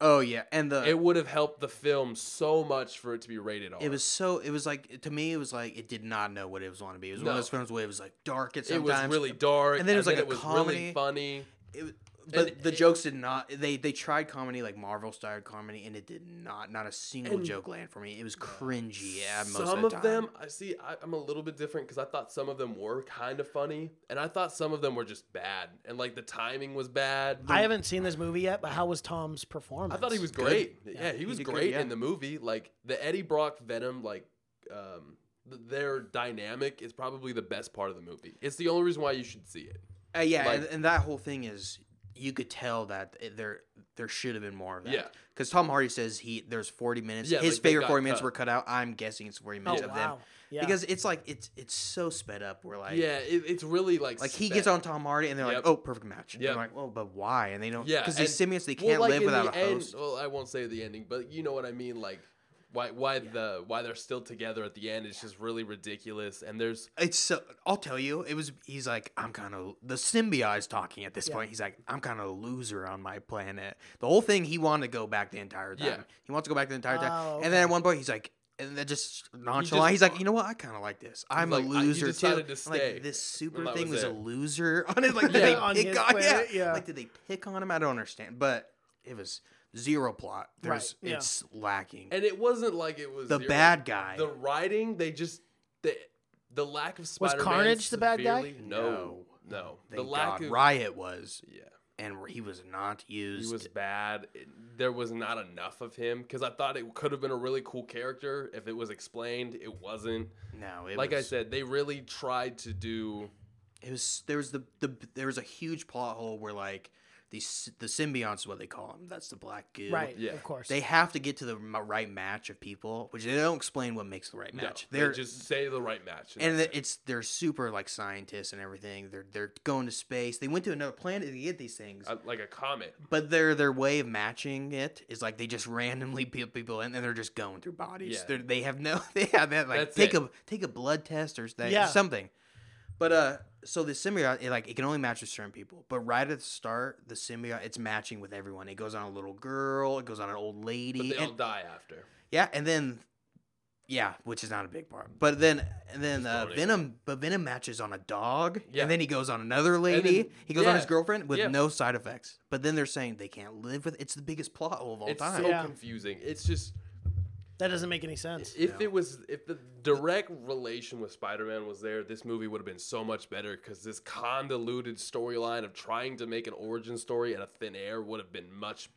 Speaker 3: oh yeah, and the
Speaker 1: It would have helped the film so much for it to be rated R.
Speaker 3: It was so. It was like to me, it was like it did not know what it was going to be. It was one
Speaker 1: No.
Speaker 3: of those films where it was like dark at
Speaker 1: It was
Speaker 3: sometimes.
Speaker 1: really dark,
Speaker 3: and then it was like a
Speaker 1: really
Speaker 3: comedy.
Speaker 1: funny.
Speaker 3: It was- but
Speaker 1: and
Speaker 3: the
Speaker 1: it-
Speaker 3: jokes did not. They they tried comedy like Marvel started comedy, and it did not. Not a single
Speaker 1: And-
Speaker 3: joke land for me. It was cringy at most
Speaker 1: some
Speaker 3: of, the
Speaker 1: of,
Speaker 3: time.
Speaker 1: them i see I, i'm a little bit different because i thought some of them were kind of funny and i thought some of them were just bad and like the timing was bad
Speaker 3: uh,
Speaker 2: I haven't seen this movie yet, but how was Tom's performance?
Speaker 1: i thought he was great yeah, he was
Speaker 3: did good,
Speaker 1: great
Speaker 3: yeah.
Speaker 1: in the movie like the eddie brock venom like um th- their dynamic is probably the best part of the movie it's the only reason why you should see it
Speaker 3: Uh, yeah,
Speaker 1: like-
Speaker 3: and, and that whole thing is you could tell that it- there there should have been more of that.
Speaker 1: Yeah.
Speaker 3: because Tom Hardy says he there's 40 minutes.
Speaker 1: Yeah,
Speaker 3: his
Speaker 1: like, they
Speaker 3: favorite
Speaker 1: got
Speaker 3: 40 minutes
Speaker 1: cut.
Speaker 3: were cut out. I'm guessing it's 40
Speaker 2: Oh,
Speaker 3: minutes of
Speaker 2: wow.
Speaker 3: them
Speaker 2: Yeah.
Speaker 3: because it's like it's it's so sped up. We're like
Speaker 1: yeah it, it's really like
Speaker 3: Like he
Speaker 1: spec-
Speaker 3: gets on Tom Hardy, and they're
Speaker 1: Yep.
Speaker 3: like, "Oh, perfect match." And
Speaker 1: Yep.
Speaker 3: I'm like, "Well, but why?" And they don't.
Speaker 1: yeah
Speaker 3: because these
Speaker 1: and-
Speaker 3: symbiotes they
Speaker 1: well,
Speaker 3: can't
Speaker 1: like,
Speaker 3: live
Speaker 1: in the
Speaker 3: without a
Speaker 1: end-
Speaker 3: host.
Speaker 1: well i won't say the ending but you know what i mean like why, why the why they're still together at the end is just really ridiculous and there's
Speaker 3: It's so. I'll tell you, it was. He's like, "I'm kind of the symbiote is talking at this point." He's like, "I'm kind of a loser on my planet." The whole thing he wanted to go back the entire time.
Speaker 1: Yeah.
Speaker 3: He wants to go back the entire time,
Speaker 2: Oh,
Speaker 3: and then at one point he's like. And then just nonchalant,
Speaker 1: just-
Speaker 3: he's like, you know what? I kind of like this. I'm a
Speaker 1: like, I- you
Speaker 3: loser too.
Speaker 1: decided to
Speaker 3: I'm
Speaker 1: stay.
Speaker 3: Like this super
Speaker 1: And that
Speaker 3: thing
Speaker 1: was
Speaker 3: was, a
Speaker 1: it.
Speaker 3: loser [laughs] on it. Like, did
Speaker 1: Yeah.
Speaker 3: they
Speaker 2: On
Speaker 3: pick
Speaker 2: his
Speaker 3: on?
Speaker 2: planet,
Speaker 3: yeah.
Speaker 2: yeah.
Speaker 3: Like, did they pick on him? I don't understand. But it was zero plot. There's
Speaker 2: yeah.
Speaker 3: it's lacking.
Speaker 1: And it wasn't like it was
Speaker 3: the
Speaker 1: zero-
Speaker 3: bad guy.
Speaker 1: The writing, they just the the lack of Spider-Man.
Speaker 2: Carnage the bad guy?
Speaker 1: severely- No, no. the
Speaker 3: Thank
Speaker 1: lack
Speaker 3: God.
Speaker 1: of
Speaker 3: Riot was,
Speaker 1: yeah,
Speaker 3: and he was not
Speaker 1: he
Speaker 3: used.
Speaker 1: was bad. It- there was not enough of him because I thought it could have been a really cool character if it was explained. It wasn't.
Speaker 3: no, it
Speaker 1: like I
Speaker 3: was,
Speaker 1: said, they really tried to do.
Speaker 3: it was there was the, the there was a huge plot hole where like the s- the symbionts is what they call them. That's the black goo.
Speaker 2: Right.
Speaker 1: Yeah.
Speaker 2: Of course.
Speaker 3: They have to get to the m- right match of people, which they don't explain what makes the right
Speaker 1: No,
Speaker 3: match.
Speaker 1: they
Speaker 3: they're
Speaker 1: just say the right match,
Speaker 3: and
Speaker 1: that's
Speaker 3: it- it's they're super like scientists and everything. They're they're going to space. They went to another planet to get these things.
Speaker 1: it. Uh, like a comet.
Speaker 3: But their their way of matching it is like they just randomly put people in and they're just going through bodies.
Speaker 1: Yeah.
Speaker 3: They're, they have no [laughs] they have that like
Speaker 1: That's
Speaker 3: take
Speaker 1: it.
Speaker 3: a take a blood test or thing,
Speaker 2: Yeah.
Speaker 3: something. But uh so the symbiote it, like it can only match with certain people. But right at the start, the symbiote it's matching with everyone. It goes on a little girl, it goes on an old
Speaker 1: But
Speaker 3: lady.
Speaker 1: they all
Speaker 3: and-
Speaker 1: die after.
Speaker 3: yeah, and then yeah, which is not a big part. But then and then
Speaker 1: Just
Speaker 3: uh,
Speaker 1: throwing it.
Speaker 3: Venom but Venom matches on a dog.
Speaker 1: Yeah.
Speaker 3: And then he goes on another lady. he goes on
Speaker 1: yeah,
Speaker 3: his girlfriend with
Speaker 1: yeah.
Speaker 3: no side effects. But then they're saying they can't live with it's the biggest plot hole of all
Speaker 1: It's
Speaker 3: time.
Speaker 1: so
Speaker 2: Yeah.
Speaker 1: confusing. It's just
Speaker 2: that doesn't make any sense.
Speaker 1: If it was, if the direct relation with Spider-Man was there, this movie would have been so much better because this convoluted storyline of trying to make an origin story out of thin air would have been much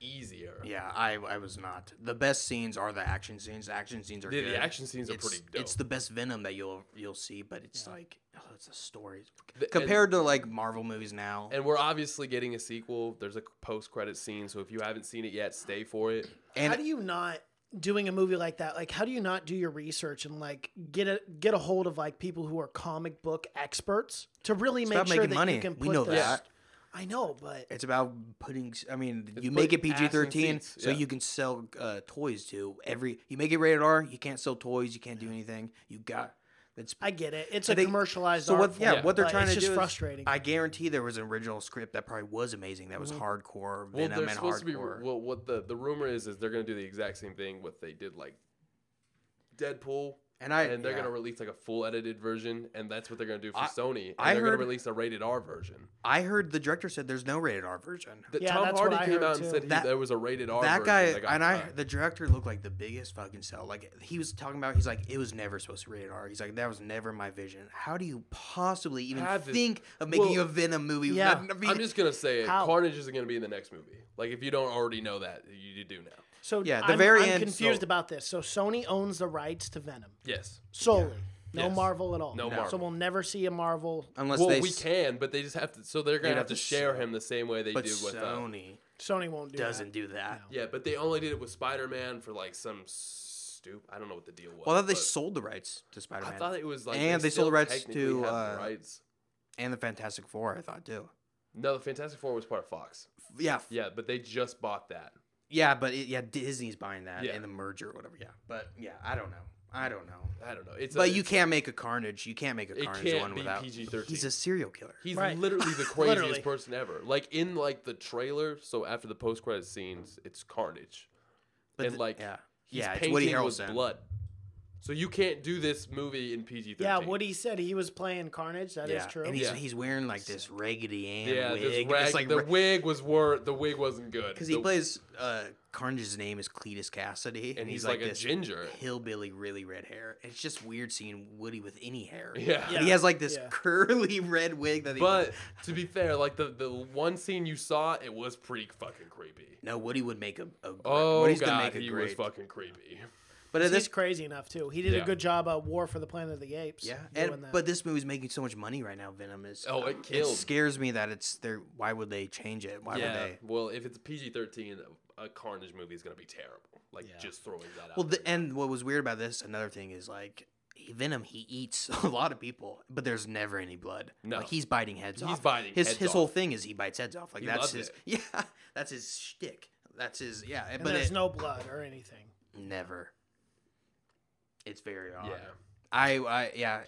Speaker 1: easier.
Speaker 3: Yeah, I, I was not. The best scenes are the action scenes. The action scenes are
Speaker 1: The,
Speaker 3: good.
Speaker 1: the action scenes are
Speaker 3: it's,
Speaker 1: pretty dope.
Speaker 3: It's the best Venom that you'll you'll see, but it's like oh, it's a story
Speaker 1: The- and-
Speaker 3: compared to like Marvel movies now.
Speaker 1: and we're obviously getting a sequel. There's a post credit scene, so if you haven't seen it yet, stay for it.
Speaker 3: And-
Speaker 2: how do you not doing a movie like that? Like, how do you not do your research and like get a get a hold of like people who are comic book experts to really
Speaker 3: It's
Speaker 2: make
Speaker 3: about
Speaker 2: sure
Speaker 3: making
Speaker 2: that
Speaker 3: money.
Speaker 2: you can
Speaker 3: We
Speaker 2: put
Speaker 3: know
Speaker 2: this-
Speaker 3: that.
Speaker 2: I know, but
Speaker 3: It's about putting. s- I mean,
Speaker 1: put
Speaker 3: you make it
Speaker 1: ass in
Speaker 3: PG thirteen,
Speaker 1: seats,
Speaker 3: so
Speaker 1: yeah.
Speaker 3: you can sell uh, toys to every. You make it rated R, you can't sell toys, you can't do anything. You got that's.
Speaker 2: I get it. It's
Speaker 3: I
Speaker 2: a
Speaker 3: think-
Speaker 2: commercialized.
Speaker 3: So what?
Speaker 2: art
Speaker 3: Yeah,
Speaker 2: form,
Speaker 3: what they're
Speaker 2: but
Speaker 3: trying
Speaker 2: it's
Speaker 3: to
Speaker 2: just
Speaker 3: do is-
Speaker 2: frustrating. Mm-hmm.
Speaker 3: I guarantee there was an original script that probably was amazing. That was hardcore
Speaker 1: Well,
Speaker 3: Venom
Speaker 1: they're
Speaker 3: and
Speaker 1: supposed to be.
Speaker 3: hardcore.
Speaker 1: Well, what the the rumor is is they're gonna do the exact same thing what they did like Deadpool,
Speaker 3: and I
Speaker 1: and they're
Speaker 3: yeah.
Speaker 1: gonna release like a full edited version, and that's what they're gonna do for
Speaker 3: I-
Speaker 1: Sony. And
Speaker 3: I
Speaker 1: they're
Speaker 3: heard-
Speaker 1: gonna release a rated R version.
Speaker 3: I heard the director said there's no rated R version.
Speaker 1: That
Speaker 2: Yeah,
Speaker 1: Tom
Speaker 2: that's what
Speaker 1: Hardy
Speaker 2: I
Speaker 1: came
Speaker 2: heard,
Speaker 1: out
Speaker 2: too.
Speaker 1: and said he,
Speaker 3: That-
Speaker 1: there was a rated R
Speaker 3: that
Speaker 1: version
Speaker 3: guy
Speaker 1: got
Speaker 3: and I, [laughs]
Speaker 1: cut.
Speaker 3: the director looked like the biggest fucking sell. Like he was talking about, he's like, it was never supposed to be rated R. He's like, that was never my vision. How do you possibly even
Speaker 1: Have it.
Speaker 3: think of making
Speaker 1: Well,
Speaker 3: a Venom movie? with
Speaker 2: yeah.
Speaker 3: nothing to be-
Speaker 1: I'm just gonna say it.
Speaker 2: How?
Speaker 1: Carnage isn't gonna be in the next movie. Like if you don't already know that, you, you do now.
Speaker 2: so
Speaker 3: yeah, the
Speaker 2: I'm,
Speaker 3: very
Speaker 2: I'm
Speaker 3: end-
Speaker 2: confused
Speaker 3: so-
Speaker 2: about this. So Sony owns the rights to Venom
Speaker 1: Yes.
Speaker 2: solely. No
Speaker 1: Yes.
Speaker 2: Marvel at all.
Speaker 1: No
Speaker 2: So
Speaker 1: Marvel.
Speaker 2: we'll never see a Marvel.
Speaker 3: unless
Speaker 1: well,
Speaker 3: they.
Speaker 1: we
Speaker 3: s-
Speaker 1: can, but they just have to. So they're gonna
Speaker 3: They'd
Speaker 1: have,
Speaker 3: have
Speaker 1: to
Speaker 3: to
Speaker 1: share
Speaker 3: sell.
Speaker 1: him the same way they
Speaker 3: But
Speaker 1: do with. Uh,
Speaker 3: Sony
Speaker 2: Sony won't do
Speaker 3: doesn't
Speaker 2: that.
Speaker 3: do that.
Speaker 1: yeah, but they only did it with Spider-Man for like some stupid. I don't know what the deal was.
Speaker 3: Well, I thought they
Speaker 1: but
Speaker 3: sold the rights to Spider-Man
Speaker 1: I thought it was like,
Speaker 3: And they sold
Speaker 1: still
Speaker 3: the rights
Speaker 1: technically
Speaker 3: to,
Speaker 1: have the
Speaker 3: uh,
Speaker 1: rights.
Speaker 3: and the Fantastic Four. I thought too.
Speaker 1: No, the Fantastic Four was part of Fox.
Speaker 3: F- Yeah, f-
Speaker 1: Yeah, but they just bought that.
Speaker 3: yeah, but it, yeah, Disney's buying that
Speaker 1: Yeah.
Speaker 3: and the merger or whatever. Yeah, but yeah, I don't know. I don't know.
Speaker 1: I don't know. It's a,
Speaker 3: but you can't make a Carnage. You can't make a
Speaker 1: It
Speaker 3: Carnage
Speaker 1: can't
Speaker 3: one
Speaker 1: be
Speaker 3: without.
Speaker 1: PG-13.
Speaker 3: He's a serial killer.
Speaker 1: He's
Speaker 2: Right.
Speaker 1: literally
Speaker 2: [laughs]
Speaker 1: the craziest
Speaker 2: Literally.
Speaker 1: person ever. Like in like the trailer, so after the post credit scenes, it's Carnage.
Speaker 3: But
Speaker 1: and
Speaker 3: the-
Speaker 1: like
Speaker 3: yeah,
Speaker 1: he's
Speaker 3: yeah, it's
Speaker 1: painting
Speaker 3: Woody
Speaker 1: with
Speaker 3: Harrelson.
Speaker 1: blood. So you can't do this movie in PG thirteen.
Speaker 2: Yeah, Woody said he was playing Carnage. That is
Speaker 3: yeah,
Speaker 2: true.
Speaker 3: and he's
Speaker 1: Yeah.
Speaker 3: he's wearing like this raggedy Ann
Speaker 1: Yeah,
Speaker 3: wig. [laughs]
Speaker 1: this
Speaker 3: It's
Speaker 1: rag,
Speaker 3: like
Speaker 1: the wig was wor- the wig wasn't good
Speaker 3: because he
Speaker 1: The-
Speaker 3: plays uh, Carnage's name is Cletus Cassidy,
Speaker 1: and he's, like, a
Speaker 3: this
Speaker 1: ginger.
Speaker 3: hillbilly, really red hair. It's just weird seeing Woody with any hair.
Speaker 1: [laughs] Yeah.
Speaker 3: But he has like this
Speaker 2: Yeah.
Speaker 3: curly [laughs] red wig that he.
Speaker 1: But to be fair, like the the one scene you saw, it was pretty fucking creepy.
Speaker 3: no, Woody would make a. a gr-
Speaker 1: Oh
Speaker 3: Woody's gonna
Speaker 1: god,
Speaker 3: make a
Speaker 1: he was
Speaker 3: great.
Speaker 1: fucking creepy.
Speaker 3: but at
Speaker 2: He's
Speaker 3: this,
Speaker 2: crazy enough too. He did
Speaker 1: Yeah.
Speaker 2: a good job at War for the Planet of the Apes.
Speaker 3: yeah,
Speaker 2: doing
Speaker 3: and
Speaker 2: that.
Speaker 3: but this movie's making so much money right now. Venom is.
Speaker 1: Oh, it killed.
Speaker 3: scares me that it's there. Why would they change it? Why would
Speaker 1: yeah.
Speaker 3: they?
Speaker 1: Well, if it's PG thirteen, a Carnage movie is gonna be terrible. Like just throwing that out.
Speaker 3: Well,
Speaker 1: there.
Speaker 3: the, and what was weird about this, another thing is like he- Venom, he eats [laughs] a lot of people, but there's never any blood.
Speaker 1: No.
Speaker 3: like, he's biting heads
Speaker 1: He's
Speaker 3: off.
Speaker 1: biting
Speaker 3: his
Speaker 1: heads
Speaker 3: his whole
Speaker 1: off.
Speaker 3: thing is he bites heads off. Like
Speaker 1: He
Speaker 3: that's
Speaker 1: loves
Speaker 3: his
Speaker 1: it.
Speaker 3: [laughs] yeah, that's his shtick. That's his yeah.
Speaker 2: And
Speaker 3: but
Speaker 2: there's
Speaker 3: it,
Speaker 2: no blood or anything.
Speaker 3: never. It's very odd.
Speaker 1: yeah.
Speaker 3: I I yeah.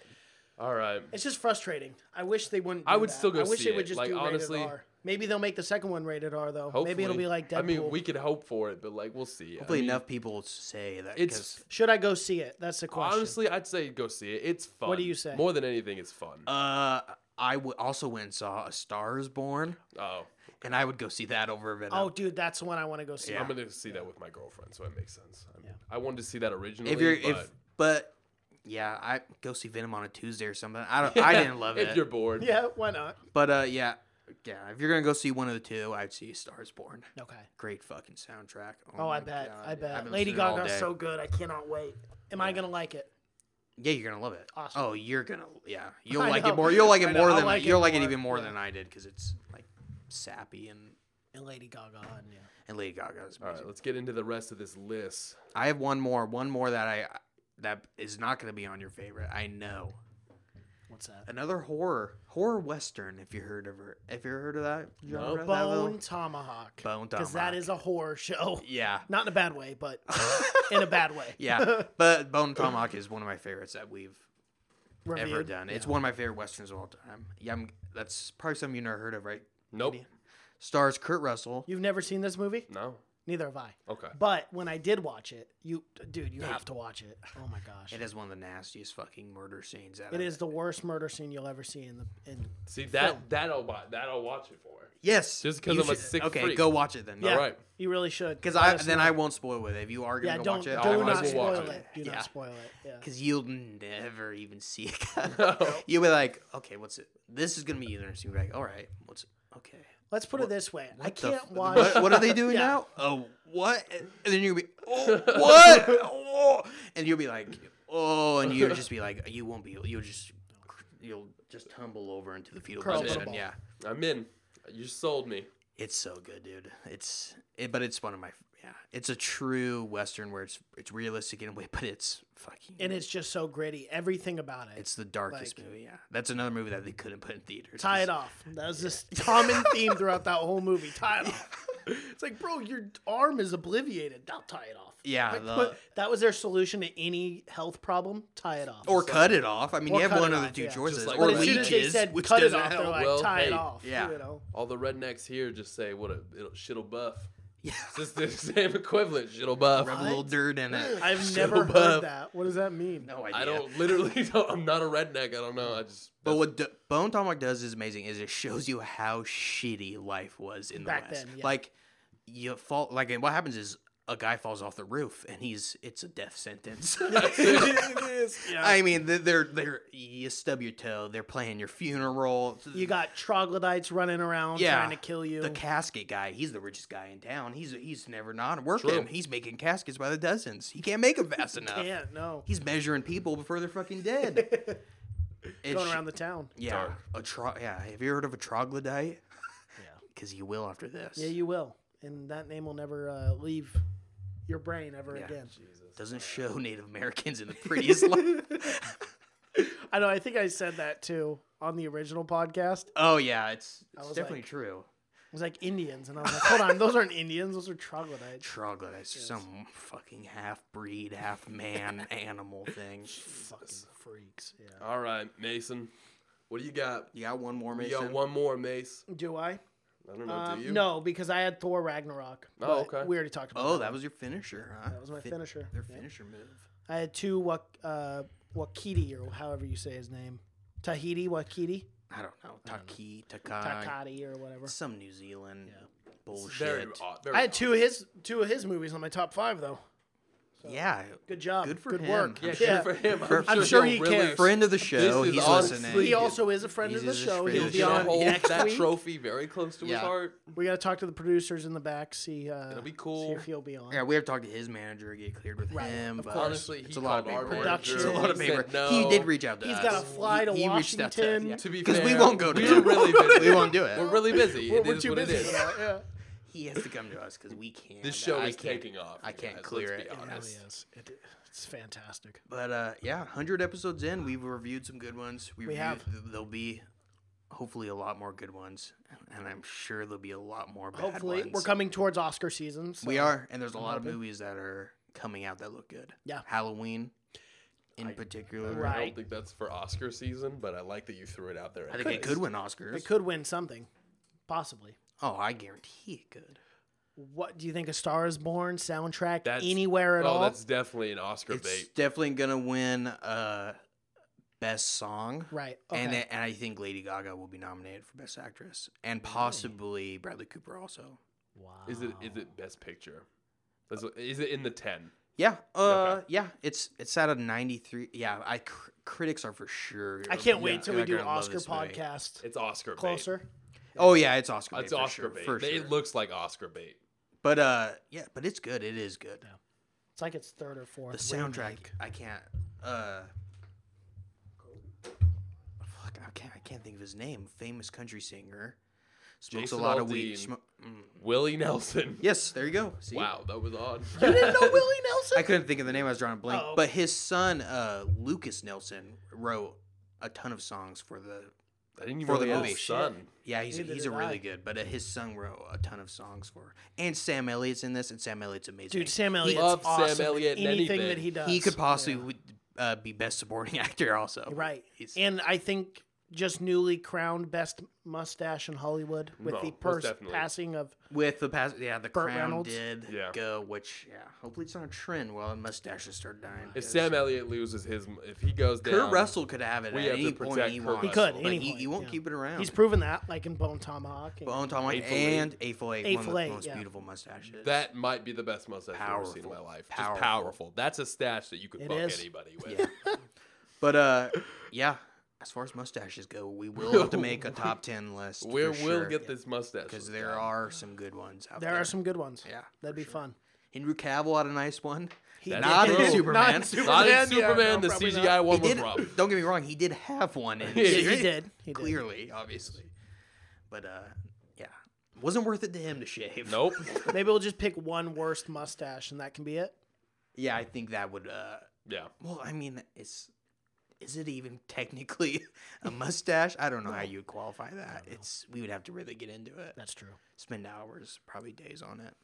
Speaker 1: All right.
Speaker 2: It's just frustrating. I I wish they wouldn't. Do
Speaker 1: I would
Speaker 2: that.
Speaker 1: still go
Speaker 2: I wish
Speaker 1: see
Speaker 2: they
Speaker 1: it.
Speaker 2: would just
Speaker 1: Like,
Speaker 2: do
Speaker 1: honestly-
Speaker 2: rated R. Maybe they'll make the second one rated R though.
Speaker 1: Hopefully,
Speaker 2: Maybe it'll be like Deadpool.
Speaker 1: I mean, we could hope for it, but like we'll see. I
Speaker 3: Hopefully
Speaker 1: mean,
Speaker 3: enough people say that.
Speaker 1: It's
Speaker 3: 'cause,
Speaker 2: Should I go see it? That's the question.
Speaker 1: honestly, I'd say go see it. It's fun.
Speaker 2: do you say?
Speaker 1: More than anything, it's fun.
Speaker 3: uh. I w- also went and saw A Star Is Born,
Speaker 1: oh,
Speaker 3: and I would go see that over Venom.
Speaker 2: oh, dude, that's the one I want to go see.
Speaker 1: I'm gonna see that with my girlfriend, so it makes sense. I, mean, I wanted to see that originally.
Speaker 3: if you're
Speaker 1: but
Speaker 3: if but yeah i go see venom on a tuesday or something i
Speaker 1: [laughs]
Speaker 3: don't [laughs] i didn't love
Speaker 1: if you're
Speaker 3: it
Speaker 1: bored,
Speaker 2: Yeah, why not?
Speaker 3: but uh yeah yeah if you're gonna go see one of the two i'd see stars born
Speaker 2: Okay.
Speaker 3: great fucking soundtrack
Speaker 2: Oh, I
Speaker 3: my
Speaker 2: bet.
Speaker 3: God.
Speaker 2: I
Speaker 3: I've
Speaker 2: bet.
Speaker 3: been
Speaker 2: Lady
Speaker 3: listening to it all
Speaker 2: Gaga's
Speaker 3: day.
Speaker 2: so good. I cannot wait. Am I gonna like it?
Speaker 3: yeah you're gonna love it
Speaker 2: Awesome.
Speaker 3: oh you're gonna
Speaker 2: [laughs]
Speaker 3: yeah you'll
Speaker 2: I
Speaker 3: like it
Speaker 2: know.
Speaker 3: more you'll like
Speaker 2: I
Speaker 3: it
Speaker 2: know.
Speaker 3: more
Speaker 2: I'll
Speaker 3: than
Speaker 2: like it
Speaker 3: you'll like it
Speaker 2: more.
Speaker 3: even more
Speaker 2: Yeah.
Speaker 3: than i did because it's like sappy and
Speaker 2: And Lady Gaga on you.
Speaker 3: and lady gaga is
Speaker 1: All
Speaker 3: amazing
Speaker 1: right, let's get into the rest of this list.
Speaker 3: i have one more one more that i that is not gonna be on your favorite i know
Speaker 2: What's that?
Speaker 3: another horror horror western. If you heard of her, if you heard of that genre, that
Speaker 2: Bone
Speaker 3: little-
Speaker 2: Tomahawk.
Speaker 3: Bone
Speaker 2: that
Speaker 3: Tomahawk.
Speaker 2: is a horror
Speaker 3: [laughs]
Speaker 2: show. [laughs]
Speaker 3: yeah,
Speaker 2: Not in a bad way, but in a bad way.
Speaker 3: [laughs]
Speaker 2: [laughs]
Speaker 3: yeah. but Bone Tomahawk is one of my favorites that we've ever
Speaker 2: Reviewed.
Speaker 3: done. It's one of my favorite westerns of all time. Yeah, I'm, that's probably something you never heard of, right?
Speaker 1: Nope.
Speaker 3: Stars Kurt Russell.
Speaker 2: You've never seen this movie?
Speaker 1: No.
Speaker 2: Neither have I.
Speaker 1: Okay.
Speaker 2: But when I did watch it, you, dude, you have to watch it. Oh my gosh,
Speaker 3: It is one of the nastiest fucking murder scenes. Out
Speaker 2: it is the worst murder scene you'll ever see in the in.
Speaker 1: See that that I'll buy, that I'll watch it for.
Speaker 3: Yes,
Speaker 1: Just 'cause
Speaker 3: you
Speaker 1: I'm a
Speaker 3: should-
Speaker 1: sick
Speaker 3: Okay,
Speaker 1: freak.
Speaker 3: go watch it then.
Speaker 2: Yeah,
Speaker 1: right.
Speaker 2: you really should.
Speaker 3: Because
Speaker 2: Let
Speaker 3: I
Speaker 2: us
Speaker 3: then
Speaker 2: know.
Speaker 3: I won't spoil it. If you are gonna
Speaker 2: yeah,
Speaker 3: go
Speaker 2: don't
Speaker 3: watch it,
Speaker 2: do
Speaker 3: I
Speaker 1: will
Speaker 2: not
Speaker 3: watch it.
Speaker 2: spoil
Speaker 1: watch
Speaker 2: it.
Speaker 1: it.
Speaker 2: Do not
Speaker 3: Yeah.
Speaker 2: spoil it. Yeah.
Speaker 3: Because you'll never even see [laughs] it. you'll be like, okay, what's it? This is gonna be interesting. You're like, all right, what's okay?
Speaker 2: Let's put it this way: I
Speaker 3: The
Speaker 2: can't
Speaker 3: f-
Speaker 2: watch.
Speaker 3: What, what
Speaker 2: [laughs]
Speaker 3: are they doing
Speaker 2: Yeah.
Speaker 3: now? Oh, what? And then you'll be, oh, what? Oh. And you'll be like, oh, and you'll just be like, you won't be, you'll just, you'll just tumble over into the fetal
Speaker 2: Curl
Speaker 1: to the
Speaker 3: position.
Speaker 2: ball.
Speaker 3: Yeah,
Speaker 1: I'm in. You sold me.
Speaker 3: it's so good, dude. It's, it, but it's one of my, yeah, it's a true western where it's, it's realistic in a way, but it's fucking,
Speaker 2: and it's just so gritty. Everything about it.
Speaker 3: it's the darkest
Speaker 2: like-
Speaker 3: movie. Yeah, that's another movie that they couldn't put in theaters.
Speaker 2: tie it off. That was this common
Speaker 3: [laughs]
Speaker 2: theme throughout that whole movie. Tie it off. It's like, bro, your arm is obliviated. Now tie it off.
Speaker 3: Yeah,
Speaker 2: Like,
Speaker 3: the-
Speaker 2: put- that was their solution to any health problem. Tie it off.
Speaker 3: Or cut it off. I mean,
Speaker 2: Or
Speaker 3: you have
Speaker 2: cut
Speaker 3: one
Speaker 2: it
Speaker 3: of the
Speaker 2: off,
Speaker 3: two
Speaker 2: yeah.
Speaker 3: choices.
Speaker 1: Just like
Speaker 3: or
Speaker 1: that.
Speaker 2: as soon as they
Speaker 3: leeches,
Speaker 2: said
Speaker 3: which
Speaker 2: cut it
Speaker 3: doesn't
Speaker 2: off, they're
Speaker 3: help.
Speaker 2: like,
Speaker 1: Well,
Speaker 2: tie
Speaker 1: hey,
Speaker 2: it off.
Speaker 3: yeah.
Speaker 2: You
Speaker 3: [laughs]
Speaker 2: know?
Speaker 1: All the rednecks here just say what a it'll, shit'll buff.
Speaker 3: [laughs] Yeah.
Speaker 1: It's the [laughs] same equivalent. Shit'll buff.
Speaker 3: Rub a little dirt in it.
Speaker 2: I've
Speaker 1: So
Speaker 2: never
Speaker 1: buff.
Speaker 2: heard that. What does that mean? [laughs]
Speaker 3: No [laughs] idea.
Speaker 1: I don't literally. [laughs] Don't, I'm not a redneck. I don't know. I just.
Speaker 3: But what D- Bone Tomahawk does is amazing. Is it shows you how shitty life was in the
Speaker 2: Back
Speaker 3: West.
Speaker 2: then, yeah.
Speaker 3: Like you fall. Like and what happens is a guy falls off the roof and he's it's a death
Speaker 2: [laughs]
Speaker 3: sentence. [laughs] I mean, they're- they're they're you stub your toe. They're playing your funeral.
Speaker 2: You got troglodytes running around
Speaker 3: Yeah.
Speaker 2: trying to kill you.
Speaker 3: the casket guy. He's the richest guy in town. He's he's never not working.
Speaker 1: True.
Speaker 3: He's making caskets by the dozens. He can't make them fast enough.
Speaker 2: Can't, no.
Speaker 3: He's measuring people before they're
Speaker 2: [laughs]
Speaker 3: fucking dead. It's
Speaker 2: Going around the town.
Speaker 3: yeah,
Speaker 1: Dark.
Speaker 3: a tro- yeah. Have you heard of a troglodyte?
Speaker 2: Yeah.
Speaker 3: [laughs] Because you will after this.
Speaker 2: Yeah, you will. And that name will never uh, leave your brain ever
Speaker 3: Yeah.
Speaker 2: again.
Speaker 3: Doesn't show Native Americans
Speaker 2: [laughs]
Speaker 3: in the prettiest light.
Speaker 2: I know. I think I said that too on the original podcast. It
Speaker 3: Oh yeah, it's, it's
Speaker 2: was
Speaker 3: definitely
Speaker 2: like-
Speaker 3: true.
Speaker 2: was like Indians, and I was like, "Hold on, those aren't Indians. Those are troglodytes."
Speaker 3: Troglodytes are some fucking half breed, half
Speaker 2: [laughs]
Speaker 3: man animal thing.
Speaker 2: Fucking freaks. Yeah.
Speaker 1: All right, Mason. What do you got?
Speaker 3: You got one more,
Speaker 1: You
Speaker 3: Mason.
Speaker 1: got one more, Mace.
Speaker 2: Do I?
Speaker 1: I don't know.
Speaker 2: Um,
Speaker 1: Oh, do you?
Speaker 2: no, because I had Thor Ragnarok.
Speaker 1: Oh,
Speaker 2: but
Speaker 1: okay.
Speaker 2: We already talked about.
Speaker 3: Oh, that was your finisher, huh?
Speaker 2: That was my
Speaker 3: Fin-
Speaker 2: finisher.
Speaker 3: Their
Speaker 2: Yeah.
Speaker 3: finisher move.
Speaker 2: I had two Wak- uh, Wakiti or however you say his name, Tahiti Wakiti,
Speaker 3: I don't know. Taki, Takai,
Speaker 2: Takati or whatever.
Speaker 3: some New Zealand
Speaker 1: It's
Speaker 3: bullshit.
Speaker 1: Very odd. Very
Speaker 2: I had
Speaker 1: odd.
Speaker 2: two of his two of his movies on my top five though.
Speaker 3: yeah.
Speaker 2: Good job.
Speaker 3: Good for
Speaker 2: Good
Speaker 3: him.
Speaker 2: work.
Speaker 1: Yeah, good
Speaker 2: Yeah.
Speaker 1: for him. I'm sure,
Speaker 3: I'm
Speaker 2: sure
Speaker 1: he'll
Speaker 2: he
Speaker 1: really
Speaker 2: cares.
Speaker 3: Friend of the show.
Speaker 1: is
Speaker 3: He's
Speaker 1: honestly-
Speaker 3: listening.
Speaker 2: He also is a friend
Speaker 3: He's
Speaker 2: of the
Speaker 3: his
Speaker 2: show.
Speaker 3: friend
Speaker 2: He'll
Speaker 3: of
Speaker 2: be
Speaker 3: the
Speaker 1: He'll
Speaker 2: on
Speaker 3: show.
Speaker 1: hold
Speaker 2: next
Speaker 1: that
Speaker 2: week.
Speaker 1: trophy very close to
Speaker 3: Yeah.
Speaker 1: his heart.
Speaker 2: We gotta talk to the producers in the back. See, uh,
Speaker 1: It'll be
Speaker 2: see
Speaker 1: cool.
Speaker 2: if he'll be on.
Speaker 3: Yeah, we have talked to his manager, get cleared with
Speaker 2: Right,
Speaker 3: him.
Speaker 2: of
Speaker 3: but
Speaker 2: course.
Speaker 1: Honestly, he
Speaker 3: it's a lot of
Speaker 1: called our
Speaker 3: paperwork.
Speaker 1: manager.
Speaker 2: It's a lot of
Speaker 1: He
Speaker 3: paperwork.
Speaker 1: said no.
Speaker 3: He did reach out to
Speaker 2: He's
Speaker 3: us.
Speaker 2: gotta fly to
Speaker 3: He- he reached out us,
Speaker 2: Washington.
Speaker 3: yeah.
Speaker 1: To be
Speaker 3: Because we
Speaker 1: fair,
Speaker 3: won't go to
Speaker 1: we're
Speaker 3: him.
Speaker 1: really busy.
Speaker 3: [laughs] We won't do it.
Speaker 1: We're really busy.
Speaker 2: We're,
Speaker 1: It
Speaker 2: we're
Speaker 1: is
Speaker 2: too
Speaker 1: what it
Speaker 2: busy.
Speaker 1: is.
Speaker 2: For
Speaker 1: [laughs]
Speaker 2: that. Yeah.
Speaker 3: He has to come to us because we can't.
Speaker 1: This show
Speaker 3: I
Speaker 1: is
Speaker 3: can't.
Speaker 1: taking off.
Speaker 3: I
Speaker 1: you
Speaker 3: can't
Speaker 1: guys,
Speaker 3: clear
Speaker 1: let's
Speaker 3: it.
Speaker 1: be
Speaker 3: It
Speaker 2: It
Speaker 1: honest.
Speaker 2: really is. It, it's fantastic.
Speaker 3: But uh, yeah, 100 episodes in, we've reviewed some good ones. We, reviewed-
Speaker 2: have.
Speaker 3: th- There'll be hopefully a lot more good ones, and I'm sure there'll be a lot more bad
Speaker 2: Hopefully,
Speaker 3: ones.
Speaker 2: we're coming towards Oscar season. So
Speaker 3: We are, and there's a lot of
Speaker 2: hoping.
Speaker 3: movies that are coming out that look good.
Speaker 2: Yeah.
Speaker 3: Halloween, in particular.
Speaker 1: I
Speaker 2: Right.
Speaker 1: don't think that's for Oscar season, but I like that you threw it out there.
Speaker 3: I think it could win Oscars.
Speaker 2: It could win something, possibly.
Speaker 3: Oh, I guarantee it could.
Speaker 2: What do you think? A Star Is Born soundtrack
Speaker 1: That's-
Speaker 2: anywhere at
Speaker 1: oh,
Speaker 2: all?
Speaker 1: that's definitely an Oscar
Speaker 3: It's
Speaker 1: bait.
Speaker 3: definitely gonna win uh, best song.
Speaker 2: right. Okay.
Speaker 3: And, I- and I think Lady Gaga will be nominated for Best Actress, and possibly Bradley Cooper also.
Speaker 2: wow.
Speaker 1: Is it is
Speaker 3: Oh.
Speaker 1: it Best Picture? Is it- Is it in the ten?
Speaker 3: Yeah, uh, yeah, it's it's out of ninety three. Yeah, I cr- critics are for sure.
Speaker 2: I can't
Speaker 1: Yeah,
Speaker 2: wait till we
Speaker 3: they're
Speaker 2: do
Speaker 3: gonna love
Speaker 2: Oscar
Speaker 3: this movie.
Speaker 2: podcast
Speaker 1: It's Oscar
Speaker 2: closer.
Speaker 3: Bait. Oh yeah, it's Oscar.
Speaker 1: bait.
Speaker 3: bait
Speaker 1: It's
Speaker 3: for
Speaker 1: Oscar
Speaker 3: sure,
Speaker 1: bait.
Speaker 3: for
Speaker 1: They-
Speaker 3: sure.
Speaker 1: It looks like Oscar bait.
Speaker 3: But uh, yeah, but it's good. It is good.
Speaker 2: It's like it's third or fourth.
Speaker 3: The soundtrack,
Speaker 2: remake.
Speaker 3: I can't. Uh, fuck, I can't. I can't think of his name. Famous country singer. Smokes
Speaker 1: Jason
Speaker 3: a lot of weed.
Speaker 1: Aldean.
Speaker 3: Smo- mm.
Speaker 1: Willie Nelson.
Speaker 3: Yes, there you go. See?
Speaker 1: Wow, that was odd.
Speaker 2: You
Speaker 1: [laughs]
Speaker 2: didn't know Willie Nelson?
Speaker 3: I couldn't think of the name. I was drawing a blank.
Speaker 2: Oh.
Speaker 3: But his son, uh, Lucas Nelson, wrote a ton of songs for the.
Speaker 1: I didn't even
Speaker 3: For the
Speaker 1: really know
Speaker 3: movie.
Speaker 1: his son.
Speaker 3: Yeah, he's,
Speaker 2: Neither
Speaker 3: he's a
Speaker 2: did
Speaker 3: really
Speaker 2: I.
Speaker 3: good. But uh, his son wrote a ton of songs for. And Sam Elliott's in this, and Sam Elliott's amazing.
Speaker 2: Dude, Sam Elliott's
Speaker 1: loved Sam
Speaker 2: awesome. in
Speaker 1: Elliott in
Speaker 2: anything,
Speaker 1: anything.
Speaker 2: that he does.
Speaker 3: he could possibly
Speaker 2: Yeah.
Speaker 3: would, uh, be best supporting [laughs] actor also.
Speaker 2: Right.
Speaker 3: He's-
Speaker 2: and I think just newly crowned best mustache in Hollywood with
Speaker 1: No,
Speaker 2: the
Speaker 1: Oh, most
Speaker 2: pers-
Speaker 1: definitely.
Speaker 2: passing of
Speaker 3: With the past, yeah, the
Speaker 2: Burt
Speaker 3: crown
Speaker 2: Reynolds.
Speaker 3: did
Speaker 1: Yeah.
Speaker 3: go, which yeah, hopefully it's not a trend. Well, the mustaches start dying.
Speaker 1: If
Speaker 3: 'cause
Speaker 1: Sam Elliott loses his, if he goes down,
Speaker 3: Kurt Russell could have it
Speaker 1: we
Speaker 3: at
Speaker 1: have to
Speaker 3: any point
Speaker 1: protect
Speaker 3: he
Speaker 1: Kurt
Speaker 3: wants.
Speaker 1: Russell.
Speaker 2: He could,
Speaker 3: but
Speaker 2: any
Speaker 3: he,
Speaker 2: point,
Speaker 3: he won't
Speaker 2: yeah.
Speaker 3: keep it around.
Speaker 2: he's proven that like in Bone Tomahawk. and-
Speaker 3: Bone Tomahawk
Speaker 1: Eightfold Eight.
Speaker 3: and Eightfold Eight, one of
Speaker 2: Eightfold
Speaker 3: the
Speaker 2: Eight,
Speaker 3: most
Speaker 2: yeah.
Speaker 3: beautiful mustaches.
Speaker 1: that might be the best mustache I've ever seen in
Speaker 3: Powerful.
Speaker 1: my life.
Speaker 3: Powerful.
Speaker 1: Just powerful. That's a stash that you could
Speaker 2: It
Speaker 1: fuck
Speaker 2: is.
Speaker 1: anybody with.
Speaker 3: but uh, yeah, as far as mustaches go, we will have
Speaker 1: [laughs]
Speaker 3: to make a top ten list.
Speaker 1: [laughs] Where
Speaker 3: for
Speaker 1: we'll
Speaker 3: sure,
Speaker 1: get this mustache
Speaker 3: because
Speaker 1: look
Speaker 3: there
Speaker 1: down.
Speaker 3: are some good ones out there.
Speaker 2: There are some good ones.
Speaker 3: Yeah,
Speaker 2: That'd be fun.
Speaker 3: Henry Cavill had a nice one.
Speaker 2: He
Speaker 1: That's
Speaker 3: not
Speaker 1: true.
Speaker 3: in
Speaker 2: [laughs]
Speaker 3: Superman.
Speaker 2: Not in Superman.
Speaker 1: Not
Speaker 2: yeah,
Speaker 1: in Superman. the
Speaker 2: probably not.
Speaker 1: CGI one
Speaker 3: he
Speaker 1: was
Speaker 3: did.
Speaker 1: rough.
Speaker 3: Don't get me wrong. He did have one. In
Speaker 1: [laughs] Yeah,
Speaker 2: He did. He did.
Speaker 3: Clearly, obviously, but uh, yeah, wasn't worth it to him to shave.
Speaker 1: Nope.
Speaker 2: Maybe we'll just pick one worst mustache and that can be it.
Speaker 3: [laughs] Yeah, I think that would. uh
Speaker 1: Yeah.
Speaker 3: Well, I mean, it's is it even [laughs] technically a mustache? I don't know how you'd qualify that. It's we would have to really get into it.
Speaker 2: That's true.
Speaker 3: Spend hours, probably days on it.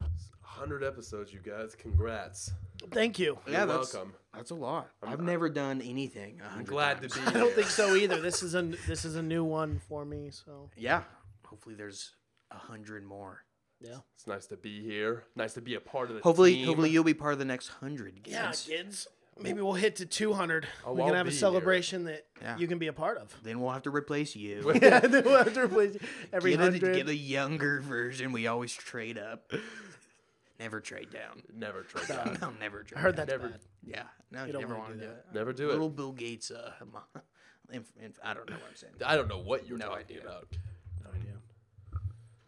Speaker 1: 100 episodes, you guys. Congrats.
Speaker 2: Thank you.
Speaker 1: You're welcome.
Speaker 3: That's a lot. i have never done anything.
Speaker 1: I'm glad to be
Speaker 2: [laughs] I don't
Speaker 1: here.
Speaker 2: think so either. This is a this is a new one for me. So
Speaker 3: Yeah. Hopefully, there's a hundred more.
Speaker 2: yeah.
Speaker 1: It's nice to be here. Nice to be a part of the
Speaker 3: Hopefully,
Speaker 1: team.
Speaker 3: hopefully you'll be part of the next hundred. kids.
Speaker 2: kids. Maybe we'll hit to 200.
Speaker 1: Oh,
Speaker 2: we can
Speaker 1: I'll
Speaker 2: have
Speaker 1: be
Speaker 2: a
Speaker 1: here.
Speaker 2: celebration that
Speaker 3: Yeah.
Speaker 2: you can be a part of.
Speaker 3: Then we'll have to replace you.
Speaker 1: [laughs]
Speaker 2: [laughs] Yeah, then we'll have to replace every
Speaker 3: get, a,
Speaker 2: hundred.
Speaker 3: get a younger version. We always trade up. never trade down.
Speaker 1: Never trade down.
Speaker 3: [laughs] I'll never trade
Speaker 2: Uh, I heard
Speaker 3: down.
Speaker 2: that's
Speaker 1: Never-
Speaker 2: bad.
Speaker 3: Yeah. No, you,
Speaker 2: don't
Speaker 3: never
Speaker 2: wanna
Speaker 3: want to
Speaker 2: do
Speaker 3: do
Speaker 2: that.
Speaker 3: it.
Speaker 1: Never do
Speaker 3: Little
Speaker 1: it.
Speaker 3: Bill Gates. Uh, [laughs] mo- inf- inf- I don't know what I'm saying.
Speaker 1: I don't know what you're
Speaker 3: No
Speaker 1: talking
Speaker 3: idea.
Speaker 1: about.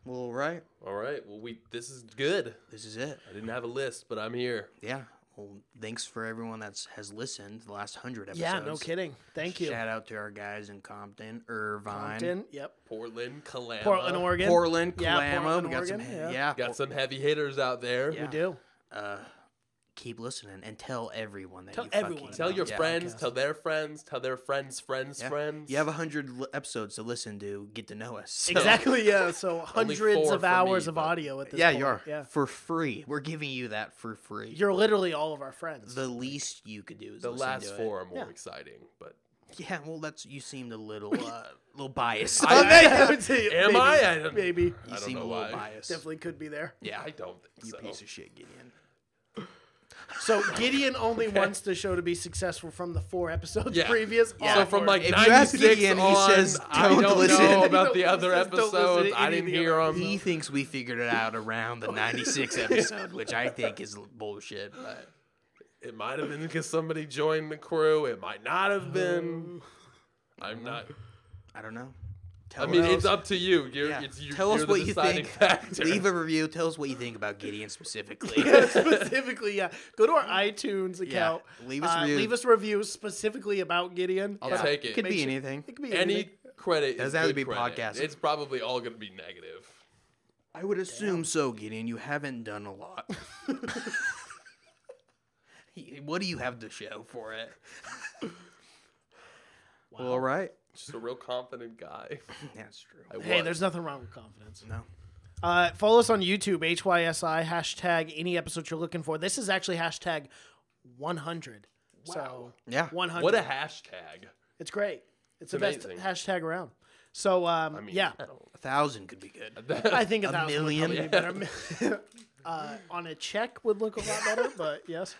Speaker 3: Well, all right.
Speaker 1: All right. Well, we this is good.
Speaker 3: This is it.
Speaker 1: I didn't have a list, but I'm here.
Speaker 3: Yeah. Well, thanks for everyone that's has listened the last hundred episodes.
Speaker 2: Yeah, no kidding. Thank you.
Speaker 3: Shout out to our guys in Compton, Irvine,
Speaker 2: Compton. Yep.
Speaker 1: Portland, Kalama.
Speaker 2: Portland, Oregon.
Speaker 3: Portland,
Speaker 2: Yeah,
Speaker 3: Kalama.
Speaker 2: Portland,
Speaker 3: we got some.
Speaker 2: Oregon,
Speaker 3: Yeah.
Speaker 1: Got some heavy hitters out there.
Speaker 2: We
Speaker 3: Yeah.
Speaker 2: do.
Speaker 3: Uh, keep listening and tell everyone that
Speaker 2: Tell
Speaker 3: you
Speaker 2: everyone
Speaker 3: fucking
Speaker 2: about
Speaker 1: Tell
Speaker 3: know.
Speaker 1: your
Speaker 3: Yeah.
Speaker 1: friends, tell their friends, tell their friends' friends'
Speaker 3: Yeah.
Speaker 1: friends.
Speaker 3: You have a hundred l- episodes to listen to. Get to know us.
Speaker 1: [laughs]
Speaker 3: So-
Speaker 2: Exactly. Yeah. So hundreds
Speaker 1: four
Speaker 2: of
Speaker 1: for me,
Speaker 2: hours of
Speaker 1: but-
Speaker 2: audio at this.
Speaker 3: Yeah,
Speaker 2: point.
Speaker 3: you are.
Speaker 2: Yeah.
Speaker 3: For free. We're giving you that for free.
Speaker 2: You're literally all of our friends. [laughs]
Speaker 3: the least you could do is
Speaker 1: the
Speaker 3: listen
Speaker 1: last
Speaker 3: to it.
Speaker 1: four are more
Speaker 2: Yeah.
Speaker 1: exciting, but
Speaker 3: Yeah, well, that's you seemed a little uh, little biased.
Speaker 1: I-
Speaker 2: Am
Speaker 1: am I? I don't,
Speaker 2: Maybe.
Speaker 1: I
Speaker 3: you
Speaker 1: don't
Speaker 3: seem
Speaker 1: know
Speaker 3: a little
Speaker 1: why.
Speaker 3: biased.
Speaker 2: Definitely could be there.
Speaker 1: Yeah, I don't think
Speaker 3: You
Speaker 1: so.
Speaker 3: piece of shit, Gideon.
Speaker 2: So Gideon only wants the show to be successful from the four episodes
Speaker 1: Yeah.
Speaker 2: previous.
Speaker 1: Yeah. So from like
Speaker 3: If you ask
Speaker 1: 96
Speaker 3: Gideon, he
Speaker 1: on,
Speaker 3: says,
Speaker 1: I
Speaker 3: "Don't
Speaker 1: don't
Speaker 3: listen."
Speaker 1: know about the
Speaker 2: He
Speaker 1: other
Speaker 2: says, [laughs] "Don't listen to
Speaker 1: episodes. I
Speaker 2: any of
Speaker 1: didn't
Speaker 2: the
Speaker 1: hear
Speaker 2: other
Speaker 1: them.
Speaker 3: He thinks we figured it out around the 96 episode, which I think is bullshit. But
Speaker 1: It might have been because somebody joined the crew. It might not have
Speaker 2: Oh.
Speaker 1: been. I'm not.
Speaker 3: I don't know. Tell
Speaker 1: I mean,
Speaker 3: us,
Speaker 1: it's up to you. You're,
Speaker 3: yeah.
Speaker 1: it's, you
Speaker 3: tell us
Speaker 1: you're
Speaker 3: what
Speaker 1: the
Speaker 3: you
Speaker 1: deciding
Speaker 3: think.
Speaker 1: Factor.
Speaker 3: Leave a review. Tell us what you think about Gideon specifically.
Speaker 2: [laughs] specifically, yeah. Go to our iTunes account.
Speaker 3: Leave us
Speaker 2: uh,
Speaker 3: reviews.
Speaker 2: leave us reviews specifically about Gideon.
Speaker 1: [laughs] I'll
Speaker 3: Yeah.
Speaker 1: take it.
Speaker 3: Could
Speaker 2: Make
Speaker 3: be
Speaker 2: sure-
Speaker 3: anything.
Speaker 2: It could be
Speaker 1: Any
Speaker 2: anything.
Speaker 1: credit is
Speaker 3: Doesn't have to
Speaker 1: good
Speaker 3: be
Speaker 1: credit.
Speaker 3: podcasting.
Speaker 1: It's probably all going to be negative.
Speaker 3: I would assume so, Gideon. You haven't done a lot. [laughs] what do you have to show for it? Well, all right.
Speaker 1: Just a real confident guy.
Speaker 3: That's true.
Speaker 1: I
Speaker 2: [laughs] Hey,
Speaker 1: was.
Speaker 2: there's nothing wrong with confidence.
Speaker 3: No.
Speaker 2: Uh, follow us on YouTube, HYSI, hashtag any episode you're looking for. This is actually hashtag 100. So,
Speaker 3: Yeah.
Speaker 2: 100.
Speaker 1: what a hashtag.
Speaker 2: [laughs] it's great. It's, the
Speaker 1: amazing.
Speaker 2: best hashtag around. So, um,
Speaker 1: I mean,
Speaker 2: yeah,
Speaker 1: I don't-
Speaker 3: A thousand could be good.
Speaker 2: I think a,
Speaker 3: A
Speaker 2: thousand would
Speaker 3: million.
Speaker 2: probably be better. [laughs] uh, on a check would look a lot better, but yes.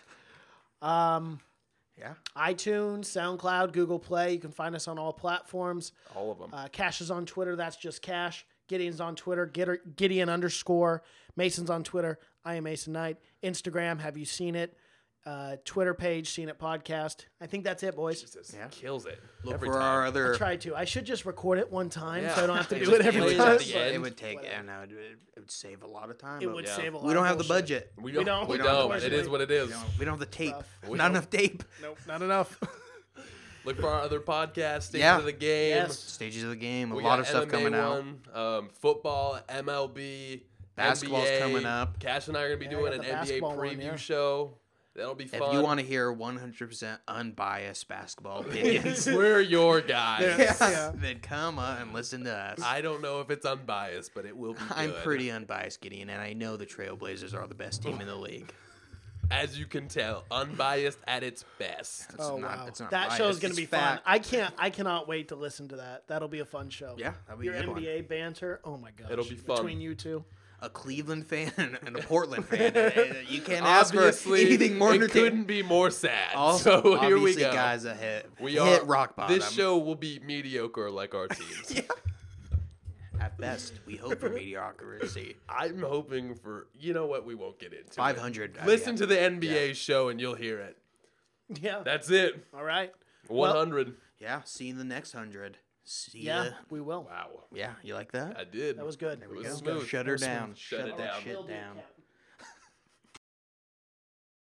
Speaker 3: Yeah.
Speaker 2: iTunes, SoundCloud, Google Play. You can find us on all platforms.
Speaker 1: all of them.
Speaker 2: Uh, Cash is on Twitter. That's just Cash. Gideon's on Twitter. Gider- Gideon underscore. Mason's on Twitter. I am Mason Knight. Instagram. Have you seen it? Uh, Twitter page. Seen it podcast. I think that's it, boys.
Speaker 1: Jesus,
Speaker 3: Yeah.
Speaker 1: kills it.
Speaker 3: Look
Speaker 1: Every
Speaker 3: for
Speaker 1: time.
Speaker 3: our other.
Speaker 2: Try to. I should just record it one time so I
Speaker 1: Yeah.
Speaker 2: don't have to
Speaker 1: It
Speaker 2: do
Speaker 3: [laughs]
Speaker 1: would-
Speaker 2: it
Speaker 1: it
Speaker 2: every
Speaker 1: would-
Speaker 2: time.
Speaker 1: at the
Speaker 2: but
Speaker 1: end.
Speaker 3: It would take. Yeah, no, it, would- it would save a lot of time.
Speaker 2: It
Speaker 3: but
Speaker 2: would
Speaker 1: Yeah.
Speaker 2: save a lot.
Speaker 3: We don't
Speaker 2: of
Speaker 3: have the
Speaker 2: bullshit.
Speaker 3: budget.
Speaker 1: We don't. We
Speaker 2: don't,
Speaker 1: don't. It is
Speaker 2: unfortunately.
Speaker 1: what it is.
Speaker 3: We don't have the tape.
Speaker 1: We
Speaker 3: Not
Speaker 1: don't.
Speaker 3: enough tape.
Speaker 2: Nope, not enough.
Speaker 3: [laughs]
Speaker 1: Look for our other podcast.
Speaker 3: Yeah.
Speaker 1: Yeah. the game.
Speaker 2: Yes.
Speaker 3: Stages of the game. A
Speaker 1: We
Speaker 3: lot
Speaker 1: got
Speaker 3: of stuff
Speaker 1: MMA
Speaker 3: coming out.
Speaker 1: one, Um, football, MLB,
Speaker 3: Basketball's
Speaker 1: NBA.
Speaker 3: coming up.
Speaker 1: Cash and I are going to be
Speaker 2: Yeah, I
Speaker 1: doing
Speaker 2: got
Speaker 1: an
Speaker 2: the
Speaker 1: NBA
Speaker 2: basketball
Speaker 1: preview
Speaker 2: one, yeah.
Speaker 1: show. That'll be
Speaker 3: If
Speaker 1: fun.
Speaker 3: you [laughs] want to hear 100% unbiased basketball
Speaker 2: [laughs]
Speaker 3: opinions,
Speaker 1: [laughs] We're your guys.
Speaker 2: Yeah.
Speaker 3: then come on and listen to us.
Speaker 1: I don't know if it's unbiased, but it will be.
Speaker 3: I'm
Speaker 1: good.
Speaker 3: pretty unbiased, Gideon, and I know the Trailblazers are the best team in the league.
Speaker 1: as you can tell, unbiased at its best.
Speaker 3: It's
Speaker 2: Oh
Speaker 3: not,
Speaker 2: wow,
Speaker 3: it's not
Speaker 2: that show's
Speaker 3: biased,
Speaker 2: gonna
Speaker 3: it's
Speaker 2: be fun.
Speaker 3: fact.
Speaker 2: I can't. I cannot wait to listen to that. That'll be a fun show.
Speaker 3: Yeah, that'll be
Speaker 2: your
Speaker 3: a good
Speaker 2: NBA banter. Oh my god,
Speaker 1: It'll be fun.
Speaker 2: between you two.
Speaker 3: one. A Cleveland fan [laughs] and and a Portland
Speaker 1: [laughs]
Speaker 3: fan. and- and You can't ask for anything more
Speaker 1: it couldn't
Speaker 3: entertaining.
Speaker 1: be more sad. so
Speaker 3: Also,
Speaker 1: [laughs] here we
Speaker 3: obviously,
Speaker 1: go.
Speaker 3: guys that hit,
Speaker 1: we
Speaker 3: hit
Speaker 1: are
Speaker 3: rock bottom.
Speaker 1: This show will be mediocre like our
Speaker 3: [laughs]
Speaker 1: teams.
Speaker 3: at best, we hope
Speaker 1: [laughs]
Speaker 3: for mediocrity.
Speaker 1: I'm hoping for you know what we won't get into. it.
Speaker 3: 500. I'd be
Speaker 1: Listen
Speaker 3: happy.
Speaker 1: to the NBA show and you'll hear it.
Speaker 2: Yeah.
Speaker 1: That's it.
Speaker 2: All right.
Speaker 1: 100.
Speaker 3: Yeah, see you in the next hundred. See
Speaker 2: Yeah,
Speaker 3: ya.
Speaker 2: we will.
Speaker 1: Wow.
Speaker 3: Yeah, you like that?
Speaker 1: I did.
Speaker 2: That was good.
Speaker 1: It was
Speaker 3: go.
Speaker 1: smooth.
Speaker 3: Shut her
Speaker 1: It was smooth.
Speaker 3: down.
Speaker 1: Shut
Speaker 3: Shut
Speaker 1: it
Speaker 3: that
Speaker 1: down.
Speaker 3: shit down.